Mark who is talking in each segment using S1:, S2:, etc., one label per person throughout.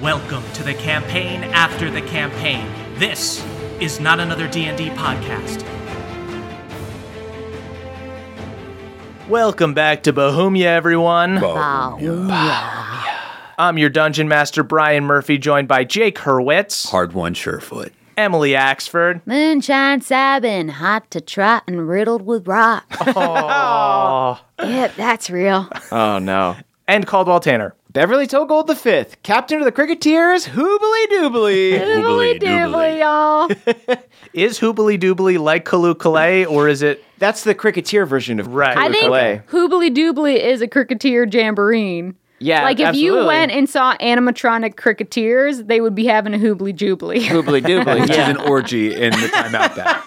S1: Welcome to the campaign after the campaign. This is not another D&D podcast.
S2: Welcome back to Bohemia, everyone. I'm your dungeon master, Brian Murphy, joined by Jake Hurwitz,
S3: Hard one, Surefoot.
S2: Emily Axford,
S4: Moonshine Sabin, hot to trot and riddled with rock. yep, that's real.
S5: Oh no.
S2: and Caldwell Tanner.
S5: Beverly Togold the fifth, captain of the Cricketeers, hoobly doobly.
S3: Oobly doobly.
S4: Dibbly, y'all.
S2: Is Hoobly Doobly like Kalu Kalay, or is it
S5: That's the Cricketeer version of
S2: Right.
S5: Kalu
S2: I
S4: I think
S5: Kalei.
S4: Hoobly Doobly is a cricketeer jamboree.
S5: Yeah,
S4: Like if
S5: absolutely.
S4: you went and saw animatronic cricketeers, they would be having a hoobly jubilee.
S5: Hoobly doobly.
S3: Which is
S5: yeah.
S3: an orgy in the Time Out Back.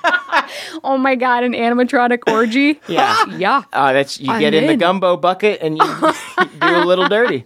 S4: oh my god, an animatronic orgy?
S5: Yeah.
S4: yeah.
S5: Uh, that's you
S4: I'm
S5: get in the
S4: in.
S5: gumbo bucket and you do a little dirty.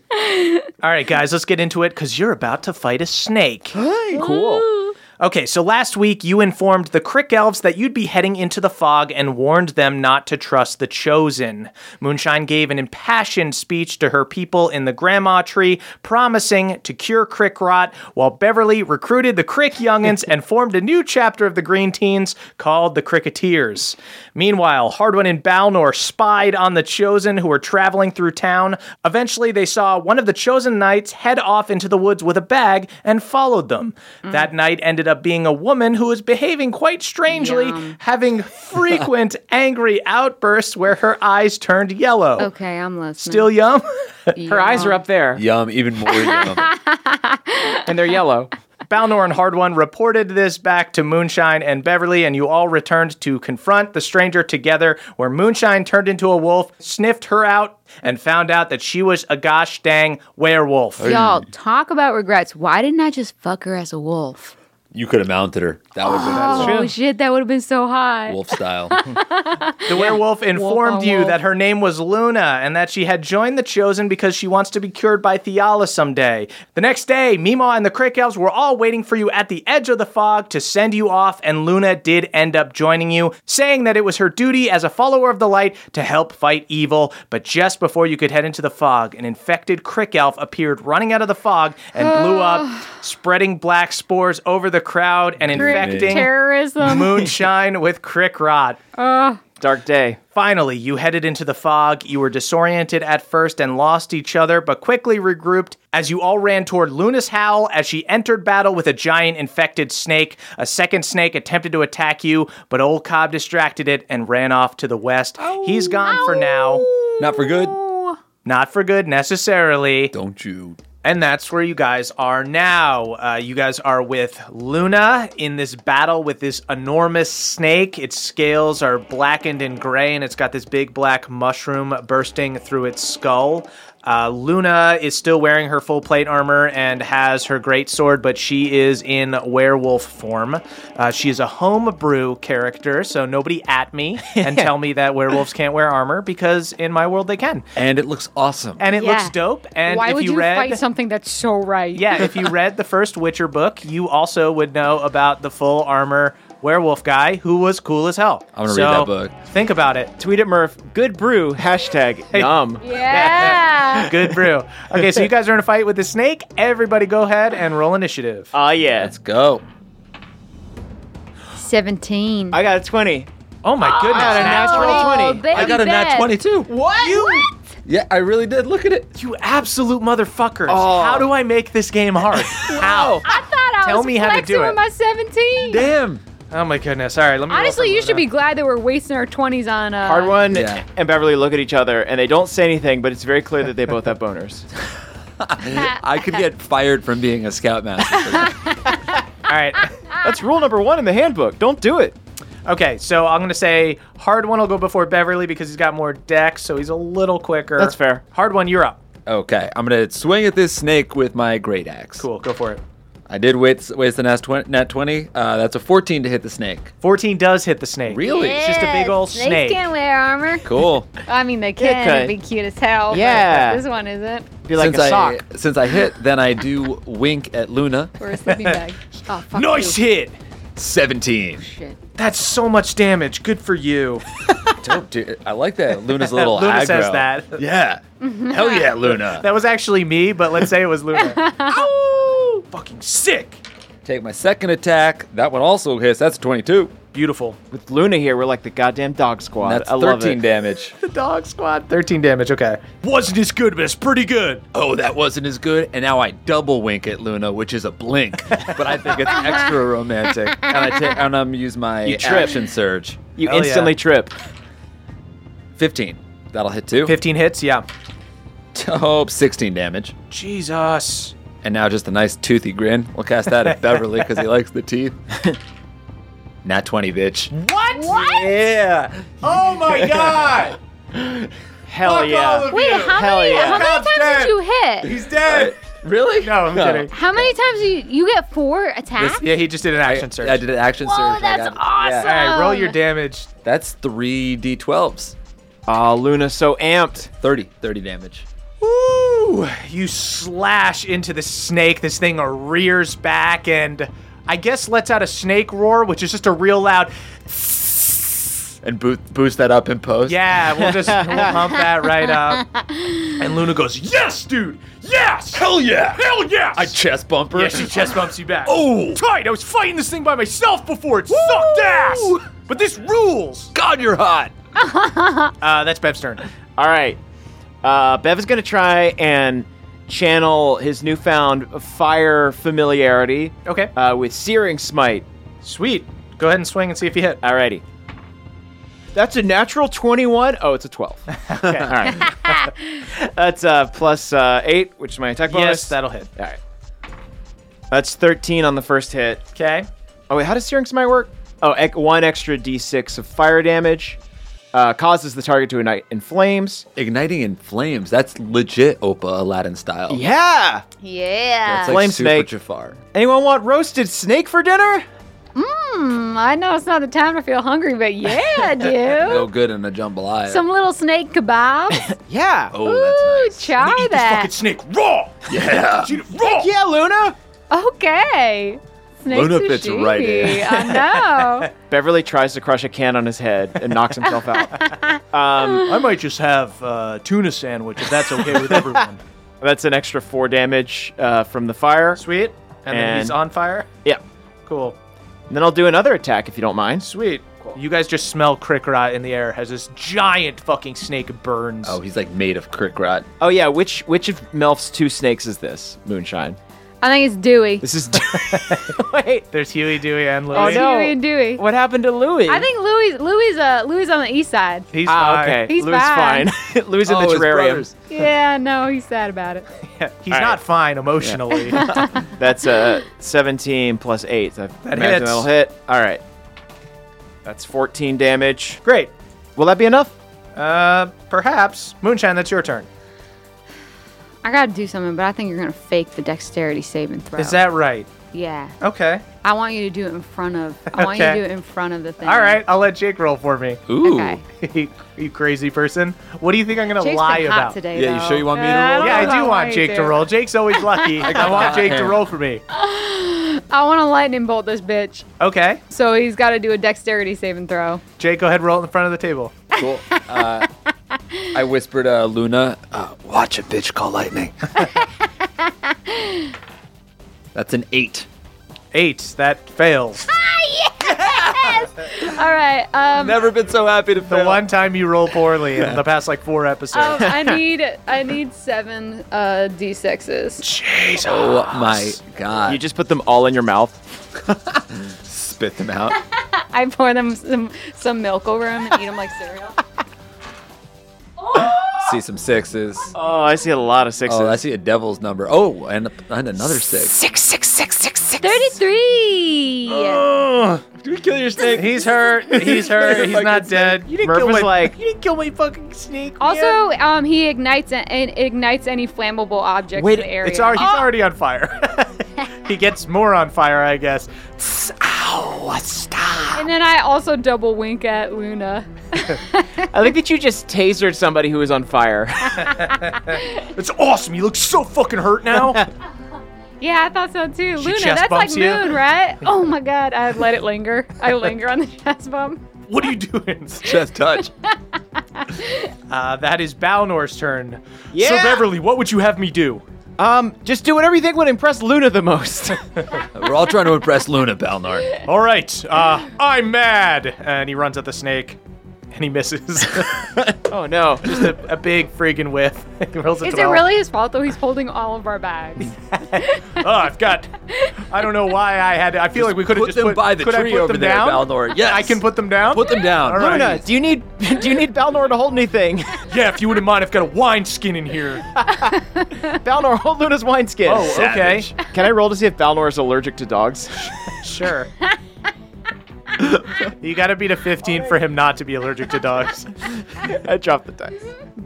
S2: All right, guys, let's get into it because you're about to fight a snake.
S5: Cool.
S2: Okay, so last week you informed the Crick Elves that you'd be heading into the fog and warned them not to trust the Chosen. Moonshine gave an impassioned speech to her people in the Grandma Tree, promising to cure Crick Rot, while Beverly recruited the Crick Youngins and formed a new chapter of the Green Teens called the Cricketeers. Meanwhile, Hardwin and Balnor spied on the Chosen who were traveling through town. Eventually, they saw one of the Chosen Knights head off into the woods with a bag and followed them.
S5: Mm.
S2: That night ended up being a woman who was behaving quite strangely, having frequent angry outbursts where her eyes turned yellow.
S4: Okay, I'm listening.
S2: Still yum?
S5: Her eyes are up there
S3: Yum, even more yum.
S5: and they're yellow.
S2: Balnor and Hardwon reported this back to Moonshine and Beverly, and you all returned to confront the stranger together, where Moonshine turned into a wolf, sniffed her out, and found out that she was a gosh dang werewolf.
S4: y'all talk about regrets. Why didn't I just fuck her as a wolf?
S3: You could have mounted her. That would have been
S4: Oh shit, that would have been so hot.
S3: cool. wolf style.
S2: The werewolf informed
S4: Wolf on
S2: you
S4: wolf.
S2: that her name was Luna and that she had joined the Chosen because she wants to be cured by Theala someday. The next day, Mima and the Crick Elves were all waiting for you at the edge of the fog to send you off, and Luna did end up joining you, saying that it was her duty as a follower of the light to help fight evil. But just before you could head into the fog, an infected Crick Elf appeared running out of the fog and blew up, spreading black spores over the crowd and infecting
S4: Terrorism.
S2: Moonshine with Crick Rot.
S5: Dark day.
S2: Finally, you headed into the fog. You were disoriented at first and lost each other, but quickly regrouped as you all ran toward Luna's howl as she entered battle with a giant infected snake. A second snake attempted to attack you, but old Cobb distracted it and ran off to the west. He's gone for now.
S3: Not for good.
S2: Not for good necessarily.
S3: Don't you?
S2: And that's where you guys are now. Uh, you guys are with Luna in this battle with this enormous snake. Its scales are blackened and gray, and it's got this big black mushroom bursting through its skull. Uh, Luna is still wearing her full plate armor and has her great sword, but she is in werewolf form. Uh, she is a homebrew character, so nobody at me and tell me that werewolves can't wear armor because in my world they can.
S3: And it looks awesome.
S2: And it
S6: Yeah.
S2: looks dope. And
S4: Why
S2: if
S4: would you,
S2: read
S4: fight something that's so right?
S2: yeah, if you read the first Witcher book, you also would know about the full armor werewolf guy who was cool as hell.
S3: I'm gonna
S2: So,
S3: read that book.
S2: Think about it.
S5: Tweet at Murph. Good brew. Hashtag yum.
S4: Yeah.
S2: Good brew. Okay, so you guys are in a fight with the snake. Everybody go ahead and roll initiative.
S5: Ah yeah.
S3: Let's go.
S6: 17.
S5: I got a twenty.
S2: Oh my goodness.
S5: got a natural
S4: Oh,
S5: 20.
S4: baby
S3: I got a nat
S4: bet.
S3: 22.
S5: What?
S3: Yeah, I really did. Look at it.
S2: You absolute motherfuckers.
S5: Oh.
S2: How do I make this game hard? How?
S4: I thought I
S2: Tell
S4: was
S2: me how
S4: flexing
S2: to do it.
S4: with my 17.
S3: Damn.
S2: Oh my goodness. All right, let me roll
S4: Honestly, you
S2: something
S4: should be
S2: right
S4: glad that we're wasting our 20s on uh,
S5: Hard one
S3: Yeah.
S5: and Beverly look at each other and they don't say anything, but it's very clear that they both have boners.
S3: I could get fired from being a scoutmaster.
S2: now. All right.
S5: That's rule number one in the handbook. Don't do it.
S2: Okay, so I'm gonna say hard one will go before Beverly because he's got more decks, so he's a little quicker.
S5: That's fair.
S2: Hard one, you're up.
S3: okay, I'm gonna swing at this snake with my great axe.
S2: Cool, go for it.
S3: I did waste waste the nat twenty. Nat 20. Uh, that's a 14 to hit the snake.
S2: 14 does hit the snake.
S3: Really?
S2: It's just a big old
S6: Snakes
S2: snake.
S6: can't wear armor.
S3: Cool.
S6: I mean, they can.
S5: could.
S6: It'd be cute as hell. but
S5: Yeah.
S6: This one isn't.
S5: Be like
S3: since
S5: a sock.
S3: I since I hit, then I do wink at Luna.
S6: Or a sleeping bag. Oh, fuck
S2: Nice
S6: you.
S2: hit!
S3: 17.
S6: Shit.
S2: That's so much damage. Good for you.
S3: Dope, dude. I like that. Luna's a little
S2: Luna
S3: aggro.
S2: says that.
S3: Yeah. Hell yeah, Luna.
S2: That was actually me, but let's say it was Luna. Ow! Fucking sick.
S3: Take my second attack. That one also hits. That's 22.
S2: Beautiful.
S5: With Luna here, we're like the goddamn dog squad.
S3: That's
S5: I love
S3: 13
S5: it.
S3: damage.
S2: The dog squad. 13 damage, okay. Wasn't as good, but it's pretty good.
S3: Oh, that wasn't as good. And now I double wink at Luna, which is a blink. but I think it's extra romantic. And I take and I'm use my
S5: trip.
S3: action surge.
S5: You
S2: Hell yeah.
S5: instantly trip.
S3: 15. That'll hit too.
S2: 15 hits, yeah.
S3: Oh, 16 damage.
S2: Jesus.
S3: And now just a nice toothy grin. We'll cast that at Beverly because he likes the teeth. Nat 20, bitch.
S2: What?
S3: Yeah.
S2: Oh my god!
S5: Hell yeah.
S6: Wait, how
S5: Hell
S6: many,
S5: yeah.
S6: how many
S2: God's
S6: times
S2: dead.
S6: did you hit?
S2: He's dead.
S3: Really?
S2: No, I'm kidding.
S6: How many times do you, you get four attacks?
S2: Yeah, he just did an
S3: I,
S2: action search.
S3: I did an action
S6: Whoa,
S3: surge. and I got-
S6: that's
S3: yeah.
S6: awesome.
S2: All right, roll your damage.
S3: That's 3 d12s.
S5: Aw, Luna's so amped.
S3: 30. 30 damage.
S2: Woo! You slash into the snake. This thing rears back and I guess lets out a snake roar, which is just a real loud.
S3: And boost, boost that up in post.
S2: Yeah, we'll just we'll pump that right up. And Luna goes, "Yes, dude. Yes. Hell
S3: yeah.
S2: Hell yes."
S3: I chest bumper.
S2: yeah, she chest bumps you back.
S3: Oh.
S2: tight! I was fighting this thing by myself before. It sucked ass. But this rules.
S3: God, you're hot.
S2: Uh, that's Bev's turn.
S5: All right. Uh, Bev is going to try and channel his newfound fire familiarity
S2: Okay.
S5: uh, with Searing Smite.
S2: Sweet. Go ahead and swing and see if you hit.
S5: Alrighty. That's a natural 21. Oh, it's a 12. All right. That's uh, plus uh, 8, which is my attack bonus.
S2: Yes, that'll hit.
S5: All right. That's 13 on the first hit.
S2: Okay.
S5: Oh, wait, how does Searing Smite work? Oh, ec- one extra d6 of fire damage. Uh, causes the target to ignite in flames.
S3: Igniting in flames. That's legit Opa Aladdin style.
S5: Yeah!
S6: Yeah.
S3: That's like
S5: Flame
S3: Super
S5: snake.
S3: Jafar.
S5: Anyone want roasted snake for dinner?
S6: Hmm, I know it's not the time to feel hungry, but yeah, dude.
S3: No good in a jambalaya.
S6: Some little snake kebabs.
S5: Yeah.
S3: oh,
S6: Ooh,
S3: that's nice.
S6: char that.
S2: snake raw.
S3: Yeah.
S2: Eat it raw.
S5: Yeah, Luna!
S6: okay. Snake
S3: Luna fits
S6: sushi.
S3: right in.
S6: I know.
S5: Beverly tries to crush a can on his head and knocks himself out. Um,
S2: I might just have uh, tuna sandwich if that's okay with everyone.
S5: that's an extra four damage uh, from the fire.
S2: Sweet. And, then he's
S5: And-
S2: on fire.
S5: Yeah.
S2: Cool.
S5: And then I'll do another attack if you don't mind.
S2: Sweet. You guys just smell crick rot in the air as this giant fucking snake burns.
S3: Oh, he's like made of crick rot.
S5: Oh yeah, which which of Melf's two snakes is this? Moonshine.
S6: I think it's Dewey.
S5: This is Wait.
S2: There's Huey, Dewey, and Louie.
S5: Oh, no.
S6: Dewey and Dewey.
S5: What happened to Louis?
S6: I think Louis Louis uh Louis on the east side.
S2: He's
S5: Ah,
S2: fine.
S5: okay.
S6: He's
S5: Louis is
S6: fine.
S5: fine. Louis is in
S3: Oh,
S5: the
S3: his
S5: terrarium.
S3: brothers.
S6: Yeah, no, he's sad about it.
S2: He's
S5: All right.
S2: not fine emotionally.
S5: That's uh, 17 plus 8. I imagine
S2: hits.
S5: that'll hit. All right. That's 14 damage.
S2: Great.
S5: Will that be enough?
S2: Uh, perhaps. Moonshine, that's your turn.
S4: I gotta do something, but I think you're gonna fake the dexterity saving throw.
S2: Is that right?
S4: Yeah.
S2: Okay.
S4: I want you to do it in front of. I want
S2: Okay.
S4: you to do it in front of the thing.
S2: All right. I'll let Jake roll for me.
S3: Ooh.
S4: Okay.
S2: you crazy person. What do you think I'm going to
S4: Jake's
S2: lie
S4: been
S2: about?
S4: hot today.
S3: Yeah, you
S4: though.
S3: sure you want me to
S4: Yeah,
S3: roll?
S2: Yeah,
S4: don't
S2: I
S4: know
S2: Oh, do
S4: why
S2: want
S4: you
S2: Jake
S4: do.
S2: to roll. Jake's always lucky. I want Jake to roll for me.
S4: I want to lightning bolt this bitch.
S2: Okay.
S4: So he's got to do a dexterity saving throw.
S2: Jake, go ahead roll it in front of the table.
S3: Cool. Uh, I whispered uh, Luna, uh, watch a bitch call lightning. That's an eight.
S2: Eight. That fails.
S4: All right. Um.
S3: Never been so happy to
S2: The one time you roll poorly in the past like four
S4: oh,
S2: episodes.
S4: I need I need seven uh, d6s.
S3: Oh my god.
S5: You just put them all in your mouth.
S3: spit them out.
S4: I pour them some some milk over them and eat them like cereal.
S3: see some sixes.
S5: Oh, I see a lot of sixes.
S3: Oh, I see a devil's number. Oh, and, and another six.
S4: Thirty-three.
S2: Oh,
S3: Did we kill your snake?
S2: He's hurt. He's hurt. He's not dead. You
S5: didn't kill my-
S2: you didn't kill my fucking snake.
S4: Also, um, he ignites a- and ignites any flammable objects
S2: Wait,
S4: in the area.
S2: it's already, he's already on fire. he gets more on fire, I guess. Tss, Ow, stop.
S4: and then I also double wink at Luna.
S5: I think that you just tasered somebody who was on fire.
S2: It's awesome. You look so fucking hurt now.
S4: Yeah, I thought so too. Luna,
S2: chest
S4: that's like
S2: bumps you?
S4: Moon, right? Oh my God, I let it linger. I linger on the chest bump.
S2: what are you doing?
S3: Just touch.
S2: Uh, that is Balnor's turn.
S5: Yeah.
S2: So, Beverly, what would you have me do?
S5: um, just do whatever you think would impress Luna the most.
S3: We're all trying to impress Luna, Balnor.
S2: All right, uh, I'm mad. And he runs at the snake. And he misses.
S5: oh no.
S2: Just a, a big friggin' whiff. He rolls a
S4: Is it
S2: 12.
S4: really his fault though? He's holding all of our bags.
S2: Oh, I've got. I don't know why I had. I feel like we could have
S3: put
S2: just
S3: them
S2: put,
S3: by the
S2: could I
S3: tree
S2: put
S3: over
S2: them
S3: there,
S2: down?
S3: Balnor. Yes.
S2: I can put them down.
S3: Put them down.
S2: All right.
S5: Luna, do you need do you need Balnor to hold anything?
S2: Yeah, if you wouldn't mind, I've got a wine skin in here.
S5: Balnor, hold Luna's wineskin.
S2: Oh, okay.
S3: Savage.
S5: Can I roll to see if Balnor is allergic to dogs?
S2: Sure. you gotta beat a 15 for him not to be allergic to dogs.
S5: I dropped the dice.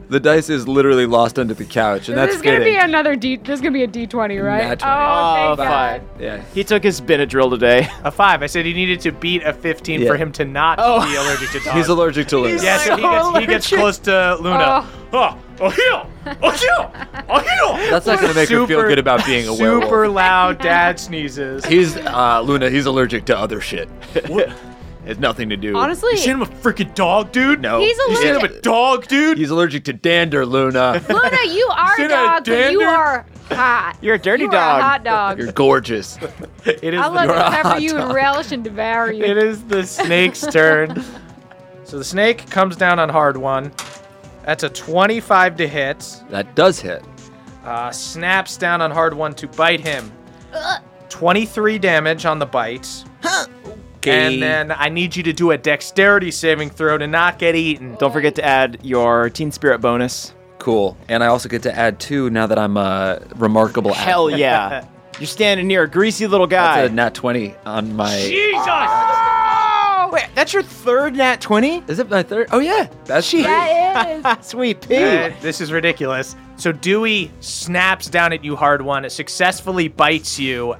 S3: The dice is literally lost under the couch, and
S4: this
S3: that's
S4: is gonna
S3: fitting.
S4: be another D. This is gonna be a D twenty, right?
S3: Nat 20.
S4: Oh, thank
S5: Oh,
S4: God.
S5: fine.
S3: yeah.
S5: He took his Benadryl today.
S2: A five. I said he needed to beat a 15
S3: Yeah.
S2: for him to not
S5: Oh.
S2: be allergic to dogs.
S3: He's allergic to Luna.
S2: Yeah, so he gets, he gets close to Luna. Oh, oh, heel! Oh, heel! Oh, heel!
S3: That's not gonna make her feel
S2: Super-
S3: good about being a werewolf.
S2: Super loud dad sneezes.
S3: He's uh, Luna. He's allergic to other shit.
S2: What?
S3: It's nothing to do.
S4: Honestly,
S2: You seen him a freaking dog, dude?
S3: no.
S4: He's
S2: You seen him
S4: allergic-
S2: a dog, dude?
S3: He's allergic to dander, Luna.
S4: Luna, you are a
S2: Sit down,
S4: dog, but you
S2: dander.
S4: are hot.
S5: You're a dirty
S4: You are
S5: dog.
S4: a hot dog.
S3: You're gorgeous.
S2: it is
S4: I
S2: the
S4: love
S3: You're a
S4: to pepper
S3: hot
S4: you and
S3: dog.
S4: relish and devour you.
S2: It is the snake's turn. So the snake comes down on hard one. That's a 25 to hit.
S3: That does hit.
S2: Uh, snaps down on hard one to bite him. 23 damage on the bite. And then I need you to do a dexterity saving throw to not get eaten.
S5: Don't forget to add your Teen Spirit bonus.
S3: Cool. And I also get to add two now that I'm a remarkable.
S5: Hell
S3: athlete.
S5: yeah. You're standing near a greasy little guy.
S3: That's a nat twenty on my.
S5: oh, wait, that's your third nat 20?
S3: Is it my third? Oh yeah. That's she.
S4: That
S5: Sweet pea.
S2: Uh, this is ridiculous. So Dewey snaps down at you, hard one. It successfully bites you.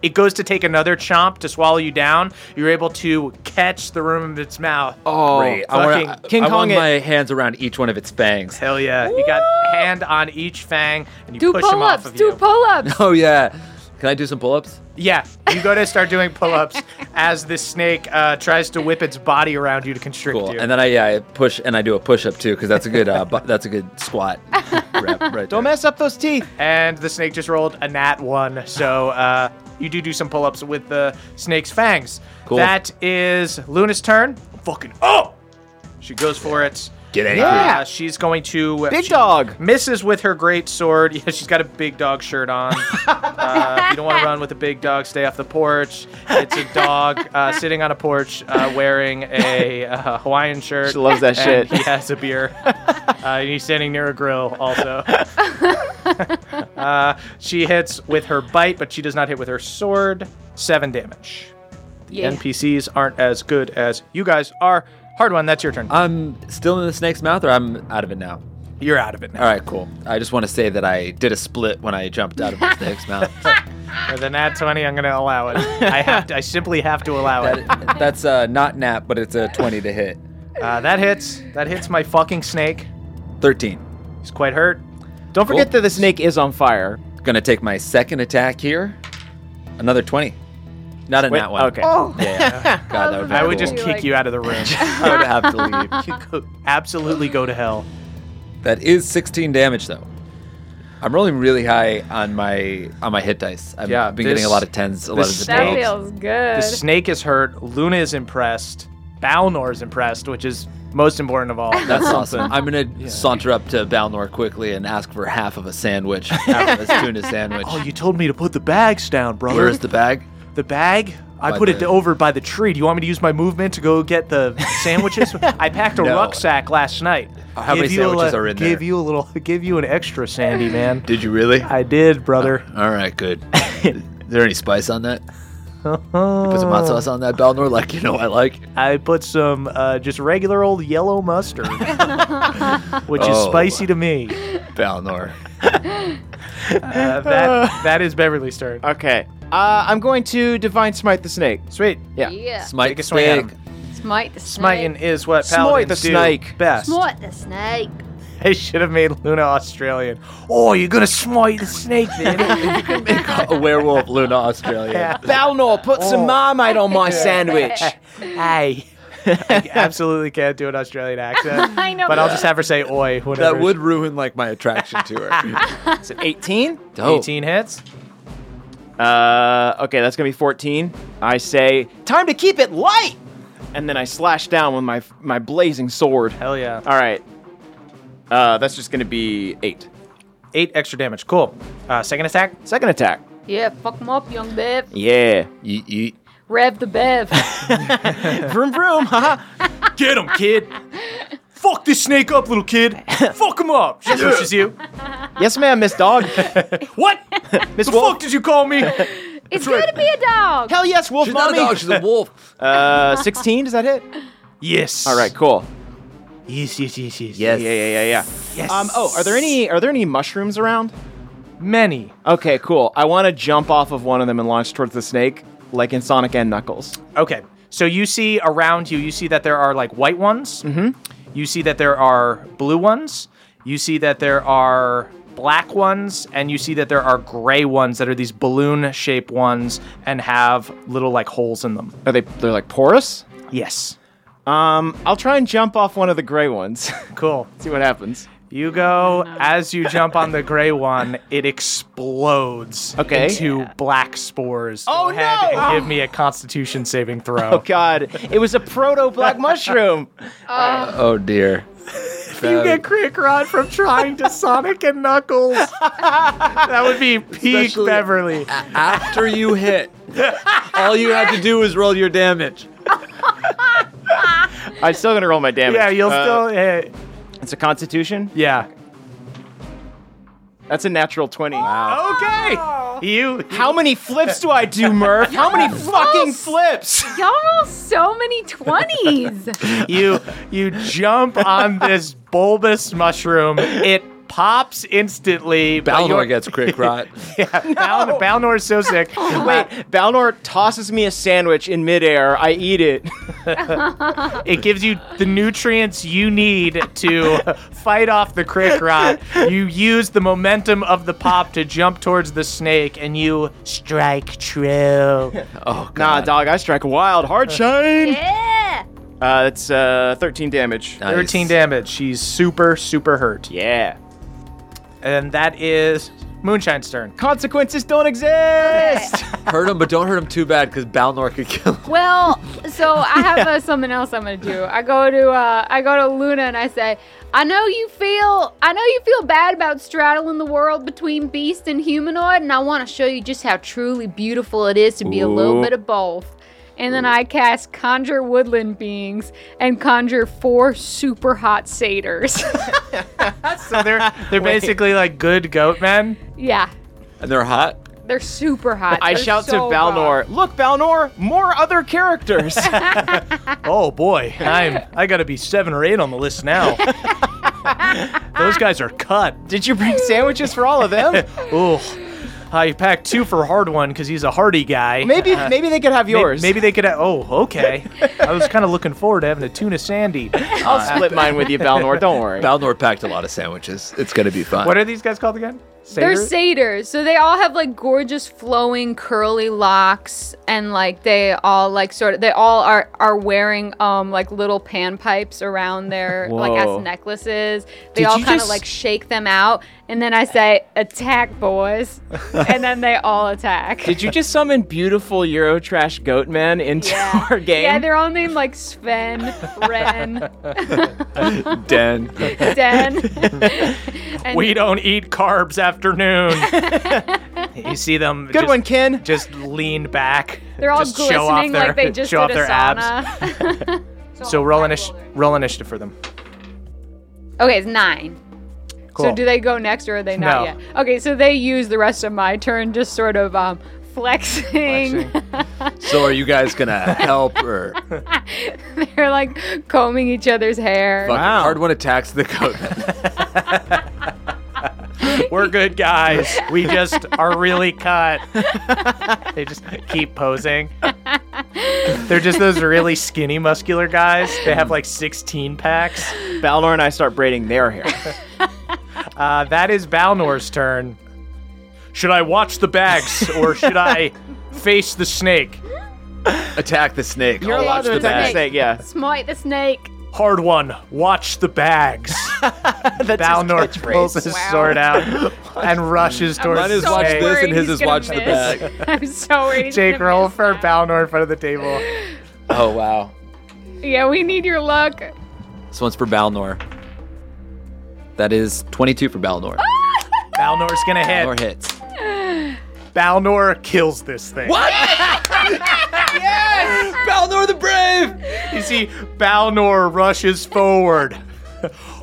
S2: It goes to take another chomp to swallow you down. You're able to catch the room of its mouth.
S5: oh,
S3: Great. I want
S5: fucking King
S3: I
S5: Kong
S3: want
S5: it.
S3: my hands around each one of its fangs.
S2: Hell yeah! You got hand on each fang, and you
S4: is. Do
S2: push them off
S4: pull-ups.
S2: of
S4: Do
S2: you.
S4: pull-ups.
S3: Oh yeah. Can I do some pull-ups?
S2: yeah, you go to start doing pull-ups as this snake uh, tries to whip its body around you to constrict
S3: Cool.
S2: you.
S3: And then I, yeah, I push and I do a push-up too because that's a good uh, bu- that's a good squat. rep right
S5: Don't
S3: there.
S5: mess up those teeth.
S2: And the snake just rolled a nat one, so uh, you do do some pull-ups with the snake's fangs.
S3: Cool.
S2: That is Luna's turn. fucking oh! She goes for it.
S3: Get angry.
S2: Yeah, she's going to
S5: Big
S2: she
S5: dog.
S2: misses with her great sword. Yeah, she's got a big dog shirt on. uh, if you don't want to run with a big dog, stay off the porch. It's a dog uh, sitting on a porch uh, wearing a uh, Hawaiian shirt.
S5: She loves that
S2: and
S5: shit.
S2: He has a beer. uh, and he's standing near a grill also. uh, she hits with her bite, but she does not hit with her sword. Seven damage.
S4: Yeah.
S2: NPCs aren't as
S5: Uh,
S2: good as you guys are. Hard one, that's your turn.
S3: I'm still in the snake's mouth, or I'm out of it now.
S2: You're out of it now.
S3: All right, cool. I just want to say that I did a split when I jumped out of the snake's mouth.
S2: With an at 20, I'm going to allow it. I, have to, I simply have to allow it.
S3: That's uh, not nap, but it's a 20 to hit.
S2: Uh, that hits. That hits my fucking snake.
S3: 13.
S2: He's quite hurt.
S5: Don't forget
S3: Cool.
S5: that the snake is on fire.
S3: Gonna take my second attack here. Another 20. Not a
S5: Wait,
S3: nat one.
S5: okay.
S3: Yeah. yeah. God, that would be
S2: I would
S3: cool.
S2: just
S4: You're
S2: kick
S4: Oh, like-
S2: you out of the room.
S3: I would have to leave.
S2: You go- absolutely go to hell.
S3: That is 16 damage though. I'm rolling really high on my on my hit dice. I've
S5: Yeah,
S3: been
S5: this-
S3: getting a lot of tens, a lot of
S2: this
S4: That
S2: Snakes.
S4: feels
S2: The
S4: good.
S2: snake is hurt. Luna is impressed. Balnor is impressed, which is most important of all.
S3: That's awesome. I'm gonna saunter up to Balnor quickly and ask for half of a sandwich, half of a tuna sandwich.
S2: Oh, you told me to put the bags down, brother.
S3: Where is the bag?
S2: The bag? I
S3: My
S2: put it
S3: bag.
S2: over by the tree. Do you want me to use my movement to go get the sandwiches? I packed a
S3: No.
S2: rucksack last night.
S3: How many
S2: you a
S3: sandwiches
S2: li-
S3: are in
S2: Give
S3: there?
S2: you a little. Give you an extra, Sandy man.
S3: Did you really?
S2: I did, brother.
S3: All right, good. is there any spice on that? You put some hot
S2: Oh.
S3: sauce on that Balnor, like you know I like.
S2: I put some uh, just regular old yellow mustard, which is
S3: Oh.
S2: spicy to me.
S3: Balnor.
S2: Uh, that that is Beverly's turn.
S5: Okay. Uh, I'm going to divine smite the snake. Sweet. Yeah.
S4: yeah.
S3: Smite
S2: Take a swing at
S3: stick.
S2: him.
S4: Smite the snake.
S2: Smiting is what
S5: Smite
S2: paladins
S5: the
S2: do
S5: snake.
S2: best.
S4: Smite the snake.
S2: They should have made Luna Australian. Oh, you're gonna smite the snake, then?
S3: Make a werewolf Luna Australia.
S5: Balnor, put some
S3: Oh.
S5: marmite on my sandwich.
S2: hey. I absolutely can't do an Australian accent.
S4: I know.
S2: But I'll just have her say oi, whatever.
S3: That would ruin like my attraction to her.
S5: It's an 18.
S3: Dope.
S2: 18 hits.
S5: Uh, okay, that's gonna be 14. I say, time to keep it light, and then I slash down with my my blazing sword.
S2: Hell yeah.
S5: All right. Uh, that's just gonna be eight.
S2: Eight extra damage. Cool. Uh, second attack.
S5: Second attack.
S4: yeah, fuck him up, young Bev.
S5: Yeah.
S3: Yeet, yeet.
S4: Rev the Bev.
S5: Vroom vroom. Haha.
S2: Get him, kid. Fuck this snake up, little kid. Fuck him up. She pushes you.
S5: yes, ma'am, Miss Dog.
S2: What? Miss the fuck did you call me?
S4: it's gotta be a dog.
S5: Hell yes, Wolf
S3: She's not a
S5: Mommy.
S3: dog, she's a wolf.
S5: Uh, 16. Does that hit?
S2: yes.
S5: All right, cool.
S2: Yes, yes, yes, yes.
S3: Yes.
S5: Yeah, yeah, yeah, yeah.
S2: Yes.
S5: Um, oh, are there any are there any mushrooms around?
S2: many?
S5: Okay, cool. I want to jump off of one of them and launch towards the snake, like in Sonic and Knuckles.
S2: Okay. So you see around you, you see that there are like white ones. Mm-hmm. You see that there are blue ones. You see that there are black ones. And you see that there are gray ones that are these balloon shaped ones and have little like holes in them.
S5: Are they they're like porous?
S2: Yes.
S5: Um, I'll try and jump off one of the gray ones.
S2: Cool.
S5: See what happens.
S2: You go as you jump on the gray one, it explodes
S5: Okay.
S2: into black spores.
S5: Oh,
S2: go ahead
S5: no!
S2: And give me a Constitution saving throw.
S5: Oh God! It was a proto black mushroom.
S3: Oh dear.
S2: You get crit rod from trying to Sonic and Knuckles. that would be peak
S3: Especially-
S2: Beverly.
S3: After you hit, all you had to do was roll your damage.
S5: I'm still gonna roll my damage.
S2: Yeah, you'll
S5: Uh,
S2: still hit.
S5: It's a Constitution.
S2: Yeah.
S5: That's a natural twenty.
S2: Oh. Okay. You.
S5: How many flips do I do, Murph? How many fucking flips?
S4: Y'all roll so many 20s.
S2: you you jump on this bulbous mushroom. It pops instantly. but you're-
S3: Balnor gets crit rot.
S2: Yeah, Balnor, Balnor's so sick.
S5: Wait, Balnor tosses me a sandwich in midair. I eat it.
S2: It gives you the nutrients you need to fight off the crick rot. You use the momentum of the pop to jump towards the snake, and you strike true.
S3: Oh god.
S5: Nah, dog. I strike wild hard shine.
S4: yeah.
S5: Uh, it's uh 13 damage.
S3: Nice.
S2: 13 damage. She's super, super hurt.
S5: Yeah.
S2: And that is Moonshine's turn.
S5: Consequences don't exist.
S3: Hurt him, but don't hurt him too bad because Balnor could kill him.
S4: Well, so I have uh, something else I'm gonna do. I go to uh, I go to Luna and I say, I know you feel I know you feel bad about straddling the world between beast and humanoid, and I want to show you just how truly beautiful it is to be a little bit of both. And then I cast conjure woodland beings and conjure four super hot satyrs.
S2: So they're they're basically like good goat men.
S4: yeah,
S3: And they're hot.
S4: they're super hot.
S5: I
S4: They're
S5: shout to
S4: so
S5: Balnor,
S4: rough.
S5: "Look, Balnor, more other characters."
S2: Oh boy, I'm I gotta be seven or eight on the list now. Those guys are cut.
S5: Did you bring sandwiches for all of them?
S2: Ooh. I packed two for hard one because he's a hardy guy.
S5: maybe maybe they could have
S2: May-
S5: yours.
S2: Maybe they could. Have, oh, okay. I was kind of looking forward to having a tuna sandy.
S5: I'll split mine with you, Balnor. Don't worry.
S3: Balnor packed a lot of sandwiches. It's gonna be fun.
S2: What are these guys called again?
S4: They're
S2: Satyrs?
S4: satyrs, so they all have like gorgeous flowing curly locks, and like they all like sort of they all are are wearing um like little panpipes around their like
S5: Whoa.
S4: as necklaces. They
S7: Did
S4: all
S7: you
S4: kind of
S7: just-
S4: like shake them out, and then I say attack, boys, and then they all attack.
S5: Did you just summon beautiful Eurotrash Goatman into
S4: yeah.
S5: our game?
S4: Yeah, they're all named like Sven, Ren,
S3: Den?
S4: Den. and
S2: we don't eat carbs afternoon. you see them.
S5: Good
S2: just-
S5: one, Ken.
S2: Just lean back.
S4: They're all
S2: just
S4: glistening
S2: show off their,
S4: like they just
S2: show
S4: did
S2: off their
S4: a
S2: abs.
S4: sauna.
S2: So roll, initi- roll initiative for them.
S4: Okay, it's nine.
S2: Cool.
S4: So do they go next or are they
S2: No.
S4: not yet? Okay, so they use the rest of my turn just sort of um flexing.
S3: So are you guys gonna help or fucking
S4: They're like combing each other's hair.
S3: hard one attacks the goat?
S2: We're good guys. We just are really cut. they just keep posing. They're just those really skinny, muscular guys. They have like 16 packs.
S5: Balnor and I start braiding their hair.
S2: Uh, that is Balnor's turn. Should I watch the bags or should I face the snake?
S3: attack the snake.
S5: You're
S3: I'll
S5: allowed
S3: watch
S5: to
S3: the
S5: attack the
S3: back.
S5: snake, yeah.
S4: Smite the snake.
S2: Hard one. Watch the bags. Balnor pulls his
S4: Wow.
S2: sword out and rushes towards
S3: Mine
S2: the
S3: is watch
S2: snake.
S3: this and
S4: worried
S3: his
S4: he's
S3: is watch the
S4: gonna
S3: back.
S4: I'm so worried. he's
S2: Jake,
S4: gonna
S2: roll
S4: miss
S2: for
S4: that.
S2: Balnor in front of the table.
S3: Oh wow.
S4: Yeah, we need your luck.
S3: This one's for Balnor. That is 22 for Balnor.
S2: Ah! Balnor's gonna hit.
S3: Balnor hits.
S2: Balnor kills this thing. What?
S3: Balnor the Brave!
S2: You see, Balnor rushes forward.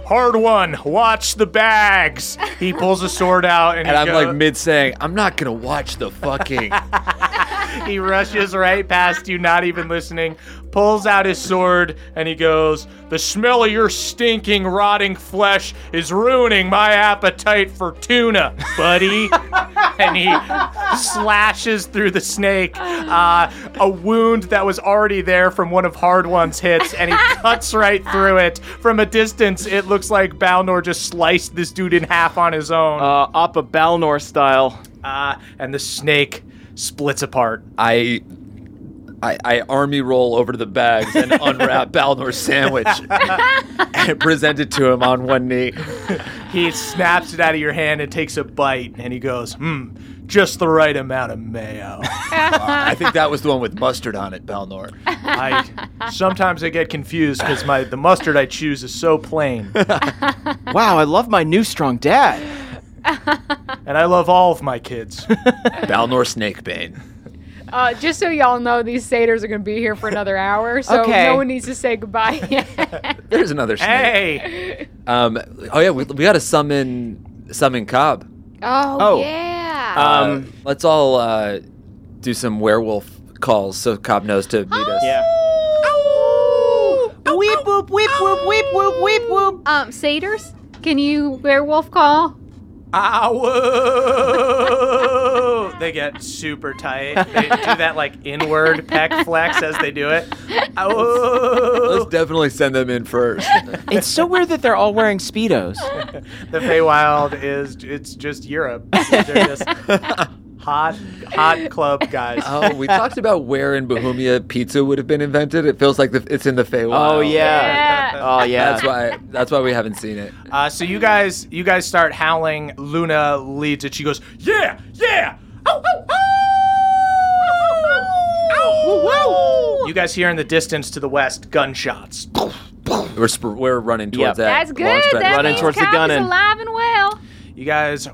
S2: Hard one, watch the bags. He pulls a sword out and, he,
S3: And I'm
S2: go-
S3: like mid saying, I'm not gonna watch the fucking.
S2: he rushes right past you, not even listening, pulls out his sword, and he goes, The smell of your stinking, rotting flesh is ruining my appetite for tuna, buddy. and he slashes through the snake, uh, a wound that was already there from one of Hard One's hits, and he cuts right through it. From a distance, it looks like Balnor just sliced this dude in half on his own,
S5: Uh, Appa Balnor style.
S2: uh, and the snake splits apart.
S3: I, I I army roll over to the bags and unwrap Balnor's sandwich and present it to him on one knee.
S2: He snaps it out of your hand and takes a bite, and he goes, hmm, just the right amount of mayo.
S3: I think that was the one with mustard on it, Balnor.
S2: I sometimes I get confused because my the mustard I choose is so plain,
S5: Wow, I love my new strong dad.
S2: and I love all of my kids.
S3: Balnor Snakebane.
S4: Uh, just so y'all know, these satyrs are gonna be here for another hour, so
S5: Okay.
S4: no one needs to say goodbye yet.
S3: There's another snake.
S2: hey,
S3: Um, oh yeah, we, we gotta summon summon Cobb.
S4: oh,
S5: Oh.
S4: yeah.
S5: Um,
S3: Uh, let's all uh, do some werewolf calls so Cobb knows to meet us.
S5: Weep whoop, weep whoop, weep whoop, weep whoop.
S4: um, satyrs, can you werewolf call?
S2: ah, whoa! They get super tight. They do that like inward peck flex as they do it. Ah,
S3: Let's
S2: whoa!
S3: definitely send them in first.
S5: It's so weird that they're all wearing Speedos.
S2: The Feywild is it's just Europe. They're just hot, hot club guys.
S3: oh, we talked about where in Bohemia pizza would have been invented. It feels like the, it's in the Feywild.
S5: Oh, yeah.
S4: Yeah.
S5: Oh, yeah.
S3: That's why. That's why we haven't seen it.
S2: Uh, so you guys, you guys start howling. Luna leads it. She goes, "Yeah, yeah!" Ow, ow, ow! Ow! You guys hear in the distance to the west gunshots.
S3: We're sp- we're running
S5: Yep.
S3: towards that.
S4: That's
S3: long
S4: good.
S3: stretch.
S4: That
S5: Running
S4: means
S5: towards the
S4: Cobb
S5: gun
S4: is
S5: and-
S4: alive and well.
S2: You guys,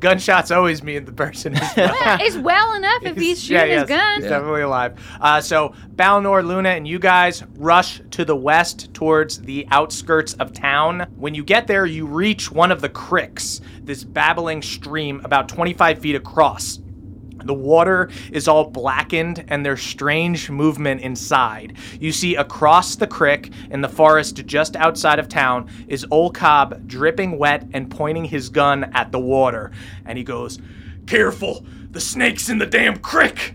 S2: gunshots always mean the person is well.
S4: It's well enough if he's shooting
S2: yeah,
S4: his
S2: yes,
S4: gun.
S2: he's definitely alive. Uh, so Balnor, Luna, and you guys rush to the west towards the outskirts of town. When you get there, you reach one of the cricks, this babbling stream about 25 feet across. The water is all blackened and there's strange movement inside. You see across the creek in the forest just outside of town is Ol Cobb dripping wet and pointing his gun at the water. And he goes, Careful! The snake's in the damn creek!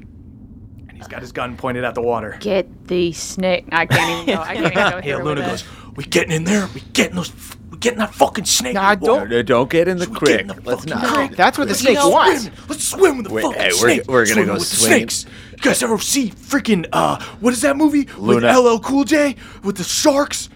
S2: And he's got his gun pointed at the water.
S4: Get the snake. I can't even go. I can't even go
S2: Yeah,
S4: here.
S2: Luna
S4: with it.
S2: goes, We getting in there? We getting those. We getting that fucking snake. in the
S5: Nah, don't-
S2: water.
S3: No, Uh, don't get in the
S2: So we
S3: creek.
S2: get in the
S3: Let's
S2: fucking
S3: not.
S2: creek.
S3: get in the
S5: That's what the
S3: creek.
S5: snake wants.
S2: Swim. Let's swim with the
S3: Wait,
S2: fucking
S3: hey, we're-
S2: snake.
S3: we're gonna
S2: Swim
S3: go
S2: with the
S3: swinging.
S2: snakes. You guys ever see freaking uh what is that movie
S3: Luna.
S2: with LL Cool J with the sharks?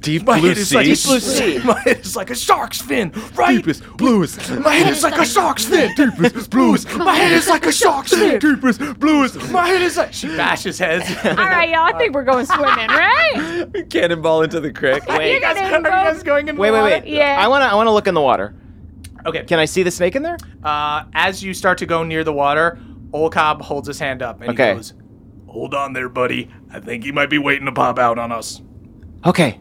S3: Deep
S2: My
S3: blue
S2: head is like
S3: sea.
S2: a- My head is like a shark's fin, right?
S3: Deepest, bluest.
S2: My head is like a shark's fin. Deepest blues. My head is like a shark's fin.
S3: Deepest, bluest.
S2: My head is like she bashes heads.
S6: All right, y'all. I think we're going swimming, right?
S3: Cannonball into the creek.
S6: Wait, you guys, are you guys going in
S5: Wait, wait, wait.
S6: Yeah.
S5: I wanna I wanna look in the water.
S2: okay.
S5: Can I see the snake in there?
S2: Uh, as you start to go near the water, Olcob holds his hand up and
S5: Okay.
S2: he goes, "Hold on there, buddy. I think he might be waiting to pop out on us."
S5: Okay.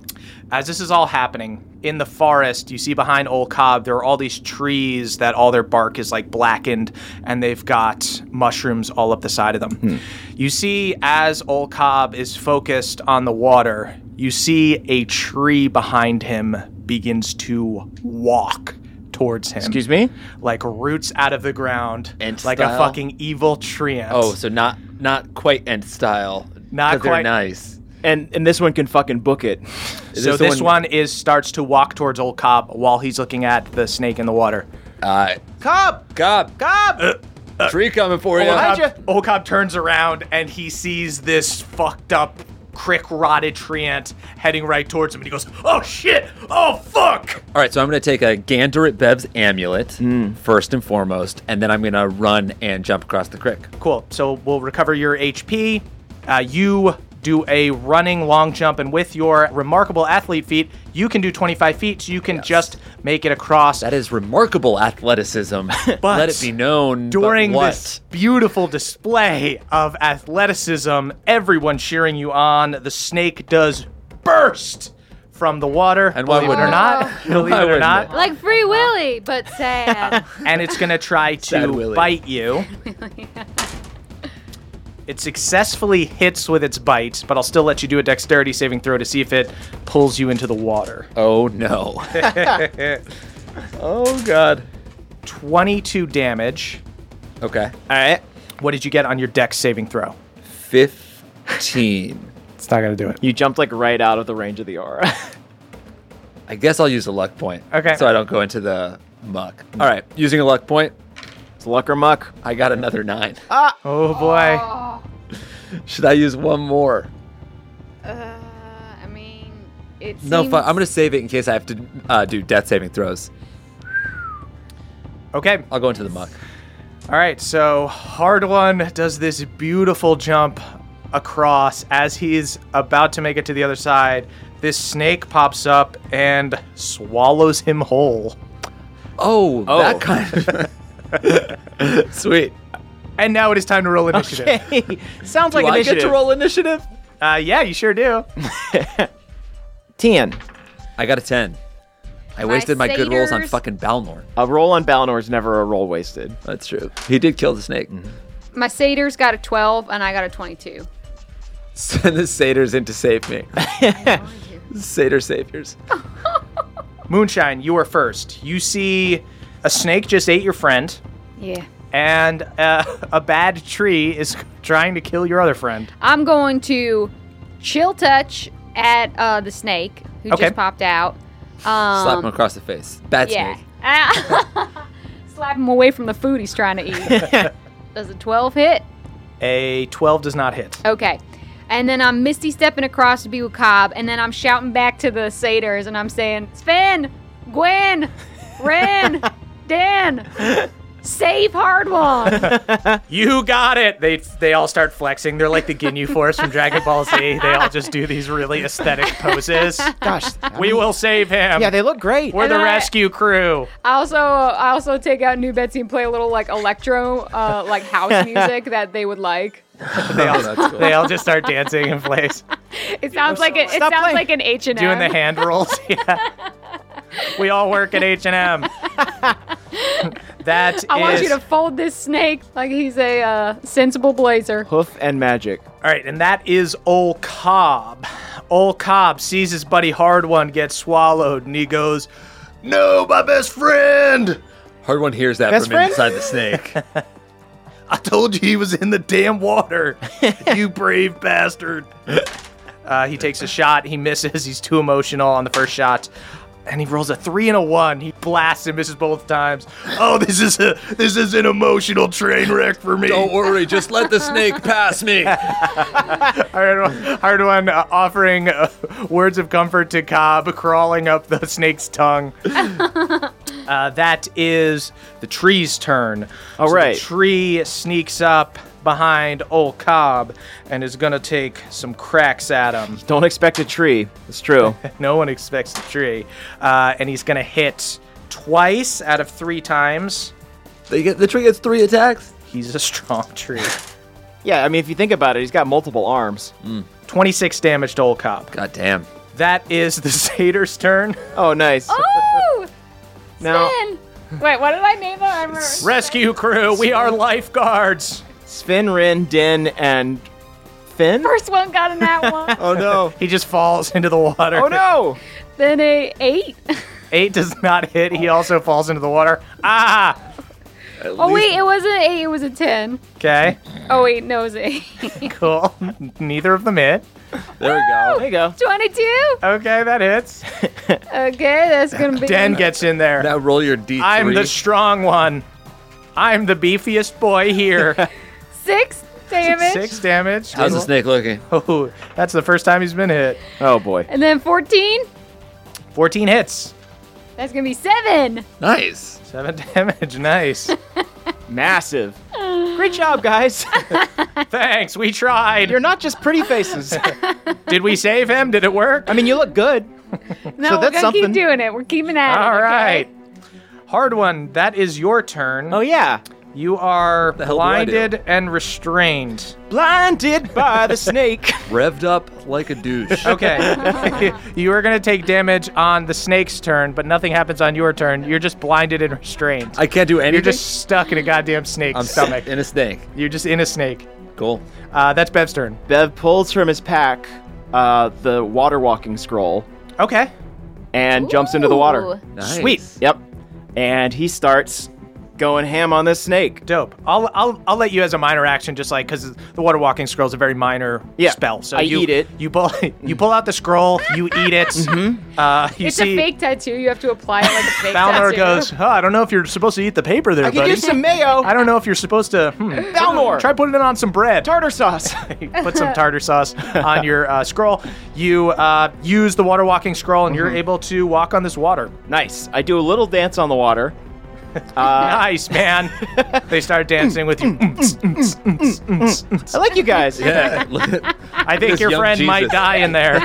S2: As this is all happening in the forest, you see behind Old Cobb there are all these trees that all their bark is like blackened, and they've got mushrooms all up the side of them.
S5: Hmm.
S2: You see, as Old Cobb is focused on the water, you see a tree behind him begins to walk towards him.
S5: Excuse me?
S2: Like roots out of the ground,
S3: Ant
S2: like a
S3: style?
S2: fucking evil tree ant.
S3: Oh, so not not quite end style.
S2: Not
S3: 'Cause they're
S2: quite.
S3: nice.
S5: And and this one can fucking book it.
S2: so this one is starts to walk towards Old Cobb while he's looking at the snake in the water.
S3: Uh,
S2: Cobb,
S3: Gob,
S2: Cobb!
S3: Uh,
S2: Oh,
S3: tree coming for you.
S2: Olcop,
S5: Elijah.
S2: Olcop turns around and he sees this fucked up, crick rotted tree ant heading right towards him, and he goes, "Oh shit! Oh fuck!"
S3: All right, so I'm going to take a gander at Bev's amulet
S5: Hmm.
S3: first and foremost, and then I'm going to run and jump across the creek.
S2: Cool. So we'll recover your HP. Uh, you do a running long jump, and with your remarkable athlete feat, you can do 25 feet. So you can just make it across.
S3: That is remarkable athleticism.
S2: But
S3: Let it be known. but
S2: during
S3: what?
S2: this beautiful display of athleticism, everyone cheering you on, the snake does burst from the water.
S3: And why
S2: believe it or
S3: wouldn't it?
S2: not, believe
S3: Why
S2: it or
S3: wouldn't
S2: not,
S4: Like Free Willy, but sad.
S2: and it's gonna try
S3: Sad
S2: to
S3: Willy.
S2: bite you. It successfully hits with its bite, but I'll still let you do a dexterity saving throw to see if it pulls you into the water.
S3: Oh no.
S5: Oh god.
S2: 22 damage.
S3: Okay.
S5: Alright.
S2: What did you get on your dex saving throw?
S3: Fifteen.
S2: It's not gonna do it.
S5: You jumped like right out of the range of the aura.
S3: I guess I'll use a luck point.
S2: Okay.
S3: So I don't go into the muck. All right, using a luck point,
S5: it's luck or muck. Ah.
S3: I got another nine.
S2: Oh boy.
S3: Should I use one more?
S4: uh, I mean, it's
S3: No, fu- I'm gonna save it in case I have to uh, do death saving throws.
S2: Okay.
S3: I'll go into the muck.
S2: All right, so Hard One does this beautiful jump across as he's about to make it to the other side. This snake pops up and swallows him whole.
S3: Oh,
S5: Oh.
S3: that kind. Of- Sweet.
S2: And now it is time to roll initiative.
S5: Sounds like
S3: Do I
S5: initiative.
S3: get to roll initiative?
S2: Uh, yeah, you sure do.
S5: Ten.
S3: I got a ten. I wasted my good rolls on
S4: satyrs.
S3: fucking Balnor.
S5: A roll on Balnor is never a roll wasted.
S3: That's true. He did kill the snake.
S4: Mm-hmm. My satyr's got a 12 and I got a 22.
S3: Send the satyrs in to save me. Satyr saviors.
S2: Moonshine, you are first. You see a snake just ate your friend,
S4: Yeah.
S2: and uh, a bad tree is trying to kill your other friend.
S4: I'm going to chill touch at uh, the snake who
S2: Okay.
S4: just popped out. Um,
S3: Slap him across the face. Bad
S4: yeah.
S3: snake.
S4: Ah, Slap him away from the food he's trying to eat. Does a 12 hit?
S2: A 12 does not hit.
S4: Okay. And then I'm misty stepping across to be with Cobb, and then I'm shouting back to the satyrs, and I'm saying, Sven, Gwen, Ren, Dan, save Hardwon.
S2: You got it. They they all start flexing. They're like the Ginyu Force from Dragon Ball Z. They all just do these really aesthetic poses.
S5: Gosh.
S2: We will save him.
S5: yeah, they look great.
S2: We're the
S4: And I-
S2: rescue crew.
S4: I also I also take out New Betsy and play a little like electro uh, like house music that they would like.
S2: They all, they all just start dancing in place,
S4: It sounds like it, it
S2: Stop
S4: sounds
S2: playing.
S4: like an H and M.
S2: doing the hand rolls. Yeah. We all work at H and M. That is.
S4: I want you to fold this snake like he's a uh, sensible blazer.
S5: Hoof and magic.
S2: All right, and that is Ol Cobb. Ol Cobb sees his buddy Hard One get swallowed, and he goes,
S3: No, my best friend. Hard one hears that
S5: Best
S3: from
S5: friend?
S3: inside the snake. I told you he was in the damn water. you brave bastard.
S2: uh, he takes a shot, he misses, he's too emotional on the first shot, and he rolls a three and a one. He blasts and misses both times.
S3: Oh, this is a this is an emotional train wreck for me. Don't worry, just let the snake pass me.
S2: Hard One, hard one uh, offering uh, words of comfort to Cobb, crawling up the snake's tongue. uh, that is the tree's turn.
S5: All
S2: So
S5: right.
S2: The tree sneaks up behind Ol Cobb and is going to take some cracks at him.
S5: Don't expect a tree. It's true.
S2: No one expects the tree. Uh, and he's going to hit twice out of three times.
S3: They get the tree gets three attacks.
S2: He's a strong tree.
S5: yeah, I mean, if you think about it, he's got multiple arms.
S2: 26 damage to Old Cop.
S3: God damn.
S2: That is the Satyr's turn.
S5: Oh, nice.
S4: Ooh!
S5: now,
S4: Sven! Wait, what did I name them? I remember.
S2: Rescue crew, we are lifeguards.
S5: Sven, Rin, Din, and Finn?
S4: First one got a nat one.
S5: Oh, no.
S2: He just falls into the water.
S5: oh, no.
S4: then a eight.
S2: Eight does not hit. He also falls into the water. Ah!
S4: Oh wait, it wasn't an eight. It was a ten.
S2: Okay,
S4: Oh wait, no, it was an eight.
S2: cool. Neither of them hit.
S3: There we go.
S5: There you go.
S4: Twenty-two.
S2: Okay, that hits.
S4: Okay, that's gonna be.
S2: Den gets in there.
S3: Now roll your d3.
S2: I'm the strong one. I'm the beefiest boy here.
S4: Six damage.
S2: Six damage.
S3: How's the snake looking?
S2: Oh, that's the first time he's been hit.
S5: Oh, boy.
S4: And then 14.
S2: 14 hits.
S4: That's going to be seven.
S3: Nice.
S2: Seven damage. Nice.
S5: Massive. Great job, guys.
S2: Thanks. We tried.
S5: You're not just pretty faces.
S2: Did we save him? Did it work?
S5: I mean, you look good.
S4: No,
S5: So
S4: we're
S5: that's
S4: going to
S5: something.
S4: keep doing it. We're keeping at it.
S2: All
S4: okay?
S2: right. Hard one. That is your turn.
S5: Oh, yeah.
S2: You are
S3: hell do I do?
S2: blinded and restrained.
S5: Blinded by the snake.
S3: Revved up like a douche.
S2: Okay. you are going to take damage on the snake's turn, but nothing happens on your turn. You're just blinded and restrained.
S3: I can't do anything.
S2: You're just stuck in a goddamn snake's
S3: I'm
S2: stomach.
S3: stomach in a snake.
S2: You're just in a snake.
S3: Cool.
S2: Uh, that's Bev's turn.
S5: Bev pulls from his pack uh, the water walking scroll
S2: Okay.
S5: and jumps into the water.
S4: Ooh.
S3: Nice.
S2: Sweet.
S5: Yep. And he starts going ham on this snake.
S2: Dope. I'll, I'll I'll let you as a minor action, just like because the water walking scroll is a very minor
S5: Yeah,
S2: spell. So
S5: I
S2: you
S5: eat it.
S2: You pull you pull out the scroll. You eat it.
S5: Mm-hmm.
S2: Uh, you
S4: It's
S2: see,
S4: a fake tattoo. You have to apply it like a fake
S2: Balnor
S4: tattoo.
S2: goes. Oh, I don't know if you're supposed to eat the paper there,
S5: I can
S2: buddy.
S5: use some mayo.
S2: I don't know if you're supposed to. Hmm,
S5: Balnor.
S2: try putting it on some bread.
S5: tartar sauce.
S2: Put some tartar sauce on your uh, scroll. You uh, use the water walking scroll, and
S5: Mm-hmm.
S2: you're able to walk on this water.
S5: nice. I do a little dance on the water.
S2: Uh, nice, man. they start dancing with you.
S5: Mm-hmm.
S2: Mm-hmm.
S5: I like you guys.
S3: Yeah. look at-
S2: I think
S3: This
S2: your
S3: young
S2: friend might
S3: Jesus.
S2: die in there.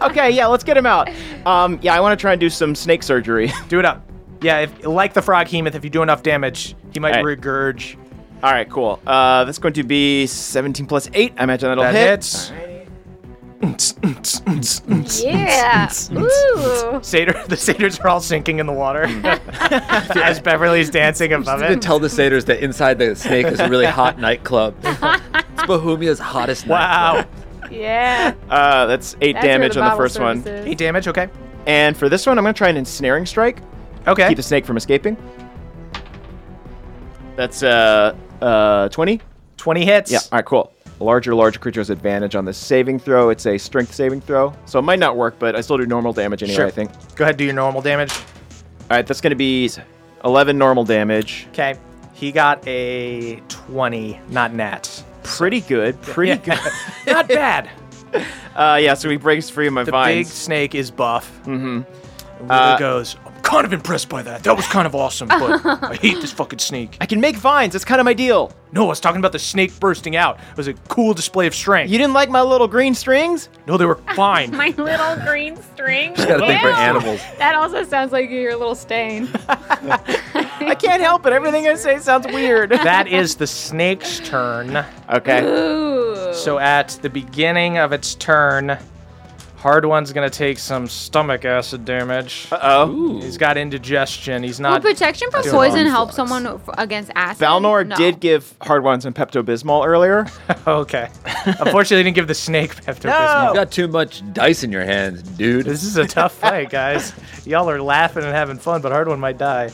S5: Okay, yeah, let's get him out. Um, yeah, I want to try and do some snake surgery.
S2: Do it up. Yeah, if, like the frog hemoth, if you do enough damage, he might
S5: Alright.
S2: regurge.
S5: All right, cool. Uh, that's going to be 17 plus 8. I imagine that'll
S2: That
S5: hit.
S2: hits. Mm-hmm.
S4: Yeah. Ooh.
S2: Satyr, the satyrs are all sinking in the water
S5: Mm.
S2: as Beverly's dancing above
S3: I didn't
S2: it.
S3: tell the satyrs that inside the snake is a really hot nightclub. It's Bohemia's hottest
S2: Wow.
S4: Yeah.
S5: Uh, that's 8
S4: That's where
S5: damage on the
S4: Bible
S5: first one.
S4: service is.
S2: Eight damage. Okay.
S5: And for this one, I'm going to try an ensnaring strike.
S2: Okay.
S5: Keep the snake from escaping. That's uh uh 20.
S2: Twenty hits.
S5: Yeah. All right. Cool. Larger, larger creature has advantage on this saving throw. It's a strength saving throw, so it might not work, but I still do normal damage anyway.
S2: Sure.
S5: I think. All
S2: Go ahead, do your normal damage.
S5: right. That's going to be 11 normal damage.
S2: Okay. He got a twenty, not nat.
S5: Pretty good. Pretty good.
S2: Not bad.
S5: Uh, yeah. So he breaks free of my
S2: The big
S5: vines.
S2: snake is buff. Mm-hmm. Really
S5: Uh,
S2: goes. I'm kind of impressed by that. That was kind of awesome, but I hate this fucking snake.
S5: I can make vines. That's kind of my deal.
S2: No, I was talking about the snake bursting out. It was a cool display of strength.
S5: You didn't like my little green strings?
S2: no, they were fine.
S6: My little green string.
S3: night. Gotta think for
S4: Ew.
S3: animals.
S4: That also sounds like your little stain.
S5: I can't help it. Everything I say sounds weird.
S2: that is the snake's turn.
S5: okay.
S4: Ooh.
S2: So at the beginning of its turn, Hard one's gonna take some stomach acid damage.
S5: Oh.
S2: He's got indigestion. He's
S4: Will
S2: not.
S4: protection from
S5: doing
S4: poison
S5: arm
S4: help
S5: flex.
S4: someone f- against acid?
S5: Valnor
S4: No.
S5: did give hard ones and Pepto Bismol earlier.
S2: okay. Unfortunately, he didn't give the snake after
S5: No!
S3: You got too much dice in your hands, dude.
S2: This is a tough fight, guys. Y'all are laughing and having fun, but hard one might die.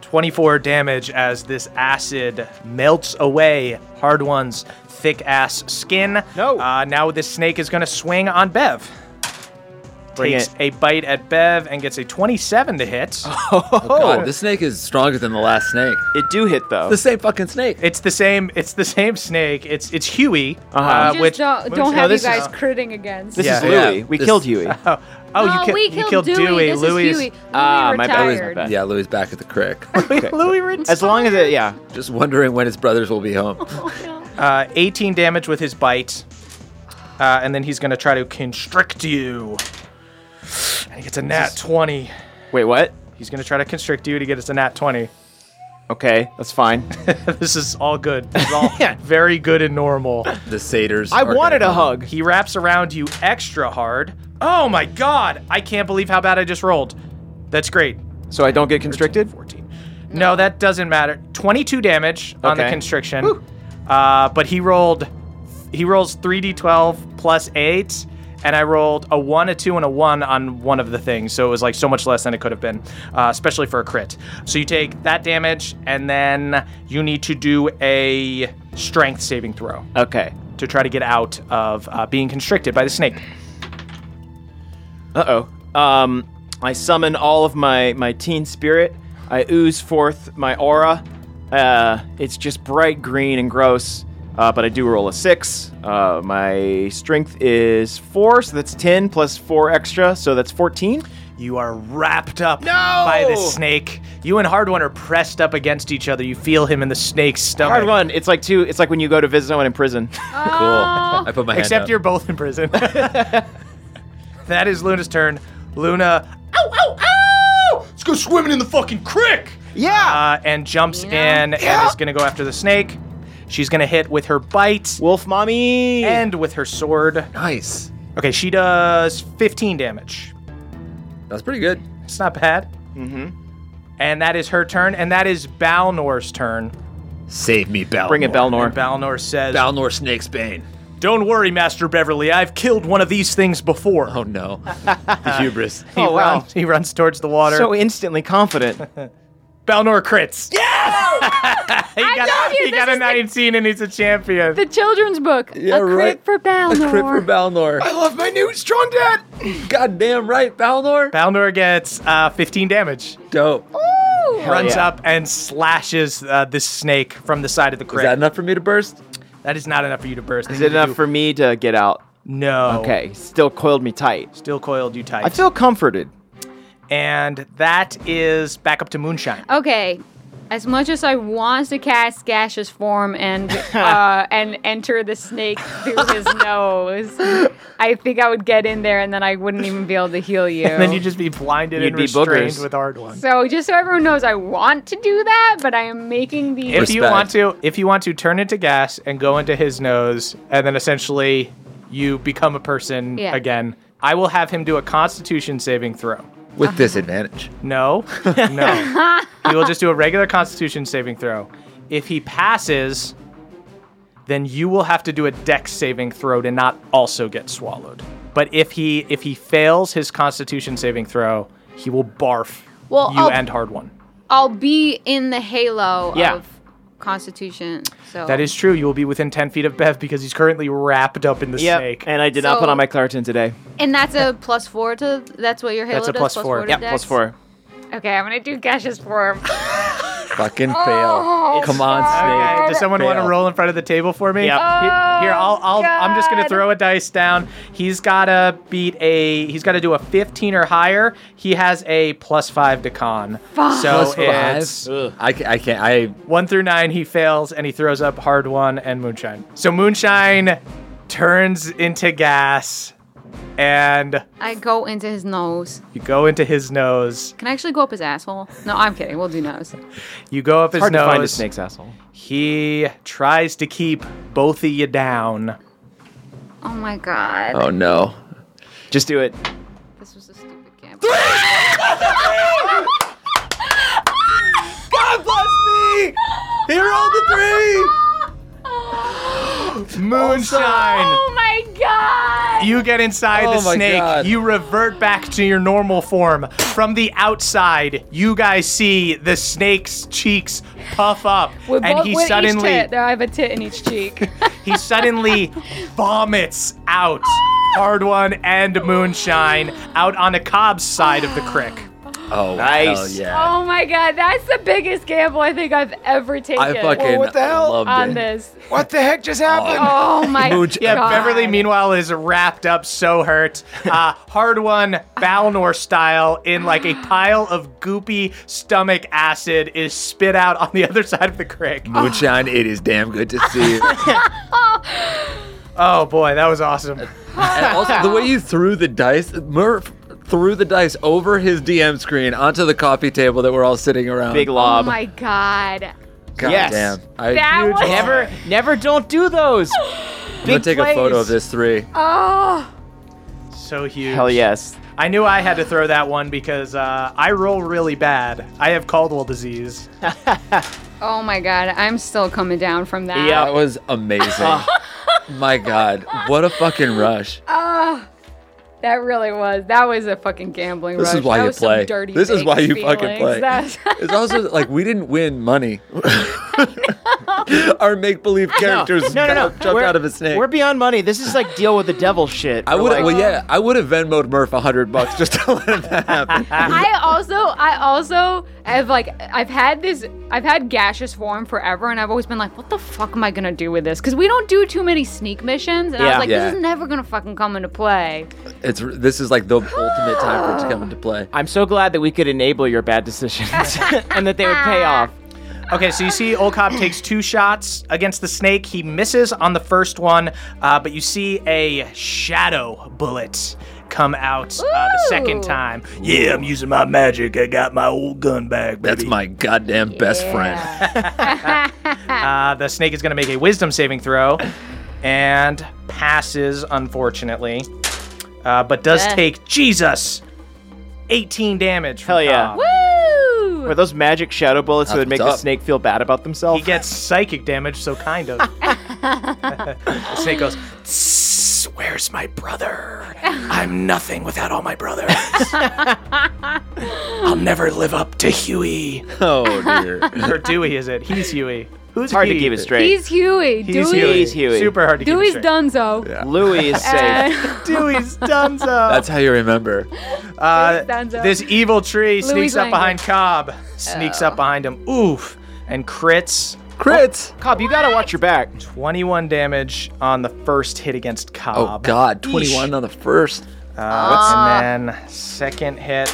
S2: 24 damage as this acid melts away hard one's thick ass skin.
S5: No.
S2: Uh, now this snake is going to swing on Bev.
S5: Bring
S2: Takes
S5: it. Oh.
S2: a bite at Bev and gets a 27 to hit.
S3: Oh, God, this snake is stronger than the last snake.
S5: It do hit though.
S3: The same fucking snake.
S2: It's the same. It's the same snake. It's it's Huey.
S5: Uh-huh.
S2: uh
S4: We just
S2: which
S4: don't,
S2: No,
S4: don't have you
S5: this is-
S4: guys critting against.
S5: this
S2: Yeah.
S5: is Louie.
S3: Yeah,
S5: we
S3: this-
S5: killed Huey.
S2: Oh, oh,
S4: no,
S2: you, ki-
S4: we
S2: you
S4: killed,
S2: killed
S4: Dewey.
S2: Dewey.
S4: This
S2: Louis,
S4: is Huey. Louis
S5: Ah, my bad. Louis is my
S4: retired.
S5: bad.
S3: Yeah, Louis back at the crick.
S2: Louis Ritz-
S5: As long as it, yeah.
S3: Just wondering when his brothers will be home.
S2: Uh, 18 damage with his bite. Uh, and then he's going to try to constrict you. And he gets a nat 20.
S5: Wait, what?
S2: He's going to try to constrict you to get us a nat 20.
S5: Okay, that's fine.
S2: this is all good. This is all very good and normal.
S3: The satyrs.
S5: I
S3: are gonna
S5: wanted a
S3: come.
S5: hug.
S2: He wraps around you extra hard. Oh my god! I can't believe how bad I just rolled. That's great.
S5: So I don't get constricted?
S2: 14. No, that doesn't matter. 22 damage on the
S5: Okay.
S2: constriction. Uh, but he rolled he rolls 3d12 plus 8 and I rolled a 1, a 2 and a 1 on one of the things. So it was like so much less than it could have been, uh, especially for a crit. So you take that damage and then you need to do a strength saving throw
S5: Okay.
S2: to try to get out of uh, being constricted by the snake.
S5: Uh oh. Um, I summon all of my my teen spirit. I ooze forth my aura. Uh, it's just bright green and gross. Uh, but I do roll a six. Uh, my strength is four, so that's ten plus four extra, so that's fourteen.
S2: You are wrapped up by the snake. You and Hard One are pressed up against each other. You feel him in the snake's stomach.
S5: Hard one. It's like two. It's like when you go to visit someone in prison.
S3: Cool. I put my hand
S2: Except
S3: up.
S2: you're both in prison. that is Luna's turn. Luna, ow, ow, ow! Let's go swimming in the fucking creek!
S5: yeah.
S2: Uh, and jumps in and is gonna go after the snake. She's gonna hit with her bite
S5: Wolf mommy.
S2: and with her sword.
S3: Nice.
S2: Okay, she does 15 damage.
S3: That's pretty good.
S2: It's not bad. Mm-hmm. And that is her turn, and that is Balnor's turn.
S3: Save me, Balnor.
S5: bring it, Belnor.
S2: And Balnor says,
S3: Balnor Snake's Bane.
S2: Don't worry, Master Beverly. I've killed one of these things before.
S3: Oh no. the hubris.
S2: he,
S5: Oh, wow.
S2: runs, he runs towards the water.
S5: so instantly confident.
S2: Balnor crits. Yeah! he got,
S4: told you,
S2: he got
S4: this
S2: a
S4: is the-
S2: 19 and he's a champion.
S4: The children's book.
S3: Yeah,
S4: a crit
S3: right.
S4: for Balnor.
S3: A crit for Balnor.
S5: love my new strong dad.
S3: Goddamn right, Balnor.
S2: Balnor gets uh, 15 damage,
S3: Dope.
S2: runs
S5: yeah.
S2: up and slashes uh, this snake from the side of the
S3: Is
S2: crit.
S3: that enough for me to burst?
S2: that is not enough for you to burst.
S5: Is it enough for me to get out?
S2: No.
S5: Okay, still coiled me tight.
S2: Still coiled you tight.
S5: I feel comforted.
S2: and that is back up to Moonshine.
S4: Okay. As much as I want to cast gaseous form and uh, and enter the snake through his nose, I think I would get in there and then I wouldn't even be able to heal you.
S2: And then you just be blinded
S5: You'd
S2: and
S5: be
S2: restrained
S5: boogers.
S2: with hard one.
S4: so just so everyone knows, I want to do that, but I am making the
S2: if you
S3: Respect.
S2: want to if you want to turn into gas and go into his nose and then essentially you become a person
S4: Yeah.
S2: again i will have him do a constitution saving throw
S3: With disadvantage.
S2: no no he will just do a regular constitution saving throw if he passes then you will have to do a dex saving throw to not also get swallowed but if he if he fails his constitution saving throw he will barf
S4: Well, oh,
S2: you
S4: I'll-
S2: and hard one
S4: I'll be in the halo
S5: Yeah.
S4: of Constitution. So
S2: that is true. You will be within 10 feet of Bev because he's currently wrapped up in the
S5: Yep.
S2: snake.
S5: And I did not
S4: So-
S5: put on my Claritin today.
S4: and that's a plus four to that's what your halo
S2: That's a
S4: does.
S2: plus four.
S4: to
S2: Yeah,
S5: Yep, plus
S4: dex?
S5: four.
S4: Okay, I'm gonna do gaseous form.
S3: Fucking fail. Come on,
S2: Okay,
S3: Snake.
S2: does someone want to
S3: Fail.
S2: roll in front of the table for me?
S5: Yep.
S2: He- Here, I'll, I'll I'm just gonna
S4: God.
S2: throw a dice down. He's gotta beat a he's gotta do a 15 or higher. He has a plus five to con. So
S3: Plus
S2: it's
S3: five. I, ca- I can't. I
S2: one through nine. He fails and he throws up hard one and moonshine. So moonshine turns into gas, and
S4: I go into his nose.
S2: you go into his nose.
S4: Can I actually go up his asshole? No, I'm kidding. We'll do nose.
S2: You go up his
S5: Hard
S2: nose.
S5: to find a snake's asshole.
S2: He tries to keep both of you down.
S4: Oh my god.
S3: Oh no.
S5: Just do it.
S4: This was a stupid camp.
S3: God bless me! He rolled the three!
S2: Moonshine.
S4: Oh my god!
S2: You get inside
S3: Oh
S2: the
S3: my
S2: snake.
S3: God.
S2: You revert back to your normal form. From the outside, you guys see the snake's cheeks puff up,
S4: With
S2: and
S4: both-
S2: he
S4: with each
S2: suddenly
S4: tit. No, I have a tit in each cheek.
S2: he suddenly vomits out hard one and moonshine out on a cob's side of the crick.
S3: Oh,
S5: Nice.
S3: hell yeah.
S4: oh my god, that's the biggest gamble I think I've ever taken
S3: I fucking
S7: what the hell?
S3: loved
S4: on
S3: it.
S4: this.
S7: What the heck just happened?
S4: Oh my
S3: Mooch-
S2: Yeah,
S4: god.
S2: Beverly, meanwhile, is wrapped up so hurt. Uh, hard one, Balnor style, in like a pile of goopy stomach acid is spit out on the other side of the crick.
S3: Moonshine, it is damn good to see you.
S2: Oh boy, that was awesome.
S3: And also, the way you threw the dice, Murph threw the dice over his DM screen onto the coffee table that we're all sitting around.
S5: Big
S4: Oh
S5: lob.
S4: my god.
S3: God
S5: Yes.
S3: damn. I,
S4: That
S3: huge-
S4: was
S5: never, never don't do those.
S3: I'm gonna
S5: Big
S3: take a
S5: plays.
S3: photo of this three.
S4: Oh,
S2: So huge.
S5: Hell yes.
S2: I knew I had to throw that one because uh, I roll really bad. I have Caldwell disease.
S4: oh my god! I'm still coming down from that.
S5: Yeah.
S3: That was amazing. My God, what a fucking rush!
S4: That really was. That was a fucking gambling.
S3: This
S4: rush.
S3: is why
S4: That
S3: you
S4: was some
S3: play.
S4: dirty
S3: This is why
S4: Vegas
S3: you fucking
S4: feelings.
S3: play.
S4: That's-
S3: It's also like we didn't win money. Our make-believe characters
S5: No, no, no.
S3: jumped
S5: We're-
S3: out of a snake.
S5: We're beyond money. This is like deal with the devil shit.
S3: I
S5: We're
S3: would,
S5: like-
S3: well, yeah, I would have Venmoed Murph a hundred bucks just to let that happen.
S4: I also, I also have like, I've had this, I've had gaseous form forever, and I've always been like, what the fuck am I gonna do with this? Because we don't do too many sneak missions, and I
S5: Yeah.
S4: was like,
S3: Yeah.
S4: this is never gonna fucking come into play.
S3: It's this is like the ultimate time for it to come into play.
S5: I'm so glad that we could enable your bad decisions and that they would pay off.
S2: Okay, so you see Olcop takes two shots against the snake. He misses on the first one, uh, but you see a shadow bullet come out uh, the second
S4: Ooh.
S2: time. Yeah, I'm using my magic. I got my old gun back, baby.
S3: That's my goddamn best friend.
S2: Uh, the snake is going to make a wisdom saving throw and passes, unfortunately, uh, but does
S4: Yeah.
S2: take Jesus 18 damage. From
S5: Hell yeah.
S2: Cobb.
S4: Woo!
S5: Were those magic shadow bullets that would make the
S3: Up.
S5: snake feel bad about
S2: He
S5: themselves?
S2: gets psychic damage, so kind of. the snake goes, "Tss, Where's my brother? I'm nothing without all my brothers. I'll never live up to Huey.
S3: Oh dear.
S2: Or Dewey, is it? He's Huey. Who's
S5: Hard to
S2: Huey?
S5: keep it straight.
S4: He's Huey.
S2: He's
S4: Dewey.
S2: Huey.
S5: He's Huey.
S2: Super hard to keep it
S4: Dewey's
S2: straight.
S4: Dunzo.
S5: Louis
S4: Uh,
S5: is safe.
S4: And-
S2: Dewey's Dunzo.
S3: That's how you remember.
S2: Uh,
S4: Stands up.
S2: this evil tree sneaks up
S4: Langdon.
S2: behind Cobb, sneaks up behind him, oof, and crits
S3: Crits.
S5: Cobb, you gotta watch your back.
S2: 21 damage on the first hit against
S3: Oh
S2: Cobb.
S3: God, 21 on the first.
S2: Uh, and then second hit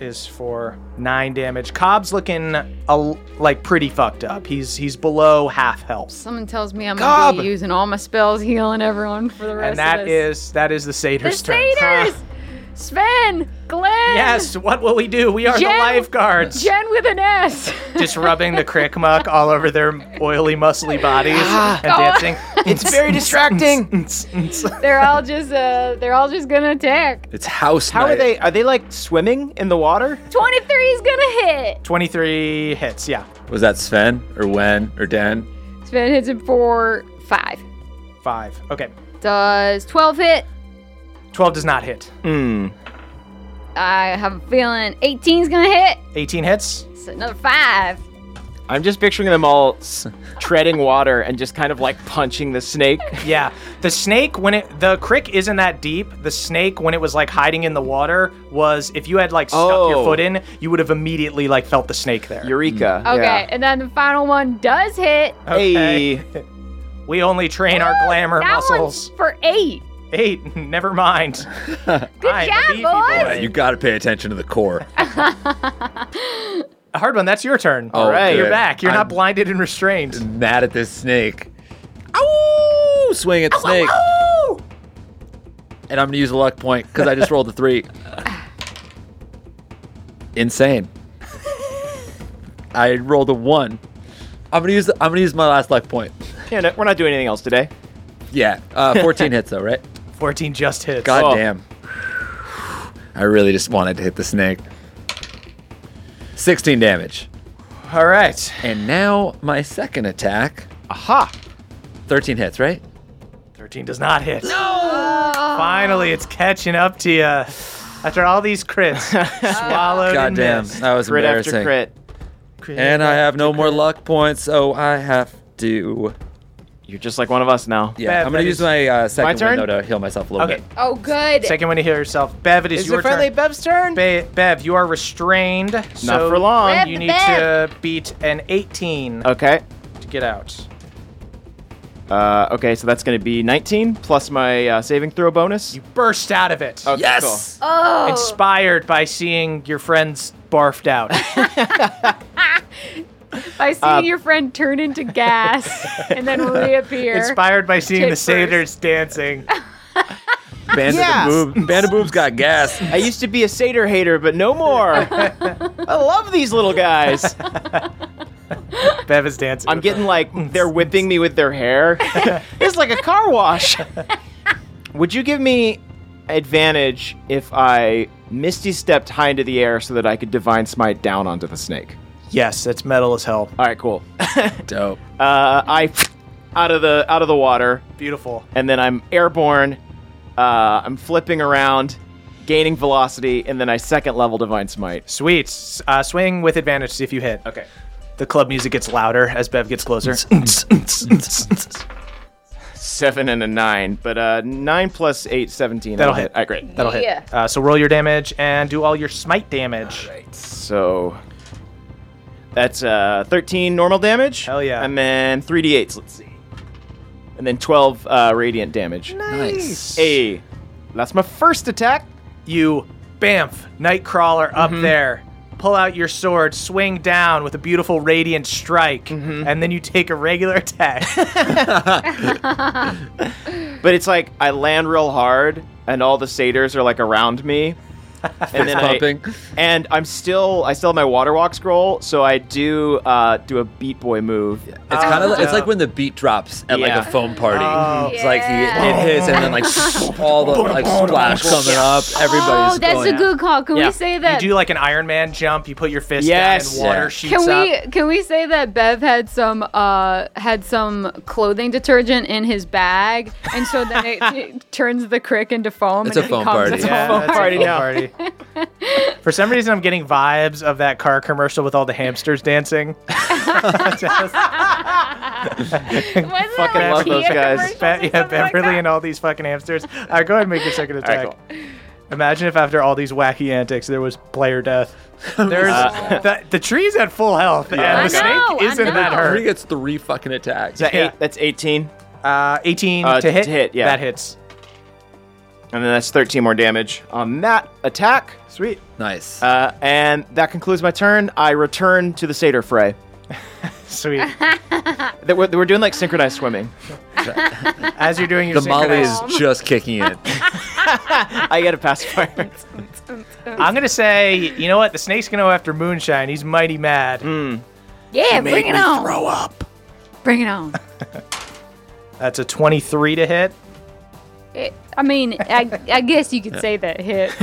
S2: is for nine damage. Cobb's looking a, like pretty fucked up. He's he's below half health,
S4: Someone tells me I'm gonna
S2: Cobb.
S4: be using all my spells, healing everyone for the rest
S2: and that
S4: of this.
S2: is that is the satyr's
S4: the
S2: turn.
S4: Satyrs. Sven, Glenn.
S2: Yes, what will we do? We are the
S4: Jen-
S2: lifeguards,
S4: Jen with an S.
S2: just rubbing the crick muck all over their oily, muscly bodies and dancing.
S5: It's very distracting.
S4: they're all just uh, they're all just gonna attack.
S3: It's house
S5: How are
S3: night.
S5: they? Are they like swimming in the water?
S4: 23 is gonna hit.
S2: 23 hits, yeah.
S3: Was that Sven or Wen or Dan?
S4: Sven hits him for five.
S2: Five. Okay.
S4: Does 12 hit?
S2: 12 does not hit.
S4: I have a feeling 18 is gonna hit.
S2: 18 hits.
S4: It's another five.
S5: I'm just picturing them all s- treading water and just kind of like punching the snake.
S2: Yeah. The snake, when it, the crick isn't that deep. The snake, when it was like hiding in the water, was if you had like stuck your
S5: Oh.
S2: foot in, you would have immediately like felt the snake there.
S5: Eureka.
S4: Okay,
S5: Yeah.
S4: and then the final one does hit.
S2: Okay.
S5: Hey.
S2: We only train our glamour
S4: that
S2: muscles.
S4: one's for eight.
S2: Eight. Never mind. Good
S4: job, boys.
S3: You got to pay attention to the core.
S2: A hard one. That's your turn.
S3: All right.
S2: You're back. You're
S3: Oh, I'm-
S2: not blinded and restrained.
S3: Mad at this snake. Ow! Swing at the snake. And I'm gonna use a luck point because I just rolled a three. Insane. I rolled a one. I'm gonna use. I'm gonna use my last luck point.
S5: Yeah, no, we're not doing anything else today.
S3: Yeah, uh, 14 hits though, right?
S2: 14 just hits.
S3: God
S5: Oh.
S3: damn. I really just wanted to hit the snake. 16 damage.
S2: All right.
S3: And now my second attack.
S5: Aha!
S3: 13 hits, right?
S2: 13 does not hit. No! Finally, it's catching up to you. After all these crits, swallowed in
S3: Goddamn,
S2: this.
S3: that was
S5: Crit
S3: embarrassing.
S5: after crit.
S3: And I have no more luck points, so I have to.
S5: You're just like one of us now.
S3: Yeah,
S2: Bad
S3: I'm gonna
S2: buddies.
S3: use my uh, second
S5: turn?
S3: window to heal myself a little
S2: Okay,
S3: bit.
S4: Oh, good.
S2: second one to heal yourself. Bev, it is,
S5: Is
S2: your
S5: it friendly
S2: turn.
S5: Bev's turn?
S2: Be- Bev, you are restrained. Not so
S5: for long. Oh.
S4: Grab
S2: You
S4: the
S2: need
S4: Bev.
S2: to beat an 18
S5: Okay.
S2: to get out.
S5: Uh, okay, so that's going to be 19 plus my uh, saving throw bonus.
S2: You burst out of it,
S5: Okay,
S3: Yes.
S4: oh,
S2: inspired by seeing your friends barfed out.
S6: By seeing your friend turn into gas and then reappear.
S2: inspired by seeing
S6: Tit
S2: the
S6: first.
S2: satyrs dancing.
S3: Bandit
S5: Yes.
S3: boob, Bandit boob's got gas.
S5: Cool. I used to be a satyr hater, but no more. I love these little guys.
S2: Bev is dancing.
S5: I'm
S2: with
S5: getting like they're whipping me with their hair. it's like a car wash. Would you give me advantage if I misty stepped high into the air so that I could divine smite down onto the snake?
S2: her. Yes, that's metal as hell.
S5: All right, cool.
S3: Dope.
S5: Uh, I out of the out of the water,
S2: Beautiful.
S5: and then I'm airborne. Uh, I'm flipping around, gaining velocity, and then I second level divine smite.
S2: Sweet. S- Uh, swing with advantage. See if you hit.
S5: Okay.
S2: The club music gets louder as Bev gets closer.
S5: Seven and a nine, but uh, nine plus eight, 17.
S2: That'll
S5: All
S2: hit.
S5: right, great.
S2: That'll hit.
S4: Yeah.
S2: Uh, so roll your damage and do all your smite damage.
S5: So that's uh, 13 normal damage.
S2: Hell yeah.
S5: And then 3d8s, let's see. And then 12 uh, radiant damage.
S3: Nice.
S5: Hey, that's my first attack.
S2: You, bamf, Nightcrawler up there. Pull out your sword, swing down with a beautiful radiant strike, and then you take a regular attack.
S5: But it's like I land real hard, and all the satyrs are like around me. and then
S3: Pumping.
S5: I, and I'm still I still have my water walk scroll, so I do uh, do a beat boy move.
S3: It's kind of like,
S2: yeah.
S3: it's like when the beat drops at
S5: Yeah.
S3: like a foam party.
S2: Oh.
S3: It's like the, it hits and then like all the like splash coming up. Everybody's
S4: oh, that's a
S3: going.
S4: good call. Can
S5: Yeah.
S4: we say
S2: you
S4: that?
S2: do like an Iron Man jump. You put your fist
S5: Yes.
S2: down, and water
S3: Yeah.
S2: shoots
S4: can we
S2: up.
S4: can we say that Bev had some uh had some clothing detergent in his bag, and so then it, it turns the crick into foam.
S3: It's
S4: and
S3: a
S4: it
S3: foam
S4: becomes-
S3: party.
S2: Yeah,
S5: foam
S2: that's a
S5: party
S2: foam
S5: now.
S2: party. For some reason, I'm getting vibes of that car commercial with all the hamsters dancing.
S4: Wasn't that
S5: Fucking
S4: a
S5: love those
S4: Kia
S5: guys.
S4: commercial or
S2: Be- yeah,
S4: something like
S2: Beverly
S4: that?
S2: and all these fucking hamsters. All right, go ahead and make your second attack. Imagine if after all these wacky antics there was player death. There's the, the tree's at full health.
S5: I
S2: and the
S4: know,
S2: snake
S4: I
S2: isn't that
S4: know.
S3: Everybody
S2: hurt.
S3: gets three fucking attacks.
S5: Is that
S2: Yeah.
S5: eight? That's 18,
S2: Uh, 18
S5: Uh,
S2: to hit.
S5: to hit, yeah.
S2: That hits.
S5: and then that's 13 more damage on that attack.
S2: Sweet.
S3: Nice.
S5: Uh, and that concludes my turn. I return to the satyr fray.
S2: Sweet.
S5: That we're, that we're doing like synchronized swimming.
S2: As you're doing your
S3: the molly
S2: synchronized-
S3: is just kicking in.
S5: I get a pacifier.
S2: I'm going to say, you know what? The snake's going to go after Moonshine. He's mighty mad.
S6: yeah, bring it on.
S4: Bring it on.
S2: That's a 23 to hit.
S6: It- I mean, I, I guess you could say that hit.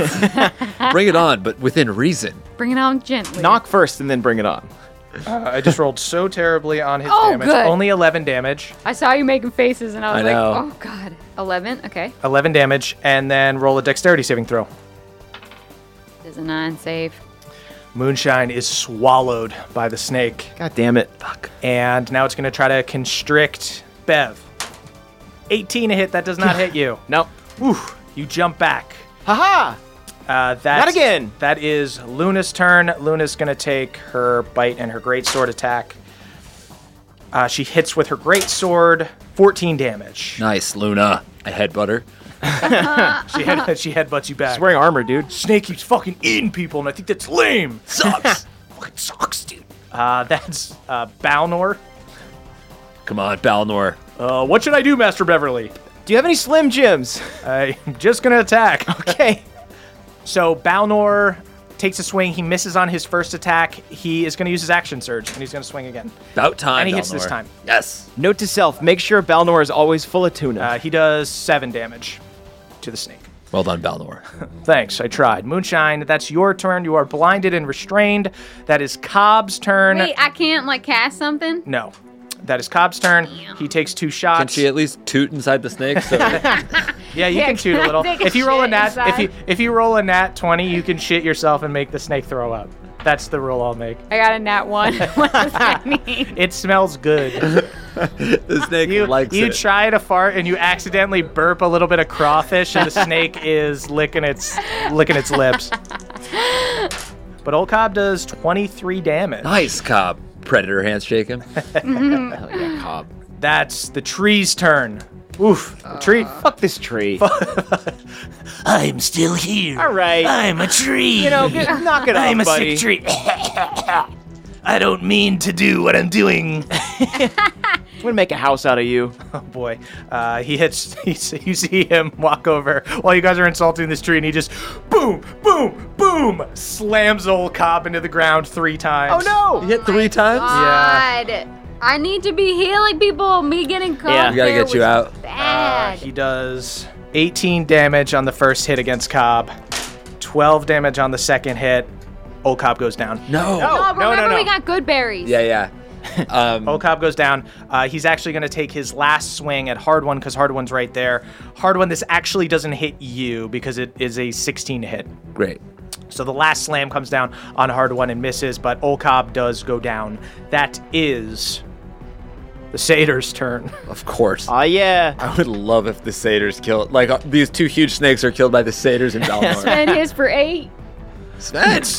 S3: Bring it on, but within reason.
S6: Bring it on gently.
S5: Knock first and then bring it on.
S2: Uh, I just rolled so terribly on his
S6: Oh,
S2: damage.
S6: good.
S2: Only 11 damage.
S6: I saw you making faces and I was
S3: I
S6: like,
S3: know.
S6: oh god.
S4: 11? Okay.
S2: 11 damage, and then roll a dexterity saving throw.
S6: Does a nine save?
S2: Moonshine is swallowed by the snake,
S5: God damn it. Fuck.
S2: and now it's going to try to constrict Bev. 18 to hit, that does not hit you.
S5: Nope.
S2: Oof, you jump back.
S5: Haha!
S2: Uh, that's,
S5: Not again.
S2: That is Luna's turn. Luna's going to take her bite and her greatsword attack. Uh, she hits with her greatsword, 14 damage.
S3: Nice, Luna. I headbutt her.
S2: She, head, she headbutts you back.
S5: He's wearing armor, dude.
S2: Snake keeps fucking eating people, and I think that's lame. Sucks. fucking sucks, dude. Uh, that's uh, Balnor.
S3: Come on, Balnor.
S2: Uh, what should I do, Master Beverly?
S5: Do you have any Slim Jims?
S2: I'm Uh, just gonna attack.
S5: Okay.
S2: So Balnor takes a swing. He misses on his first attack. He is gonna use his action surge, and he's gonna swing again.
S3: About time.
S2: And he hits this
S3: Balnor.
S2: time.
S3: Yes.
S5: Note to self make sure Balnor is always full of tuna.
S2: Uh, he does seven damage to the snake.
S3: Well done, Balnor.
S2: Thanks, I tried. Moonshine, that's your turn. You are blinded and restrained. That is Cobb's turn.
S4: Wait, I can't like cast something.
S2: No. That is Cobb's turn. He takes two shots.
S3: Can she at least toot inside the snake? So
S2: Yeah, you can shoot
S4: can
S2: a
S4: I
S2: little.
S4: take a
S2: If you roll a
S4: shit
S2: nat, if
S4: inside?
S2: you if you roll a nat twenty, you can shit yourself and make the snake throw up. That's the rule I'll make.
S4: I got a nat one. what does that mean?
S2: It smells good.
S3: the snake
S2: You
S3: likes
S2: you
S3: it.
S2: try to fart and you accidentally burp a little bit of crawfish, and the snake is licking its licking its lips. But old Cobb does twenty three damage.
S3: nice, Cobb. Predator handshake him. Hell yeah, Cobb.
S2: That's the tree's turn. Oof, the tree.
S5: Fuck this tree.
S2: I'm still here.
S5: All right.
S2: I'm a tree.
S5: you know, get, knock it off, buddy.
S2: tree. I don't mean to do what I'm doing.
S5: I'm gonna make a house out of you.
S2: Oh boy, uh, he hits. He, s- you see him walk over while you guys are insulting this tree, and he just boom, boom, boom, slams old Cobb into the ground three times.
S3: You hit three times?
S2: Yeah.
S4: God. I need to be healing people. Me getting caught.
S5: Yeah.
S3: We gotta
S4: there
S3: get you
S4: was
S3: out.
S4: Bad.
S2: He does 18 damage on the first hit against Cobb, 12 damage on the second hit. Old Cobb goes down.
S3: No.
S4: oh,
S2: no, no,
S4: remember
S2: no.
S4: we got good berries.
S3: Yeah, yeah. Um,
S2: Old Cobb goes down. Uh, he's actually going to take his last swing at Hard One because Hard One's right there. Hard One, this actually doesn't hit you because it is a 16 to hit.
S3: Great.
S2: So the last slam comes down on hard one and misses, but Olcob does go down. That is the satyr's turn.
S3: Of course.
S5: Aw, Ah, yeah.
S3: I would love if the satyrs killed. Like, uh, these two huge snakes are killed by the satyrs in Balnor.
S6: Spend his for eight.
S3: Sven!
S2: That's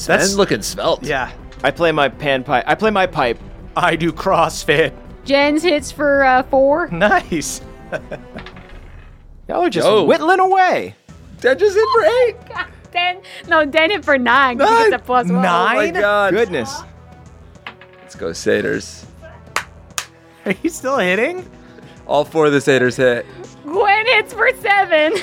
S3: Sven looking svelte.
S2: yeah.
S5: I play my pan pipe. I play my pipe.
S2: I do CrossFit.
S6: Jen's hits for uh, four.
S2: Nice.
S5: Y'all are just
S3: Yo.
S5: whittling away.
S3: That just in for eight.
S6: Ten. No, Den hit for nine. 'cause he gets a plus one.
S3: Oh my
S2: Nine.
S3: god.
S5: Goodness.
S3: Let's go, satyrs.
S2: Are you still hitting?
S3: All four of the satyrs hit.
S6: Gwen hits for seven.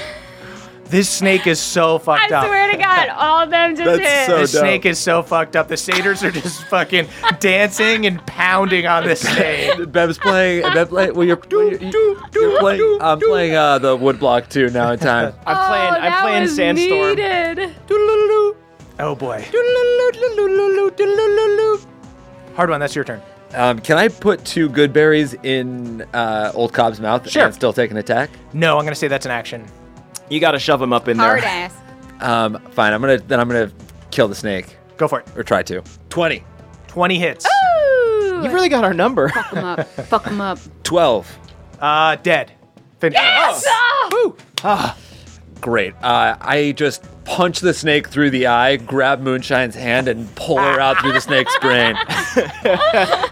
S2: This snake is so
S6: I
S2: fucked up.
S6: swear to God, all of them just
S3: That's
S6: hit.
S3: so
S2: this
S3: dope.
S2: snake is so fucked up. The satyrs are just fucking dancing and pounding on this thing.
S3: Bev's playing. Bev play, well, you're, well, you're, you're playing. I'm playing uh, the woodblock too now in time. Ah,
S5: I'm playing.
S6: oh, that
S5: I'm playing
S6: was
S5: Sandstorm.
S6: Needed.
S2: Oh boy. Hard one. That's your turn.
S3: Um, can I put two good berries in uh, old Cobb's mouth
S2: Sure.
S3: and still take an attack?
S2: No, I'm gonna say that's an action.
S5: You gotta shove him up in
S4: Hard
S5: there.
S4: ass.
S3: Um, fine. I'm gonna then I'm gonna kill the snake
S2: Go for it.
S3: or try to. Twenty.
S2: 20 hits.
S6: Oh!
S4: Ooh.
S5: You really got our number.
S4: Fuck them up. Fuck them up.
S3: Twelve.
S2: Uh, dead. Finish.
S3: Great. Uh, I just punch the snake through the eye, grab Moonshine's hand, and pull her out through the snake's brain.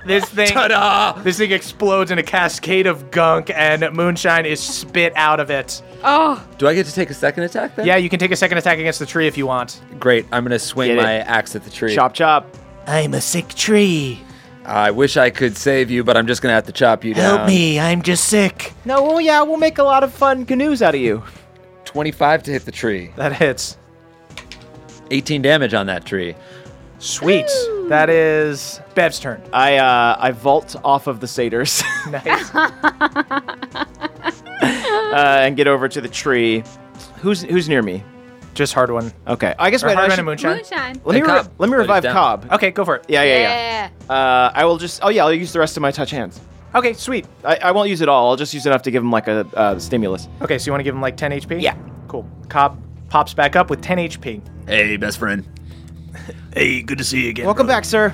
S2: This thing.
S3: Ta-da!
S2: This thing explodes in a cascade of gunk, and moonshine is spit out of it.
S4: Oh,
S3: Do I get to take a second attack then?
S2: Yeah, you can take a second attack against the tree if you want.
S3: Great. I'm gonna swing
S5: Get it.
S3: my axe at the tree.
S5: chop, chop.
S2: I'm a sick tree.
S3: I wish I could save you, but I'm just gonna have to chop you down.
S2: I'm just sick.
S5: No, well, yeah, we'll make a lot of fun canoes out of you.
S3: 25 to hit the tree.
S2: That hits.
S3: 18 damage on that tree.
S2: Sweet. That is Bev's turn.
S5: I uh, I vault off of the satyrs
S2: Nice.
S5: uh, and get over to the tree. Who's who's near me?
S2: just hard one.
S5: Okay, I guess
S2: Or
S5: wait.
S2: hard
S5: I
S2: one
S5: should-
S2: and moonshine.
S4: moonshine.
S5: let
S3: Hey,
S5: me re-
S3: Cobb.
S5: let me
S3: Let
S5: revive
S3: it down.
S5: Cob.
S2: Okay, go for it.
S5: Yeah, yeah, yeah.
S4: Yeah.
S5: Uh, I will just. Oh yeah, I'll use the rest of my touch hands.
S2: Okay, sweet.
S5: I, I won't use it all. I'll just use enough to give him like a uh, stimulus.
S2: Okay, so you want to give him like 10 HP?
S5: Yeah.
S2: Cool. Cobb pops back up with 10 HP.
S3: Hey, best friend.
S1: Hey, good to see you again.
S5: Welcome back, sir.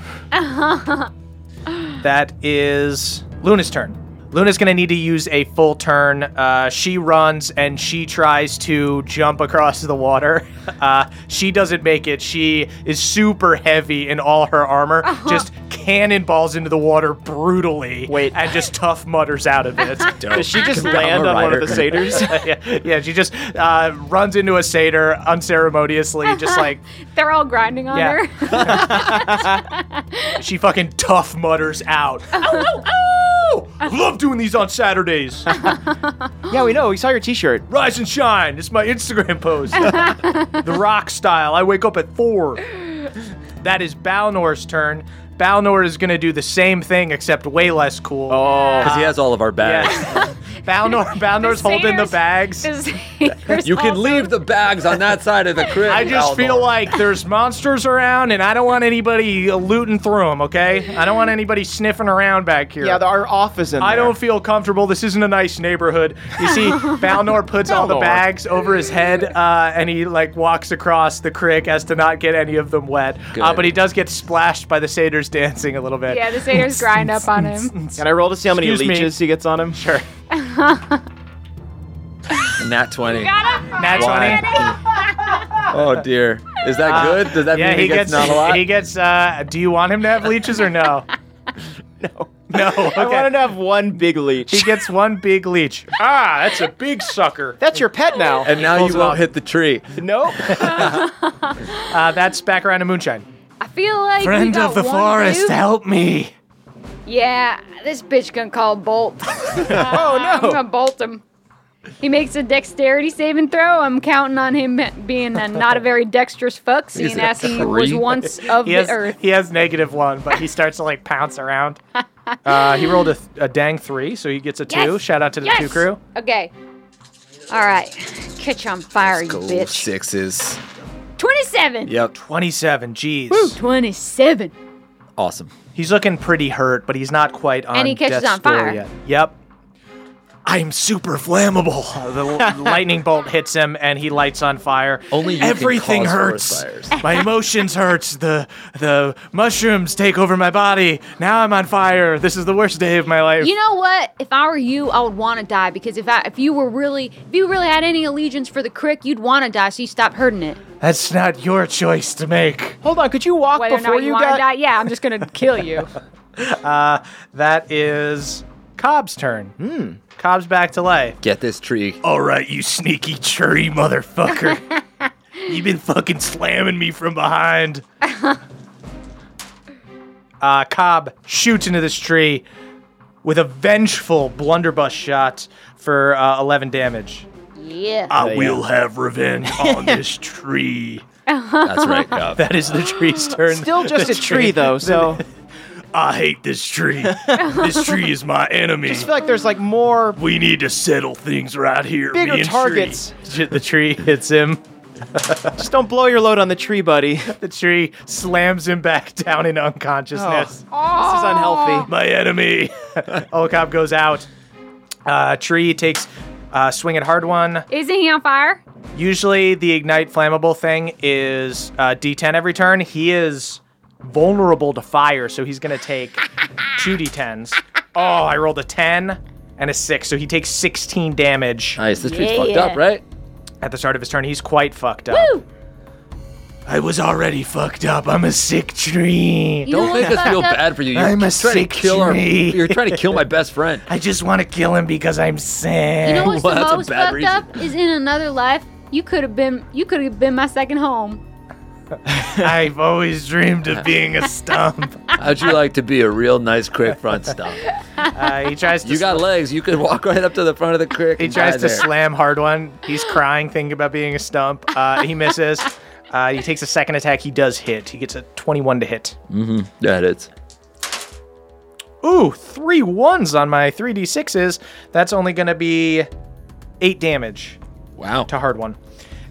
S2: That is Luna's turn. Luna's going to need to use a full turn. Uh, she runs and she tries to jump across the water. Uh, she doesn't make it. She is super heavy in all her armor,
S5: Uh-huh.
S2: just cannonballs into the water brutally.
S5: Wait.
S2: And just tough mutters out of it.
S5: Does she just
S3: I'm a
S5: land on one of
S3: rider.
S5: the satyrs?
S2: yeah, yeah, she just uh, runs into a satyr unceremoniously,
S5: Uh-huh.
S2: just like
S6: They're all grinding on
S2: Yeah.
S6: her.
S2: she fucking tough mutters out. "Ow, ow, ow! Love doing these on Saturdays.
S5: yeah, we know. We saw your T-shirt.
S2: Rise and shine. It's my Instagram post. the rock style. I wake up at four. That is Balnor's turn. Balnor is going to do the same thing, except way less cool.
S5: Oh,
S3: Because he has all of our bags.
S2: Yeah. Balnor, Balnor's holding the
S6: Sayers-
S2: bags.
S6: Does Sayers
S3: You can
S6: also-
S3: leave the bags on that side of the crib.
S2: I just feel
S3: Balnor.
S2: like there's monsters around, and I don't want anybody looting through them. Okay, I don't want anybody sniffing around back here.
S5: yeah, the, our office in
S2: I
S5: there.
S2: don't feel comfortable. This isn't a nice neighborhood. You see, Balnor puts all the
S5: Balnor.
S2: bags over his head, uh, and he like walks across the creek as to not get any of them wet. Uh,
S3: Good.
S2: but he does get splashed by the satyrs dancing a little bit.
S6: Yeah, the satyrs grind up on him.
S5: Can I roll to see how many
S2: Excuse me.
S5: leeches he gets on him? Sure.
S3: Nat 20.
S2: Nat
S3: Why?
S2: 20.
S3: Oh, dear. Is that good? Does that
S2: Uh, Yeah,
S3: mean
S2: he gets.
S3: not a lot?
S2: He gets. Uh, do you want him to have leeches or no? no. No. Okay.
S5: I wanted to have one big leech.
S2: He gets one big leech. Ah, that's a big sucker.
S5: That's your pet now.
S3: and now you won't hit the tree.
S5: nope.
S2: Uh, that's back around to moonshine.
S4: I feel like we
S2: Friend
S4: got
S2: of the
S4: one
S2: forest,
S4: dude-
S2: help me.
S4: Yeah, this bitch gonna call bolt.
S5: oh
S4: I'm
S5: no.
S4: gonna bolt him. He makes a dexterity saving throw. I'm counting on him being a, not a very dexterous fuck, seeing
S3: a
S4: as he was
S3: creep.
S4: once of
S2: He
S4: the
S2: has,
S4: earth.
S2: he has negative one, but he starts to like pounce around. Uh, he rolled a, th- a dang three, so he gets a two.
S4: Yes!
S2: Shout out to the two crew.
S4: Okay. All right. Catch on fire, you bitch.
S3: Sixes.
S4: 27.
S3: Yep.
S2: 27, jeez.
S4: 27.
S3: Awesome.
S2: He's looking pretty hurt, but he's not quite on
S4: And he catches
S2: death's
S4: on
S2: door
S4: fire.
S2: yet. Yep. I'm super flammable. Uh, The l- lightning bolt hits him and he lights on fire.
S3: Only you can
S2: Everything
S3: cause
S2: hurts.
S3: forest
S2: My emotions hurts. The the mushrooms take over my body. Now I'm on fire. This is the worst day of my life.
S4: You know what? If I were you, I would want to die because if I, if you were really if you really had any allegiance for the crick, you'd want to die, so you stop hurting it.
S2: That's not your choice to make.
S5: Hold on. Could you walk
S6: Whether or
S5: before
S6: not you,
S5: you
S6: want to
S5: got?
S6: die, yeah, I'm just gonna kill you.
S2: That is Cobb's turn. Hmm. Cobb's back to life.
S3: Get this tree.
S2: All right, you sneaky churry motherfucker. You've been fucking slamming me from behind. uh, Cobb shoots into this tree with a vengeful blunderbuss shot for uh, 11 damage.
S4: Yeah.
S2: I will have revenge on this tree.
S3: That's right, Cobb.
S2: That is the tree's turn.
S5: Still just a tree though, so
S2: I hate this tree. this tree is my enemy.
S5: I feel like there's like more.
S2: We need to settle things right here.
S5: Bigger
S2: me and
S5: targets.
S2: Tree. The tree hits him.
S5: Just don't blow your load on the tree, buddy. This is
S2: The tree slams him back down in unconsciousness.
S5: Oh. unhealthy.
S2: My enemy. Olcop goes out. Uh, tree takes uh, swing at hard one.
S6: Isn't he on fire?
S2: Usually, the ignite flammable thing is uh, D10 every turn. He is vulnerable to fire, so he's going to take two D10s. Oh, I rolled a 10 and a 6, so he takes 16 damage.
S3: Nice. This tree's
S4: Yeah,
S3: fucked
S4: yeah.
S3: up, right?
S2: at the start of his turn. He's quite fucked up.
S4: Woo!
S2: I was already fucked up. I'm a sick tree.
S4: You know
S3: Don't make
S4: what's
S3: us feel
S4: fucked up?
S3: bad for you. You're
S2: I'm a
S3: trying
S2: sick
S3: to kill our,
S2: tree.
S3: You're trying to kill my best friend.
S2: I just want to kill him because I'm sick.
S4: You know what's
S3: Well, that's
S4: the
S3: a
S4: most
S3: bad
S4: fucked
S3: reason.
S4: up is in another life. You could have been you could have been my second home.
S2: I've always dreamed of being a stump.
S3: How'd you like to be a real nice crick front stump?
S2: Uh, he tries to.
S3: You got
S2: sl-
S3: legs. You could walk right up to the front of the crick.
S2: he
S3: and
S2: tries
S3: die
S2: to
S3: there.
S2: slam hard one. He's crying, thinking about being a stump. Uh, he misses. Uh, he takes a second attack. He does hit. He gets a 21 to hit.
S3: Yeah, it is.
S2: Ooh, three ones on my 3d6s. That's only going to be eight damage.
S3: Wow.
S2: to hard one.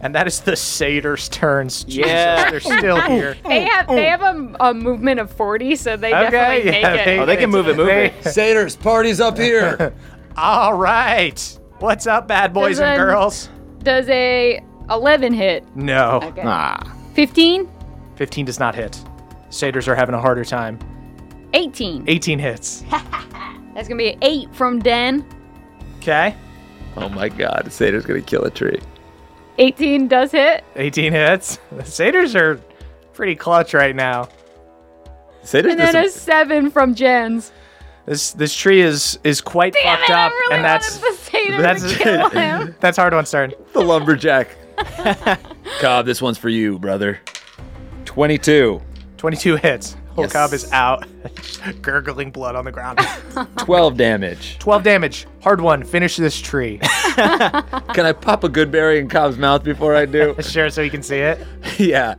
S2: And that is the Satyr's turns. Jesus,
S5: Yeah.
S2: they're still here.
S6: They have they have a, a movement of 40, so they definitely make it.
S5: Oh, they can move it, move it.
S3: Satyrs, party's up here.
S2: All right. What's up, bad boys and
S6: Doesn't-
S2: girls?
S6: Does a 11 hit?
S2: No.
S5: Ah,
S6: 15?
S2: 15 does not hit. Satyrs are having a harder time.
S6: 18.
S2: 18 hits.
S6: That's gonna be an 8 from Den.
S2: Okay.
S3: oh my god, Satyr's gonna kill a tree.
S6: 18 does hit.
S2: 18 hits. The Satyrs are pretty clutch right now.
S3: Satyrs
S6: And then a
S3: does
S6: 7 from Jen's.
S2: This this tree is is quite fucked
S6: it, I
S2: up,
S6: really
S2: and that's
S6: wanted the satyr to
S2: that's
S6: kill him.
S2: that's hard one's turn.
S3: the lumberjack. Cobb, this one's for you, brother. Twenty-two.
S2: 22 hits. Horkob is out, gurgling blood on the ground.
S3: 12 damage.
S2: 12 damage. Hard one. Finish this tree.
S3: Can I pop a good berry in Cobb's mouth before I do?
S2: sure, so you can see it.
S3: yeah.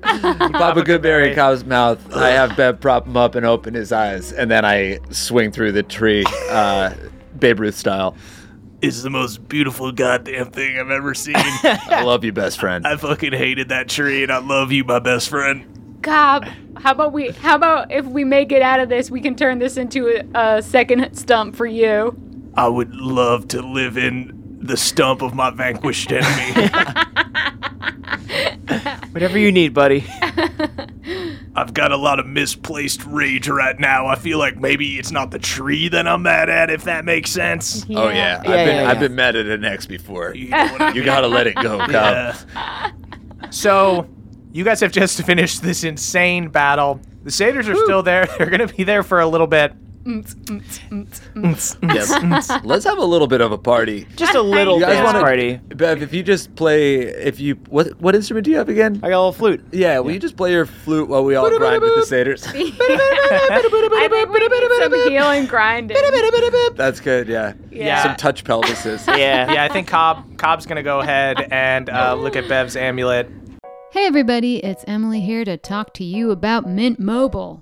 S3: Pop a good berry in Cobb's mouth. I have Bev prop him up and open his eyes, and then I swing through the tree, uh, Babe Ruth style.
S8: It's the most beautiful goddamn thing I've ever seen.
S3: I love you, best friend.
S8: I fucking hated that tree, and I love you, my best friend.
S4: God, how about we? How about if we make it out of this, we can turn this into a, a second stump for you.
S8: I would love to live in the stump of my vanquished enemy.
S5: Whatever you need, buddy.
S8: I've got a lot of misplaced rage right now. I feel like maybe it's not the tree that I'm mad at, if that makes sense.
S3: Oh, yeah. I've,
S5: Yeah,
S3: been,
S5: yeah,
S3: I've
S5: yeah.
S3: been mad at an ex before.
S8: You know what I
S3: You gotta let it go, Cobb.
S8: Yeah.
S2: So, you guys have just finished this insane battle. The satyrs are still there. They're going to be there for a little bit.
S3: Yes. Let's have a little bit of a party.
S5: Just a little
S3: You guys
S5: dance
S3: wanna-
S5: party.
S3: Bev, if you just play, if you what what instrument do you have again?
S5: I got a little flute.
S3: Yeah, will you just play your flute while we all grind with the satyrs?
S4: I think we need some healing grinding.
S3: That's good. Yeah.
S2: Yeah.
S3: Some touch pelvises.
S5: Yeah.
S2: Yeah, I think Cobb Cobb's going to go ahead and uh, look at Bev's amulet.
S6: Hey everybody, it's Emily here to talk to you about Mint Mobile.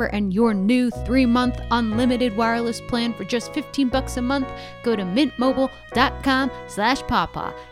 S6: and your new three month unlimited wireless plan for just 15 bucks a month, go to mintmobile.com slash pawpaw.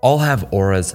S9: all have auras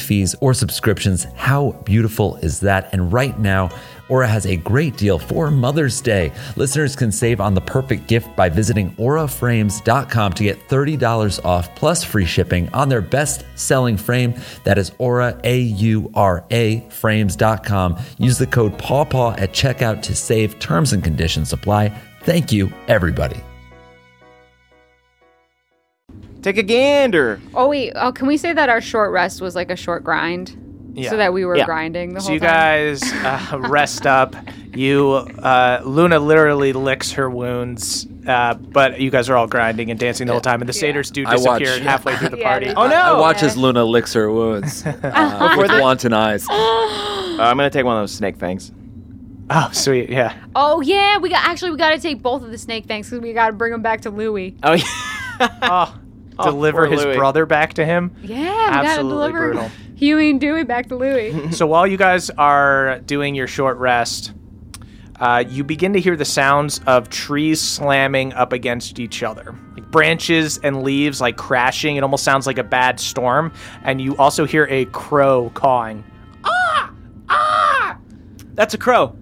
S9: fees or subscriptions. How beautiful is that? And right now, Aura has a great deal for Mother's Day. Listeners can save on the perfect gift by visiting auraframes.com to get $30 off plus free shipping on their best selling frame. That is aura, A U R A, frames.com. Use the code PAWPAW at checkout to save. Terms and conditions apply. Thank you, everybody.
S5: Take a gander.
S4: Oh wait, oh can we say that our short rest was like a short grind,
S2: Yeah.
S4: so that we were
S5: Yeah.
S4: grinding the
S2: So
S4: whole
S2: you
S4: time?
S2: guys uh, rest up. You uh, Luna literally licks her wounds, uh, but you guys are all grinding and dancing the whole time, and the satyrs do
S3: I watch.
S2: disappear halfway through the
S4: Yeah,
S2: party.
S4: they
S2: oh
S4: do.
S2: no!
S3: I watch as Luna licks her wounds uh, with wanton eyes.
S5: Uh, I'm gonna take one of those snake fangs.
S2: Oh sweet, yeah.
S4: Oh yeah, we got actually we got to take both of the snake things because we got to bring them back to Louis.
S5: Oh yeah.
S2: Oh, deliver
S5: poor
S2: his
S5: Louis.
S2: brother back to him.
S4: Yeah, we got to
S2: Absolutely
S4: deliver
S2: brutal.
S4: Huey and Dewey back to Louis.
S2: So while you guys are doing your short rest, uh, you begin to hear the sounds of trees slamming up against each other, like branches and leaves like crashing. It almost sounds like a bad storm. And you also hear a crow cawing. Ah! Ah!
S5: That's a crow.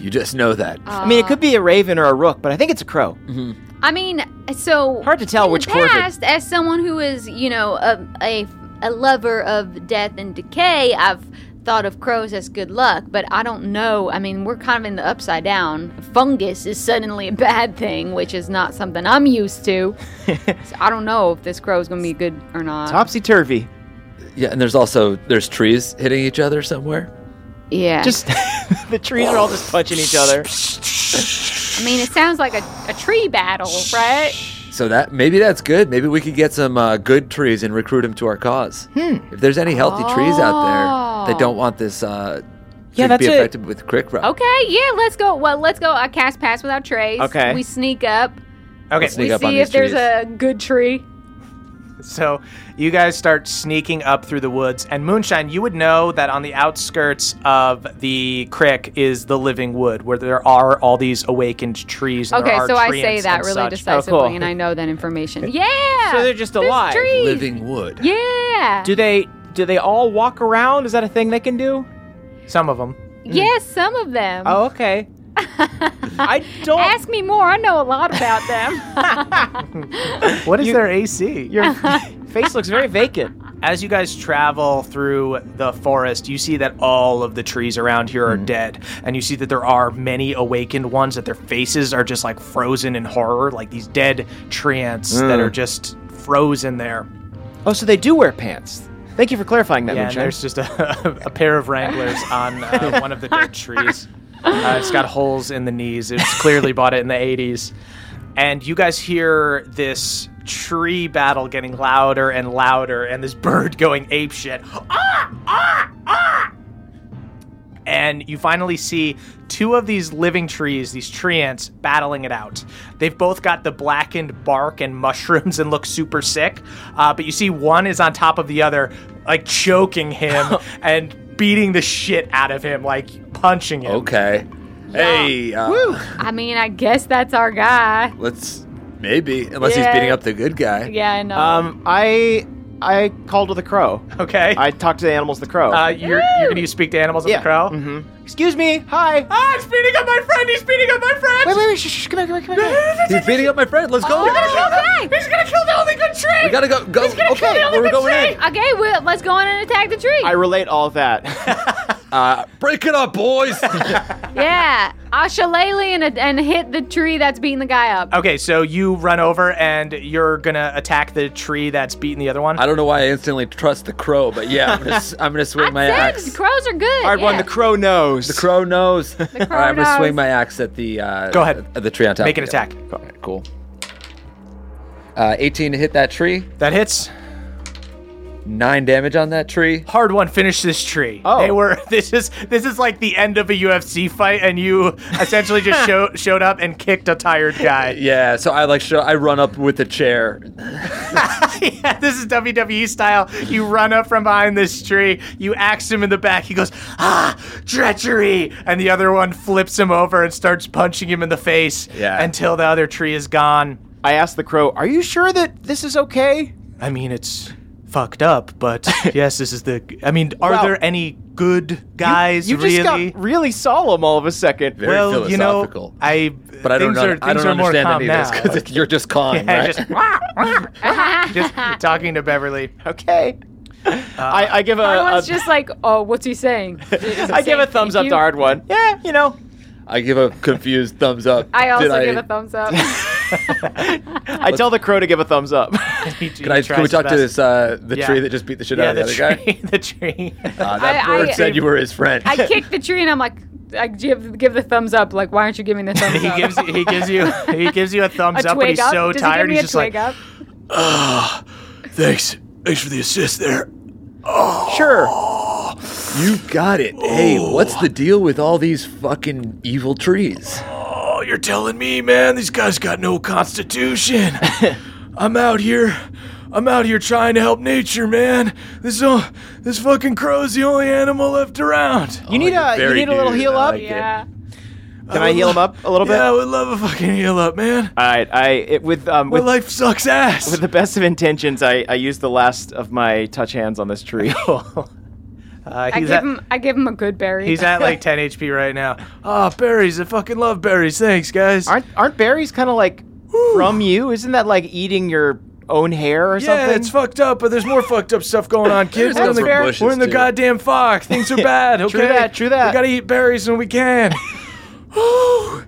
S3: You just know that.
S5: I mean, it could be a raven or a rook, but I think it's a crow.
S4: I mean, so
S5: Hard to tell
S4: in
S5: which
S4: the
S5: corvid.
S4: past, as someone who is, you know, a, a a lover of death and decay, I've thought of crows as good luck, but I don't know. I mean, we're kind of in the upside down. Fungus is suddenly a bad thing, which is not something I'm used to. so I don't know if this crow is going to be good or not.
S5: Topsy turvy.
S3: Yeah, and there's also there's trees hitting each other somewhere.
S4: yeah.
S5: Just the trees are all just touching each other.
S4: I mean, it sounds like a, a tree battle, right?
S3: So that maybe that's good. Maybe we could get some uh, good trees and recruit them to our cause.
S5: Hmm.
S3: If there's any healthy trees out there that don't want this uh,
S5: Yeah,
S3: to
S5: that's
S3: be
S5: it.
S3: affected with crick rock.
S4: Okay, yeah, let's go. Well, let's go. I cast pass without trace.
S5: Okay.
S4: We sneak up.
S2: Okay,
S3: Let's sneak
S4: we
S3: up on
S4: see
S3: these
S4: if there's
S3: trees.
S4: a good tree.
S2: So you guys start sneaking up through the woods, and Moonshine, you would know that on the outskirts of the crick is the living wood, where there are all these awakened trees. And
S4: Okay,
S2: there are
S4: so I
S2: treants
S4: say that
S2: and
S4: really
S2: such. Oh,
S4: decisively,
S5: cool.
S4: and I know that information. Yeah.
S5: So they're just
S4: there's
S5: alive.
S4: trees.
S3: living wood.
S4: Yeah.
S5: Do they do they all walk around? Is that a thing they can do?
S2: Some of them.
S4: yes, some of them.
S5: Oh, okay. I don't.
S4: Ask me more. I know a lot about them.
S2: What is their AC?
S5: Your face looks very vacant.
S2: As you guys travel through the forest, you see that all of the trees around here are dead, and you see that there are many awakened ones that their faces are just like frozen in horror, like these dead treants that are just frozen there.
S5: Oh, so they do wear pants. Thank you for clarifying that.
S2: Yeah, and
S5: Moonshine.
S2: there's just a, a pair of Wranglers on uh, one of the dead trees. Uh, it's got holes in the knees. It was clearly bought it in the 80s. And you guys hear this tree battle getting louder and louder, and this bird going apeshit. Ah, ah, ah! And you finally see two of these living trees, these tree ants, battling it out. They've both got the blackened bark and mushrooms and look super sick. Uh, but you see one is on top of the other, like choking him and beating the shit out of him, like punching him.
S3: Okay. Hey, uh,
S4: I mean, I guess that's our guy.
S3: let's maybe unless
S4: Yeah.
S3: he's beating up the good guy.
S4: Yeah, I know.
S5: um, I I called with a crow.
S2: Okay.
S5: I talked to the animals. The crow.
S2: Uh, you're, you're gonna use speak to animals of
S5: Yeah. Mm-hmm.
S2: the crow.
S5: Excuse me. Hi.
S2: Ah, it's beating up my friend. He's beating up my friend.
S5: Wait, wait, wait. Shh, shh, come here, come here, come here.
S3: He's beating up my friend. Let's go.
S2: He's gonna kill the only good tree.
S3: We gotta go. Go. Okay, we're going in.
S4: okay, well, let's go on and attack the tree.
S5: I relate all of that.
S3: Uh, break it up, boys.
S4: yeah, I'll shillelagh and, and hit the tree that's beating the guy up.
S2: Okay, so you run over and you're gonna attack the tree that's beating the other one.
S3: I don't know why I instantly trust the crow, but yeah, I'm gonna, s- I'm gonna swing my
S4: I
S3: axe.
S4: said crows are good.
S5: Hard one.
S4: yeah.
S5: The crow knows.
S3: The crow knows. All right, I'm gonna
S4: knows.
S3: swing my axe at the uh,
S2: Go ahead.
S3: at the tree on top.
S2: Make an
S3: of it.
S2: attack.
S3: All right, cool. Uh, 18 to hit that tree.
S2: That hits.
S3: Nine damage on that tree.
S2: Hard one. Finish this tree.
S5: Oh.
S2: They were. This is this is like the end of a UFC fight, and you essentially just show, showed up and kicked a tired guy.
S3: Yeah, so I like show, I run up with the chair.
S2: yeah, this is WWE style. You run up from behind this tree. You axe him in the back. He goes, ah, treachery, and the other one flips him over and starts punching him in the face
S3: Yeah.
S2: until the other tree is gone.
S5: I asked the crow, "Are you sure that this is okay?"
S2: I mean, it's fucked up, but yes, this is the. I mean, are
S5: Wow.
S2: there any good guys
S5: you just
S2: really?
S5: got really solemn all of a second.
S3: Very
S2: well, you know,
S3: philosophical.
S2: I.
S3: but I don't
S2: things
S3: know.
S2: Are,
S3: I
S2: things
S3: don't
S2: are more
S3: understand
S2: calm
S3: any of this
S2: now.
S3: because you're just calling,
S2: Yeah,
S3: right?
S2: just, wah, wah, wah, just talking to Beverly.
S5: Okay. I, I give a,
S4: I
S5: a
S2: uh,
S4: was just like, oh, what's he saying?
S5: I give a thumbs up to hard one. Yeah, you know.
S3: I give a confused thumbs up.
S4: I also
S3: Did
S4: give a thumbs up.
S5: I tell the crow to give a thumbs up.
S2: He- he
S3: Can I?
S2: tries
S3: Can we
S2: his
S3: talk to
S2: best.
S3: this uh, the
S2: Yeah.
S3: tree that just beat the shit
S2: Yeah,
S3: out
S2: the
S3: of the other guy?
S2: tree. The tree.
S3: Uh, that
S4: I-
S3: bird
S4: I-
S3: said you were his friend.
S4: I kick the tree and I'm like, I give give the thumbs up. Like, why aren't you giving the thumbs
S2: he
S4: up?
S2: gives. He gives you. He gives you a thumbs
S4: a
S2: up, but
S4: twig
S2: he's
S4: up.
S2: so
S4: Does
S2: tired.
S4: he
S2: he's
S4: give me
S2: just
S4: a twig
S2: like,
S4: up?
S8: Thanks. Thanks for the assist there.
S5: sure.
S3: You got it. Hey, what's the deal with all these fucking evil trees?
S8: Oh, you're telling me, man, these guys got no constitution. I'm out here. I'm out here trying to help nature, man. This all, this fucking crow's the only animal left around.
S5: You need a you
S3: very
S5: need a little
S3: dude,
S5: heal
S3: I
S5: up.
S3: like it.
S4: Yeah.
S5: Can I heal him up a little bit?
S8: Yeah, I would love a fucking heal up, man.
S5: All right. I it, with um
S8: My
S5: with,
S8: life sucks ass.
S5: with the best of intentions, I I used the last of my touch hands on this tree.
S2: Uh,
S4: I
S2: he's
S4: give
S2: at,
S4: him I give him a good berry.
S2: he's at like 10 HP right now.
S8: Ah, berries. I fucking love berries. Thanks, guys.
S5: Aren't aren't berries kind of like from you? Isn't that like eating your own hair or
S8: yeah,
S5: something?
S8: it's fucked up, but there's more fucked up stuff going on, kids.
S3: There's
S8: We're in the,
S3: stuff from bushes,
S8: we're in the
S3: too.
S8: goddamn fog. Things are bad. Okay,
S5: True that, true that.
S8: We gotta eat berries when we can. oh,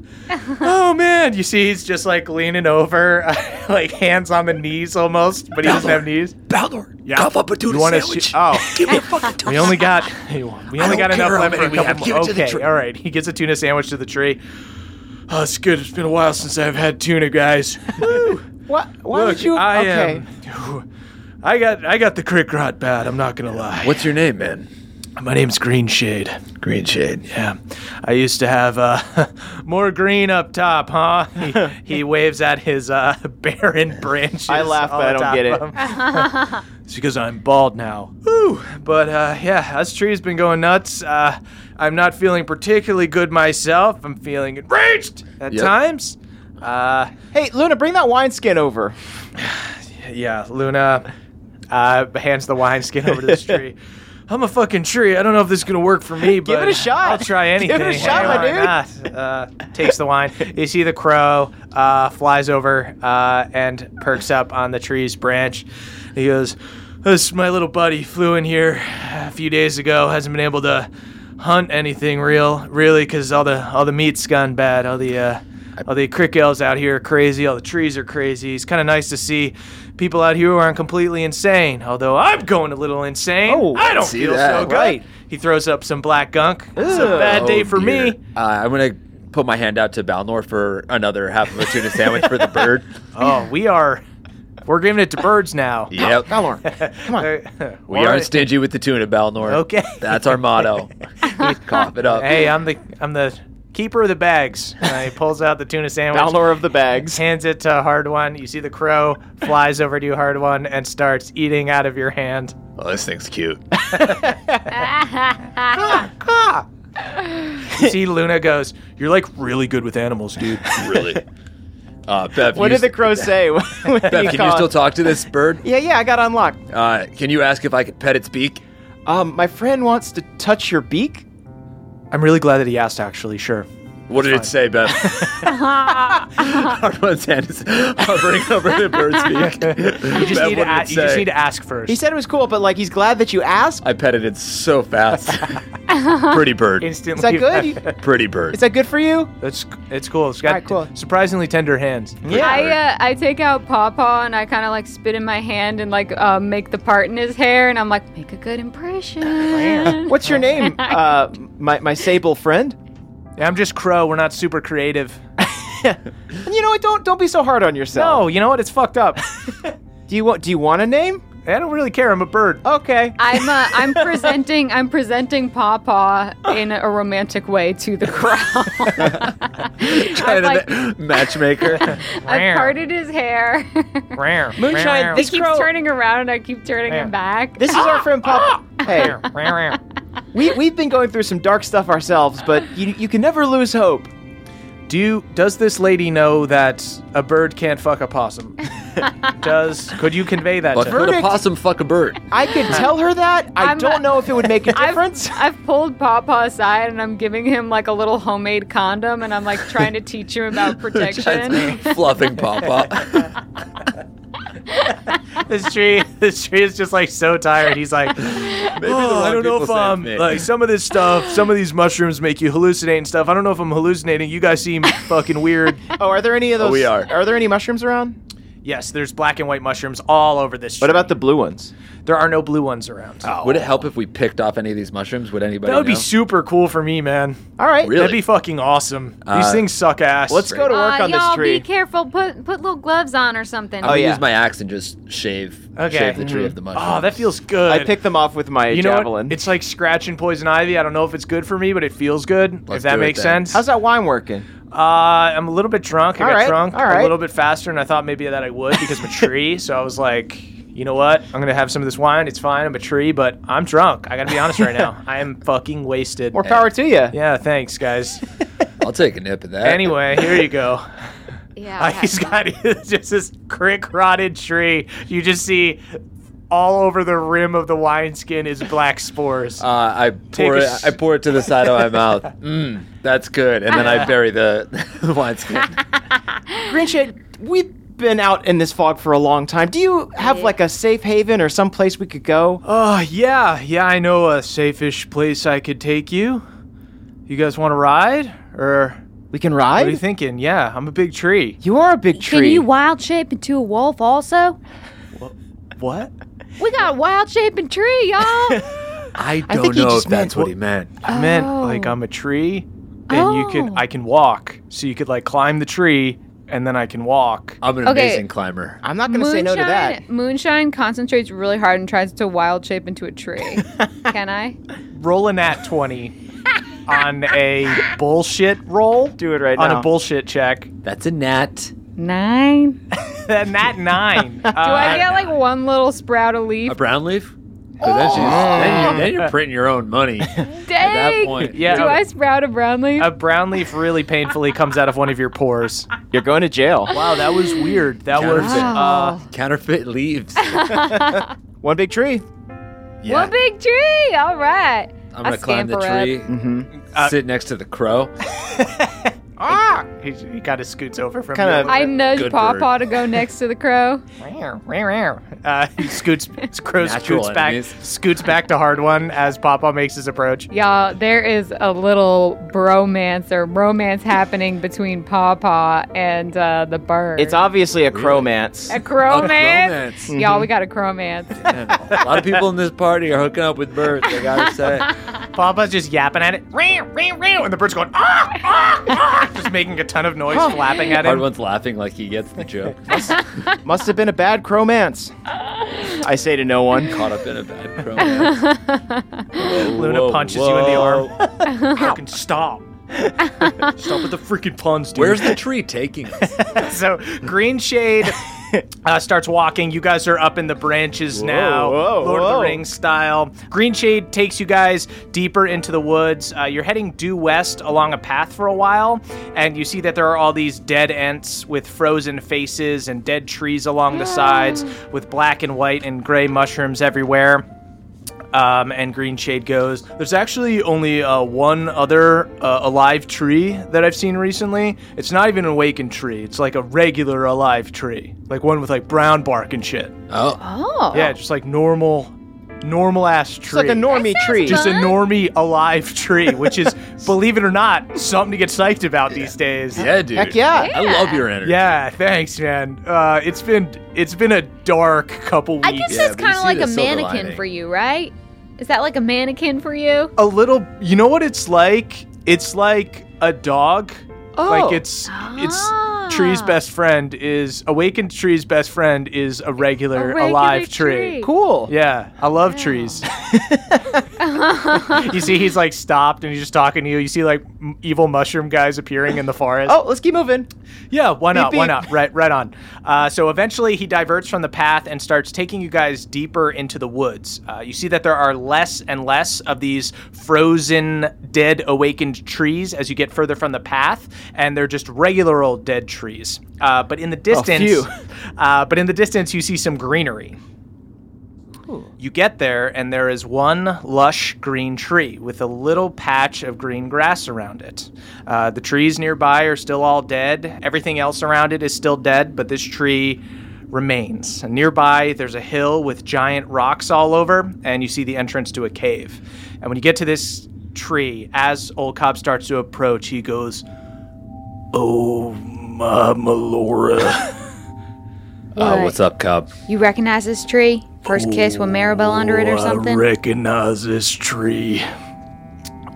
S8: oh man,
S2: You see, he's just like leaning over, like hands on the knees almost, but he doesn't have knees.
S8: Baldur, yeah. cough up a tuna
S2: You want to?
S8: sandwich.
S2: oh,
S8: Give me a fucking tuna.
S2: we only got we only
S8: don't
S2: got enough
S8: care how
S2: left for a
S8: many we have.
S2: couple.
S8: Give it to the
S2: okay,
S8: tree.
S2: all right. He gets a tuna sandwich to the tree.
S8: Oh, it's good. It's been a while since I've had tuna, guys.
S5: Why, why
S8: Look,
S5: would you?
S8: I
S5: okay.
S8: am. I got I got the crick rot bad. I'm not gonna lie.
S3: What's your name, man?
S8: My name's Green Shade. Green Shade. Yeah, I used to have uh, more green up top, huh?
S2: He, he waves at his uh, barren branches.
S5: I laugh, but
S2: all
S5: I don't
S2: atop
S5: get it.
S2: of him.
S8: It's because I'm bald now.
S2: Whew. But uh, yeah, us tree's been going nuts. Uh, I'm not feeling particularly good myself. I'm feeling enraged at
S3: Yep.
S2: times. Uh,
S5: Hey, Luna, bring that wineskin over.
S2: yeah, Luna uh, hands the wineskin over to this tree.
S8: I'm a fucking tree. I don't know if this is gonna work for me, but
S5: Give it a shot.
S2: I'll try anything.
S5: Give it a shot, my dude.
S2: dude. Uh, takes the wine. You see the crow uh, flies over uh, and perks up on the tree's branch.
S8: He goes, "This my little buddy flew in here a few days ago. Hasn't been able to hunt anything real, really, because all the all the meat's gone bad. All the uh, all the crick elves out here are crazy. All the trees are crazy. It's kind of nice to see people out here who aren't completely insane. Although I'm going a little insane.
S5: Oh,
S8: I don't
S3: see
S8: feel
S3: that.
S8: so good.
S5: Right.
S8: He throws up some black gunk. It's a bad day for me.
S3: Uh, I'm gonna put my hand out to Balnor for another half of a tuna sandwich for the bird.
S2: Oh, we are. We're giving it to birds now.
S3: Yep.
S2: Come on.
S3: We aren't stingy with the tuna, Balnor.
S2: Okay.
S3: That's our motto. Cough it up.
S2: Hey, I'm the I'm the keeper of the bags. Uh, he pulls out the tuna sandwich.
S5: Balnor of the bags.
S2: Hands it to Hard One. You see the crow flies over to you, Hard One, and starts eating out of your hand.
S3: Oh, this thing's cute.
S2: You see Luna goes,
S8: You're like really good with animals, dude.
S3: really. Uh, Bev,
S5: What
S3: you
S5: did the crow say? when you
S3: Bev, can you
S5: called?
S3: still talk to this bird?
S5: Yeah, yeah, I got unlocked.
S3: Uh, can you ask if I could pet its beak?
S5: Um, my friend wants to touch your beak.
S2: "I'm really glad that he asked. Actually, sure."
S3: What did it say, Bev? Hardman's hand is hovering over the bird's beak.
S2: You just,
S3: Bev,
S2: need
S3: what
S2: to
S3: did
S2: a-
S3: it
S2: you just
S3: say?
S2: need to ask first.
S5: He said it was cool, but like he's glad that you asked.
S3: I petted it so fast. pretty bird.
S2: Instantly,
S5: Is that good? You-
S3: Pretty bird.
S5: Is that good for you?
S2: It's it's cool. It's got
S5: Alright, cool.
S2: surprisingly tender hands.
S4: I uh, I take out Pawpaw and I kind of like spit in my hand and like uh, make the part in his hair and I'm like make a good impression.
S5: What's your name? Uh, my my sable friend.
S2: Yeah, I'm just Crow. We're not super creative.
S5: And you know what? Don't don't be so hard on yourself.
S2: No, you know what? It's fucked up.
S5: Do you want do you want a name?
S2: I don't really care. I'm a bird.
S5: Okay.
S4: I'm uh, I'm presenting I'm presenting Pawpaw in a romantic way to the crowd.
S3: Trying
S4: like-
S3: to ma- matchmaker.
S4: I parted his hair.
S5: Moonshine.
S4: he
S5: This
S4: keeps
S5: crow.
S4: turning around and I keep turning him back.
S5: This is our friend Papa. Hey, we we've been going through some dark stuff ourselves, but you you can never lose hope.
S2: Do does this lady know that a bird can't fuck a possum? does could you convey that
S3: But
S2: to
S3: could
S2: her?
S3: a possum fuck a bird?
S5: I could tell her that. I
S4: I'm-
S5: don't know if it would make a
S4: I've,
S5: difference.
S4: I've pulled Pawpaw aside and I'm giving him like a little homemade condom and I'm like trying to teach him about protection.
S3: Fluffing Papa.
S2: This tree, this tree is just like so tired. He's like,
S3: Maybe the
S8: Oh,
S3: wrong
S8: I don't know
S3: people
S8: if
S3: sent
S8: I'm
S3: me.
S8: like some of this stuff. Some of these mushrooms make you hallucinate and stuff. I don't know if I'm hallucinating. You guys seem fucking weird.
S5: Oh, are there any of those?
S3: Oh, we are.
S5: Are there any mushrooms around?
S2: yes, there's black and white mushrooms all over this. Tree.
S5: What about the blue ones?
S2: There are no blue ones around.
S8: Oh,
S3: Would it help if we picked off any of these mushrooms? Would anybody?
S2: that would be
S3: know?
S2: super cool for me, man.
S5: All right.
S3: Really?
S2: That'd be fucking awesome.
S3: Uh,
S2: These things suck ass.
S5: Let's go to work
S4: Uh,
S5: on
S4: y'all
S5: this tree.
S4: be careful. Put put little gloves on or something.
S3: I'm gonna
S5: yeah.
S3: use my axe and just shave,
S2: Okay.
S3: shave the tree of the mushroom.
S2: Oh, that feels good.
S5: I picked them off with my
S2: You know
S5: javelin.
S2: what? It's like scratching poison ivy. I don't know if it's good for me, but it feels good.
S3: Let's
S2: if that
S3: do it
S2: makes
S3: then.
S2: sense.
S5: How's that wine working?
S2: Uh, I'm a little bit drunk. I
S5: All
S2: got
S5: right,
S2: drunk
S5: all right.
S2: a little bit faster, and I thought maybe that I would because I'm a tree. so I was like, you know what? I'm gonna have some of this wine. It's fine. I'm a tree, but I'm drunk. I gotta be honest right now. I am fucking wasted.
S5: More power to you.
S2: yeah, thanks, guys.
S3: I'll take a nip of that.
S2: Anyway, here you go.
S4: yeah.
S2: Uh, he's got just this crick rotted tree. You just see all over the rim of the wineskin is black spores.
S3: Uh, I pour
S2: a
S3: it.
S2: sh-
S3: I pour it to the side of my mouth. Mm, that's good. And then I bury the, the wineskin.
S5: Grinch, we've been out in this fog for a long time. Do you have like a safe haven or some place we could go?
S2: Oh, yeah, yeah, I know a safe-ish place I could take you. You guys want to ride? Or
S5: We can ride.
S2: what are you thinking? Yeah, I'm a big tree.
S5: You are a big tree.
S4: Can you wild shape into a wolf also?
S2: What?
S4: We got wild shaping tree, y'all.
S3: I
S5: I
S3: don't
S5: think he
S3: know if
S5: just meant
S3: that's what
S5: wh-
S3: he meant.
S2: I meant like I'm a tree, and you
S4: Oh.
S2: can I can walk. So you could like climb the tree, and then I can walk.
S3: I'm an
S4: Okay.
S3: amazing climber.
S5: I'm not going to say no to that.
S4: Moonshine concentrates really hard and tries to wild shape into a tree. Can I?
S2: Roll a nat twenty on a bullshit roll.
S5: Do it right
S2: on
S5: now.
S2: a bullshit check.
S3: That's a gnat.
S4: Nine. Do
S2: That nat nine. Uh,
S4: I get like one little sprout of leaf?
S3: A brown leaf. 'Cause Oh, then, she's- then you, then you're printing your own money.
S4: Dang.
S3: At that point,
S2: Oh. Yeah.
S4: Do I sprout a brown leaf?
S2: a brown leaf really painfully comes out of one of your pores.
S5: You're going to jail.
S2: Wow, that was weird. That was
S3: Counterfeit.
S2: uh,
S3: counterfeit leaves.
S5: One big tree.
S3: Yeah.
S4: What big tree? All right.
S3: I'm gonna
S4: I
S3: climb the
S4: scamper up.
S3: tree,
S2: Mm-hmm.
S3: sit next to the crow.
S2: Uh, he, he kind of scoots over from
S5: Kinda-
S4: I nudge
S3: Good
S4: Paw
S3: bird.
S4: Paw to go next to the crow.
S2: of uh, he scoots crows
S3: Natural
S2: scoots back
S3: enemies.
S2: scoots back to hard one as Papa makes his approach.
S4: Y'all, there is a little bromance or romance happening between Paw Paw and uh, the bird.
S5: It's obviously a cromance.
S4: a cromance.
S3: Romance.
S4: Y'all, we got a cromance.
S3: a lot of people in this party are hooking up with birds. I gotta say,
S2: Papa's just yapping at it, "Reow, reow, reow," and the bird's going ah, ah, ah, just making a ton of noise, flapping at
S3: hard
S2: him.
S3: one's laughing like he gets the joke.
S5: Must have been a bad cromance. I say to no one.
S3: Caught up in a bad crow.
S2: Luna punches you in the arm. Fucking stop! stop with the freaking puns, dude.
S3: Where's the tree taking us?
S2: so green shade uh, starts walking you guys are up in the branches now
S5: whoa,
S2: lord of
S5: whoa.
S2: the rings style green shade takes you guys deeper into the woods uh, you're heading due west along a path for a while and you see that there are all these dead ents with frozen faces and dead trees along the sides with black and white and gray mushrooms everywhere um, and Green Shade goes, There's actually only uh, one other uh, alive tree that I've seen recently. It's not even an awakened tree, it's like a regular alive tree, like one with like brown bark and shit.
S3: Oh,
S4: Oh.
S2: Yeah, just like normal, normal ass tree.
S5: It's like a normie tree.
S2: just a normie alive tree, which is, believe it or not, something to get psyched about these days.
S3: yeah, dude.
S5: Heck yeah.
S3: I love your energy.
S2: Yeah, thanks, man. Uh, it's been it's been a dark couple weeks.
S4: I guess
S3: Yeah,
S4: that's
S3: but you
S4: kind of
S3: see
S4: like
S3: the
S4: a
S3: silver
S4: mannequin
S3: lining.
S4: for you, right? Is that like a mannequin for you?
S2: a little you know what it's like it's like a dog
S5: Oh.
S2: like it's
S4: Ah.
S2: it's tree's best friend is awakened tree's best friend is a regular,
S4: A regular
S2: alive tree,
S4: tree.
S5: cool.
S2: yeah i love trees you see he's like stopped and he's just talking to you you see like m- evil mushroom guys appearing in the forest
S5: Oh, let's keep moving.
S2: yeah, why not? Why
S5: beep.
S2: not? Right, right on. Uh, so eventually, he diverts from the path and starts taking you guys deeper into the woods. Uh, you see that there are less and less of these frozen, dead, awakened trees as you get further from the path, and they're just regular old dead trees. Uh, but in the
S5: Oh,
S2: distance,
S5: phew.
S2: uh, but in the distance, you see some greenery. You get there, and there is one lush green tree with a little patch of green grass around it. Uh, the trees nearby are still all dead. Everything else around it is still dead, but this tree remains. And nearby, there's a hill with giant rocks all over, and you see the entrance to a cave. And when you get to this tree, as Old Cobb starts to approach, he goes, Oh, my Melora.
S3: Uh, what's up, Cobb?
S4: You recognize this tree? First kiss with Maribel under it or something?
S2: recognize this tree.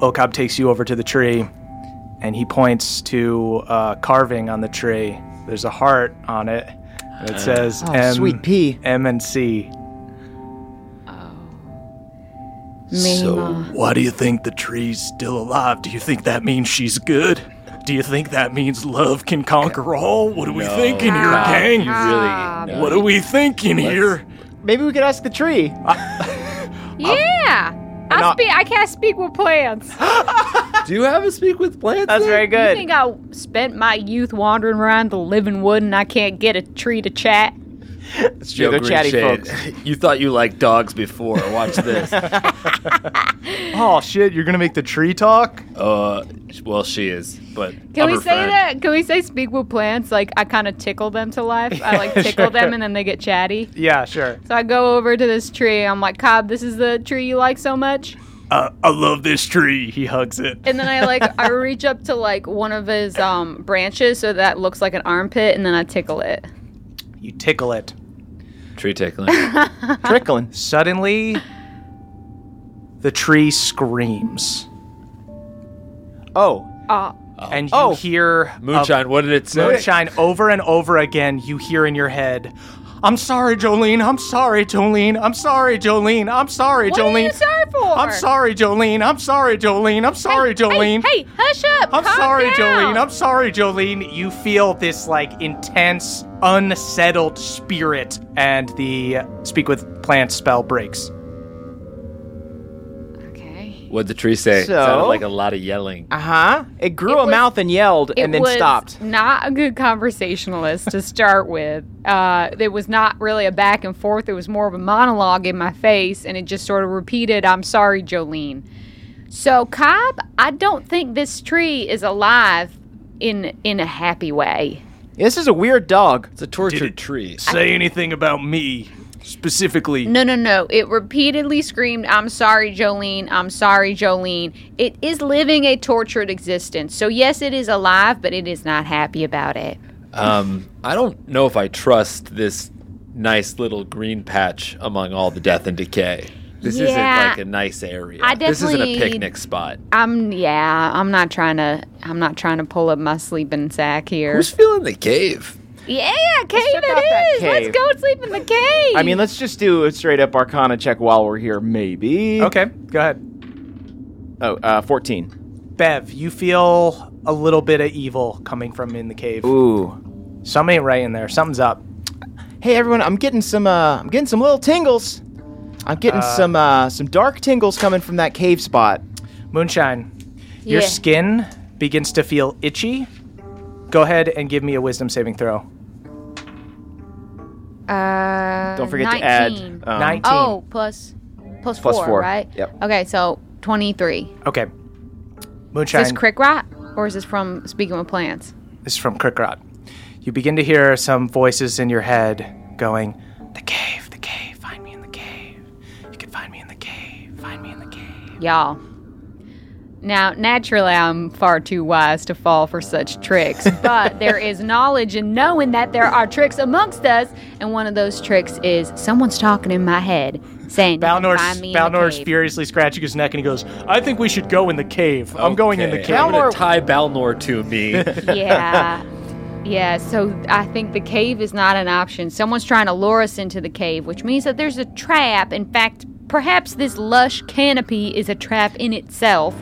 S2: Okab takes you over to the tree, and he points to a carving on the tree. There's a heart on it. and
S3: Uh,
S2: It says M,
S5: Sweet pea.
S2: M and C.
S6: Me, Ma.
S8: Why do you think the tree's still alive? Do you think that means she's good? Do you think that means love can conquer all? What are we thinking here,
S3: Cobb,
S8: gang?
S3: You
S4: Ah.
S3: really? no,
S8: What are we thinking here?
S5: Maybe we could ask the tree.
S4: Yeah. I
S5: not-
S4: speak. I can't speak with plants.
S3: Do you have a speak with plants?
S5: That's very
S4: I
S5: good.
S4: think I spent my youth wandering around the living wood and I can't get a tree to chat.
S3: It's
S5: true, they're chatty
S3: You thought you liked dogs before. Watch this.
S2: Oh shit, you're gonna make the tree talk?
S3: uh, well, she is, but
S4: Can
S3: I'm
S4: we
S3: her
S4: say
S3: friend.
S4: that? Can we say speak with plants? Like I kind of tickle them to life. I like tickle them and then they get chatty.
S2: Yeah, sure.
S4: So I go over to this tree. I'm like, Cobb, this is the tree you like so much.
S8: Uh, I love this tree. He hugs it.
S4: And then I like I reach up to like one of his um branches so that looks like an armpit, and then I tickle it.
S2: You tickle it.
S3: Tree tickling.
S5: Trickling.
S2: Suddenly, the tree screams,
S5: Oh,
S4: Oh,
S2: and you
S5: Oh.
S2: hear a-
S3: Moonshine, what did it say?
S2: moonshine over and over again. You hear in your head, "I'm sorry, Jolene. I'm sorry, Jolene. I'm sorry, Jolene. I'm sorry,
S4: what are
S2: Jolene.
S4: you sorry for?
S2: I'm sorry, Jolene. I'm sorry, Jolene. I'm sorry, Jolene."
S4: Hey, hey, hush up.
S2: I'm
S4: calm
S2: sorry,
S4: down.
S2: Jolene. I'm sorry, Jolene. You feel this like intense, unsettled spirit, and the uh, speak with plant spell breaks.
S6: Okay.
S3: What'd the tree say? It
S5: So?
S3: sounded like a lot of yelling.
S5: uh huh. It grew
S4: It
S5: a
S4: was-
S5: mouth and yelled
S4: It
S5: and then
S4: was
S5: stopped.
S4: Not a good conversationalist to start with. Uh, it was not really a back and forth. It was more of a monologue in my face, and it just sort of repeated, "I'm sorry, Jolene." So, Cobb, I don't think this tree is alive in in a happy way.
S5: This is a weird dog.
S3: It's a tortured tree.
S8: Say anything about me specifically.
S4: No, no, no. It repeatedly screamed, I'm sorry, Jolene. I'm sorry, Jolene. It is living a tortured existence. So, yes, it is alive, but it is not happy about it.
S3: Um, I don't know if I trust this nice little green patch among all the death and decay. This
S4: Yeah.
S3: isn't like a nice area.
S4: I
S3: This isn't a
S4: definitely-
S3: picnic spot.
S4: I'm, yeah, I'm not trying to, I'm not trying to pull up my sleeping sack here.
S3: Who's feeling the cave?
S4: yeah, cave
S5: check out that
S4: it is.
S5: cave.
S4: Let's go and sleep in the cave.
S5: I mean, let's just do a straight up Arcana check while we're here, maybe.
S2: Okay, go ahead.
S5: Oh, uh, 14.
S2: Bev, you feel a little bit of evil coming from in the cave.
S5: Ooh.
S2: Something ain't right in there. Something's up.
S5: Hey everyone, I'm getting some uh, I'm getting some little tingles. I'm getting some uh, some dark tingles coming from that cave spot.
S2: Moonshine, your
S4: Yeah.
S2: skin begins to feel itchy. Go ahead and give me a wisdom saving throw.
S4: uh,
S5: Don't forget
S4: 19.
S5: to add um,
S2: Nineteen.
S4: Oh, plus, plus,
S5: Plus
S4: four,
S5: four.
S4: right?
S5: Yep.
S4: Okay, so 23.
S2: Okay.
S4: Is
S2: Moonshine.
S4: this Crick Rot or is this from Speaking with Plants?
S2: This is from Crickrot. You begin to hear some voices in your head going, The cave, the cave, find me in the cave. You can find me in the cave, find me in the cave.
S4: Y'all. Now, naturally, I'm far too wise to fall for such tricks, but there is knowledge in knowing that there are tricks amongst us, and one of those tricks is someone's talking in my head saying,
S2: Balnor's,
S4: Find me
S2: Balnor's
S4: in the cave."
S2: furiously scratching his neck and he goes, I think we should go in the cave. I'm going in the
S3: Okay,
S2: cave.
S3: I'm gonna tie Balnor to me.
S4: Yeah. Yeah, so I think the cave is not an option. Someone's trying to lure us into the cave, which means that there's a trap. In fact, perhaps this lush canopy is a trap in itself.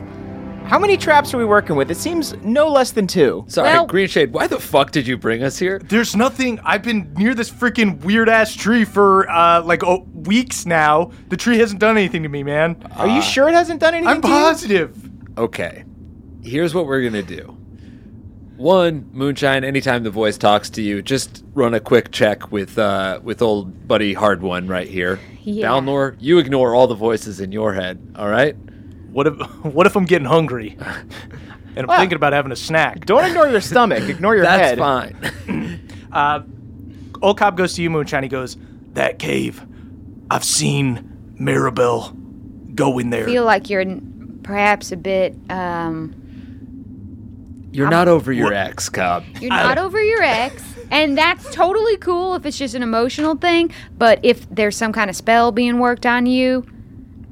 S5: How many traps are we working with? It seems no less than two.
S3: Sorry,
S4: Well-
S3: Green Shade, why the fuck did you bring us here?
S2: There's nothing. I've been near this freaking weird ass tree for uh, like oh, weeks now. The tree hasn't done anything to me, man.
S5: Are you sure it hasn't done anything?
S2: Uh, I'm
S5: to you?
S2: positive.
S3: Okay, here's what we're gonna do. One, Moonshine, anytime the voice talks to you, just run a quick check with uh, with old buddy Hard One right here.
S4: Yeah.
S3: Balnor, you ignore all the voices in your head, all right?
S2: What if what if I'm getting hungry? And I'm thinking about having a snack.
S5: Don't ignore your stomach. Ignore your
S3: That's
S5: head.
S3: fine.
S2: Old Cobb goes to you, Moonshine. He goes, That cave. I've seen Mirabelle go in there.
S4: feel like you're perhaps a bit um
S3: You're not over your ex, Cobb.
S4: you're not over your ex and that's totally cool if it's just an emotional thing but if there's some kind of spell being worked on you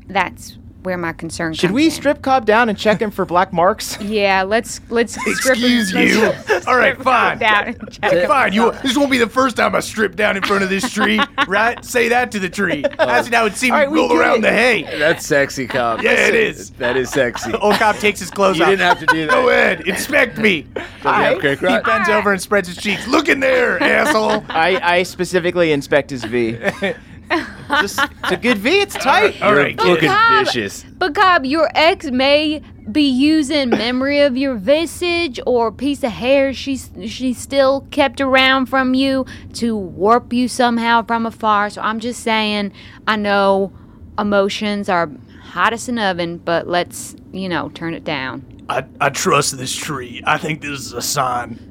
S4: that's where my concern
S5: Should
S4: comes
S5: we
S4: in.
S5: strip Cobb down and check him for black marks?
S4: yeah let's let's strip
S8: Excuse
S4: let's
S8: you. All right, fine.
S4: down and check it.
S8: Fine. You. This won't be the first time I strip down in front of this tree, right? Say that to the tree. That's how it seemed
S5: Oh. All right, we
S8: roll
S5: did
S8: around
S5: it.
S8: the hay.
S3: That's sexy, Cobb.
S8: Yeah, it is. Oh,
S3: That is sexy. You
S2: Old Cobb takes his clothes off.
S3: didn't have to do that.
S8: Go ahead, inspect me.
S3: Hi. Crick
S2: He
S3: Rock?
S4: Ah.
S2: bends over and spreads his cheeks.
S8: Look in there, asshole.
S5: I, I specifically inspect his V. Just, it's a good V. It's tight.
S3: All right,
S4: But
S3: looking
S4: Cobb,
S3: vicious.
S4: But Cobb, your ex may be using memory of your visage or piece of hair she she still kept around from you to warp you somehow from afar. So I'm just saying, I know emotions are hot as an oven, but let's you know turn it down.
S8: I, I trust this tree. I think this is a sign.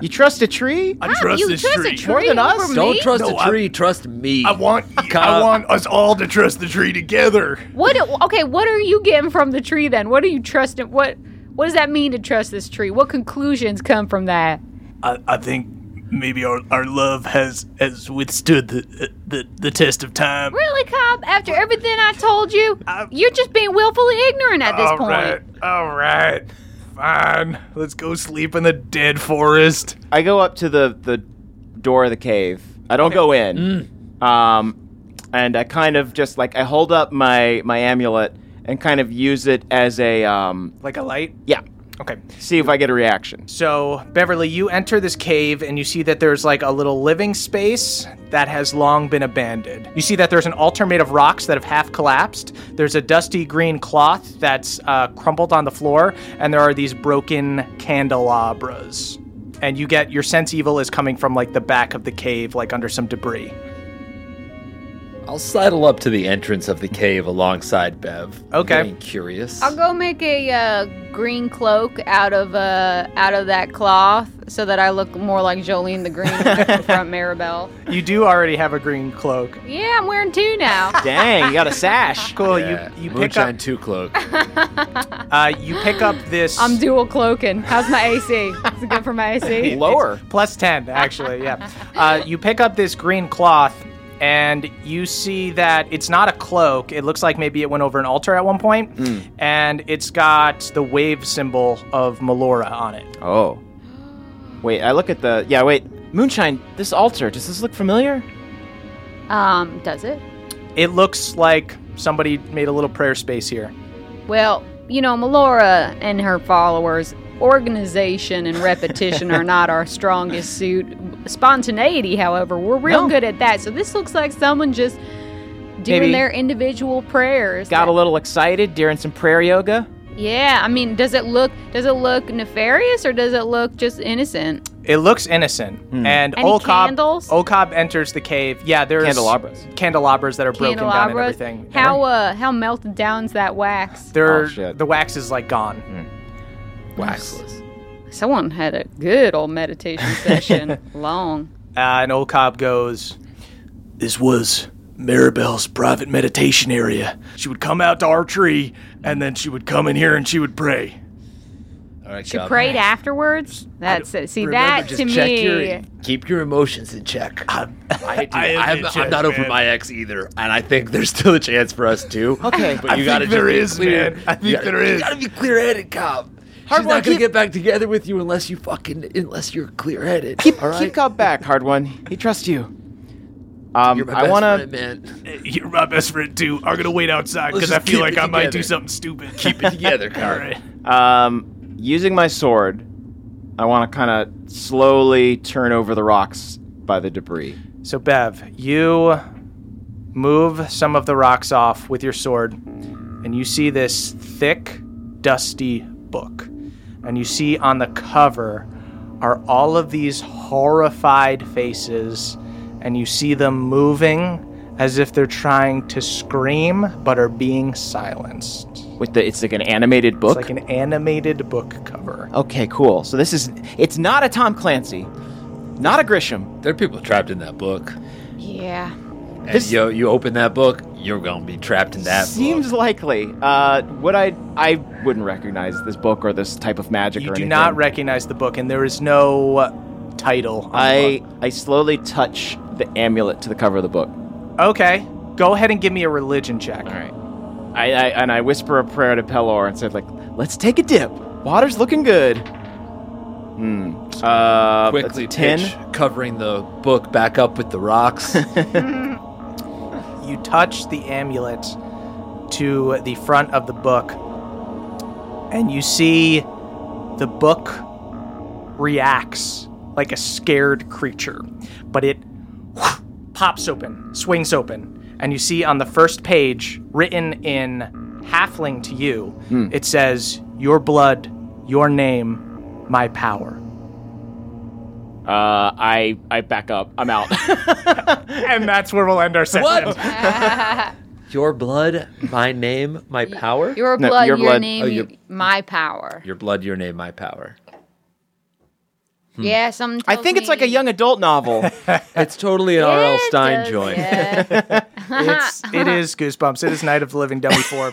S5: You trust a tree?
S8: I
S4: Cobb,
S8: trust
S4: you
S8: this
S4: trust
S8: tree.
S4: a tree
S5: More than us?
S4: over
S5: Don't
S4: me?
S3: Trust
S8: No,
S3: a
S8: I-
S3: tree, trust me.
S8: I want I want us all to trust the tree together.
S4: What? Okay, what are you getting from the tree then? What are you trusting? What? What does that mean to trust this tree? What conclusions come from that?
S8: I, I think maybe our, our love has has withstood the the, the test of time.
S4: Really, Cobb? After everything I told you, you're just being willfully ignorant at this
S8: All
S4: point.
S8: right, all right, fine. Let's go sleep in the dead forest.
S5: I go up to the the door of the cave. I don't go in. Um, and I kind of just like I hold up my my amulet and kind of use it as a um
S2: Like a light?
S5: yeah.
S2: Okay.
S5: See if I get a reaction.
S2: So, Beverly, you enter this cave and you see that there's like a little living space that has long been abandoned. You see that there's an altar made of rocks that have half collapsed. There's a dusty green cloth that's uh, crumpled on the floor, and there are these broken candelabras. And you get your sense evil is coming from like the back of the cave, like under some debris.
S3: I'll sidle up to the entrance of the cave alongside Bev.
S2: Okay.
S3: Being curious.
S4: I'll go make a uh, green cloak out of uh, out of that cloth so that I look more like Jolene the Green from Maribel.
S2: You do already have a green cloak.
S4: Yeah, I'm wearing two now.
S5: Dang, you got a sash.
S2: Cool.
S3: Yeah,
S2: You you pick
S3: Uh, Moonshine
S2: up
S3: two cloak.
S2: uh, you pick up this.
S4: I'm dual cloaking. How's my AC? Is it good for my AC?
S5: Lower.
S2: plus 10 actually yeah uh, you pick up this green cloth and you see that it's not a cloak it looks like maybe it went over an altar at one point and it's got the wave symbol of melora on it
S5: Oh. Wait, I look at the yeah, wait. Moonshine, this altar, does this look familiar?
S4: Um, does it?
S2: it looks like somebody made a little prayer space here
S4: Well, you know, Melora and her followers, organization and repetition are not our strongest suit. Spontaneity, however, we're real
S5: No.
S4: good at that. So this looks like someone just doing
S5: Maybe.
S4: their individual prayers.
S5: Got a little excited during some prayer yoga.
S4: Yeah, I mean, does it look does it look nefarious or does it look just innocent?
S2: it looks innocent
S3: Hmm.
S2: and
S4: Any
S2: old cobb
S4: candles?
S2: old cobb enters the cave yeah there's
S5: Candelabras.
S2: candelabras that are broken down and
S4: Candelabras.
S2: everything
S4: How uh how melted down's that wax?
S2: They're-
S5: Oh, shit.
S2: the wax is like gone
S3: Waxless.
S4: Someone had a good old meditation session. Long.
S2: uh, and old cobb goes
S8: This was Maribel's private meditation area. She would come out to our tree, and then she would come in here and she would pray.
S3: All right,
S4: She
S3: Cobb.
S4: prayed afterwards. That's it. See
S3: Remember,
S4: that
S3: just
S4: to
S3: check
S4: me.
S3: your- keep your emotions in check. I, do.
S8: I am
S3: I
S8: in
S3: am,
S8: check,
S3: I'm not over
S8: man.
S3: my ex either, and I think there's still a chance for us too.
S5: Okay.
S3: but you
S8: I
S3: gotta
S8: think there
S3: just
S8: is,
S3: be clear.
S8: man. I think
S3: you gotta,
S8: there is.
S3: You gotta be clear-headed, Cobb. She's
S5: one,
S3: not gonna
S5: keep-
S3: get back together with you unless you fucking unless you're clear-headed.
S5: Keep
S3: all right?
S5: keep Cobb back, hard one. He trusts you. Um
S3: You're my
S5: I
S3: best
S5: wanna
S3: friend, man.
S8: Eh, You're my best friend too. I'm gonna wait outside
S3: Let's
S8: because I
S3: just
S8: feel
S3: keep
S8: like
S3: it
S8: I might
S3: together.
S8: do something stupid.
S3: Keep it together,
S8: All
S3: Cobb.
S8: right.
S5: Um, using my sword, I want to kind of slowly turn over the rocks by the debris.
S2: So, Bev, you move some of the rocks off with your sword, and you see this thick, dusty book. And you see on the cover are all of these horrified faces, and you see them moving as if they're trying to scream but are being silenced.
S5: With the, it's like an animated book.
S2: It's like an animated book cover.
S5: okay, cool. So this is, it's not a Tom Clancy, not a Grisham.
S3: There are people trapped in that book.
S4: Yeah.
S3: And
S5: This-
S3: yo, you open that book, you're gonna be trapped in that.
S5: seems
S3: book.
S5: likely. Uh, would I? I wouldn't recognize this book or this type of magic.
S2: You
S5: or
S2: do
S5: anything.
S2: not recognize the book, and there is no uh, title. On the book.
S5: I I slowly touch the amulet to the cover of the book.
S2: Okay. Go ahead and give me a religion check.
S5: All right. I, I and I whisper a prayer to Pelor and said like, "Let's take a dip. Water's looking good." Hmm. Uh,
S3: quickly
S5: that's a ten.
S3: pitch, covering the book back up with the rocks.
S2: You touch the amulet to the front of the book, and you see the book reacts like a scared creature, but it pops open, swings open, and you see on the first page, written in halfling to you,
S5: Hmm.
S2: it says, Your blood, your name, my power.
S5: Uh, I I back up. I'm out.
S2: And that's where we'll end our session.
S3: Your blood, my name, my power.
S4: Your
S5: No,
S4: blood,
S5: your
S4: your,
S5: blood-
S4: name,
S3: oh, your-
S4: y- my power.
S3: Your blood, your name, my power. Hmm.
S4: Yeah, something.
S5: I
S4: tells
S5: think it's like
S4: me-
S5: a young adult novel.
S3: It's totally an
S4: Yeah,
S3: R.L.
S4: it
S3: Stein
S4: does,
S3: joint.
S4: yeah.
S2: It's, it is Goosebumps. It is Night of the Living Dummy Form.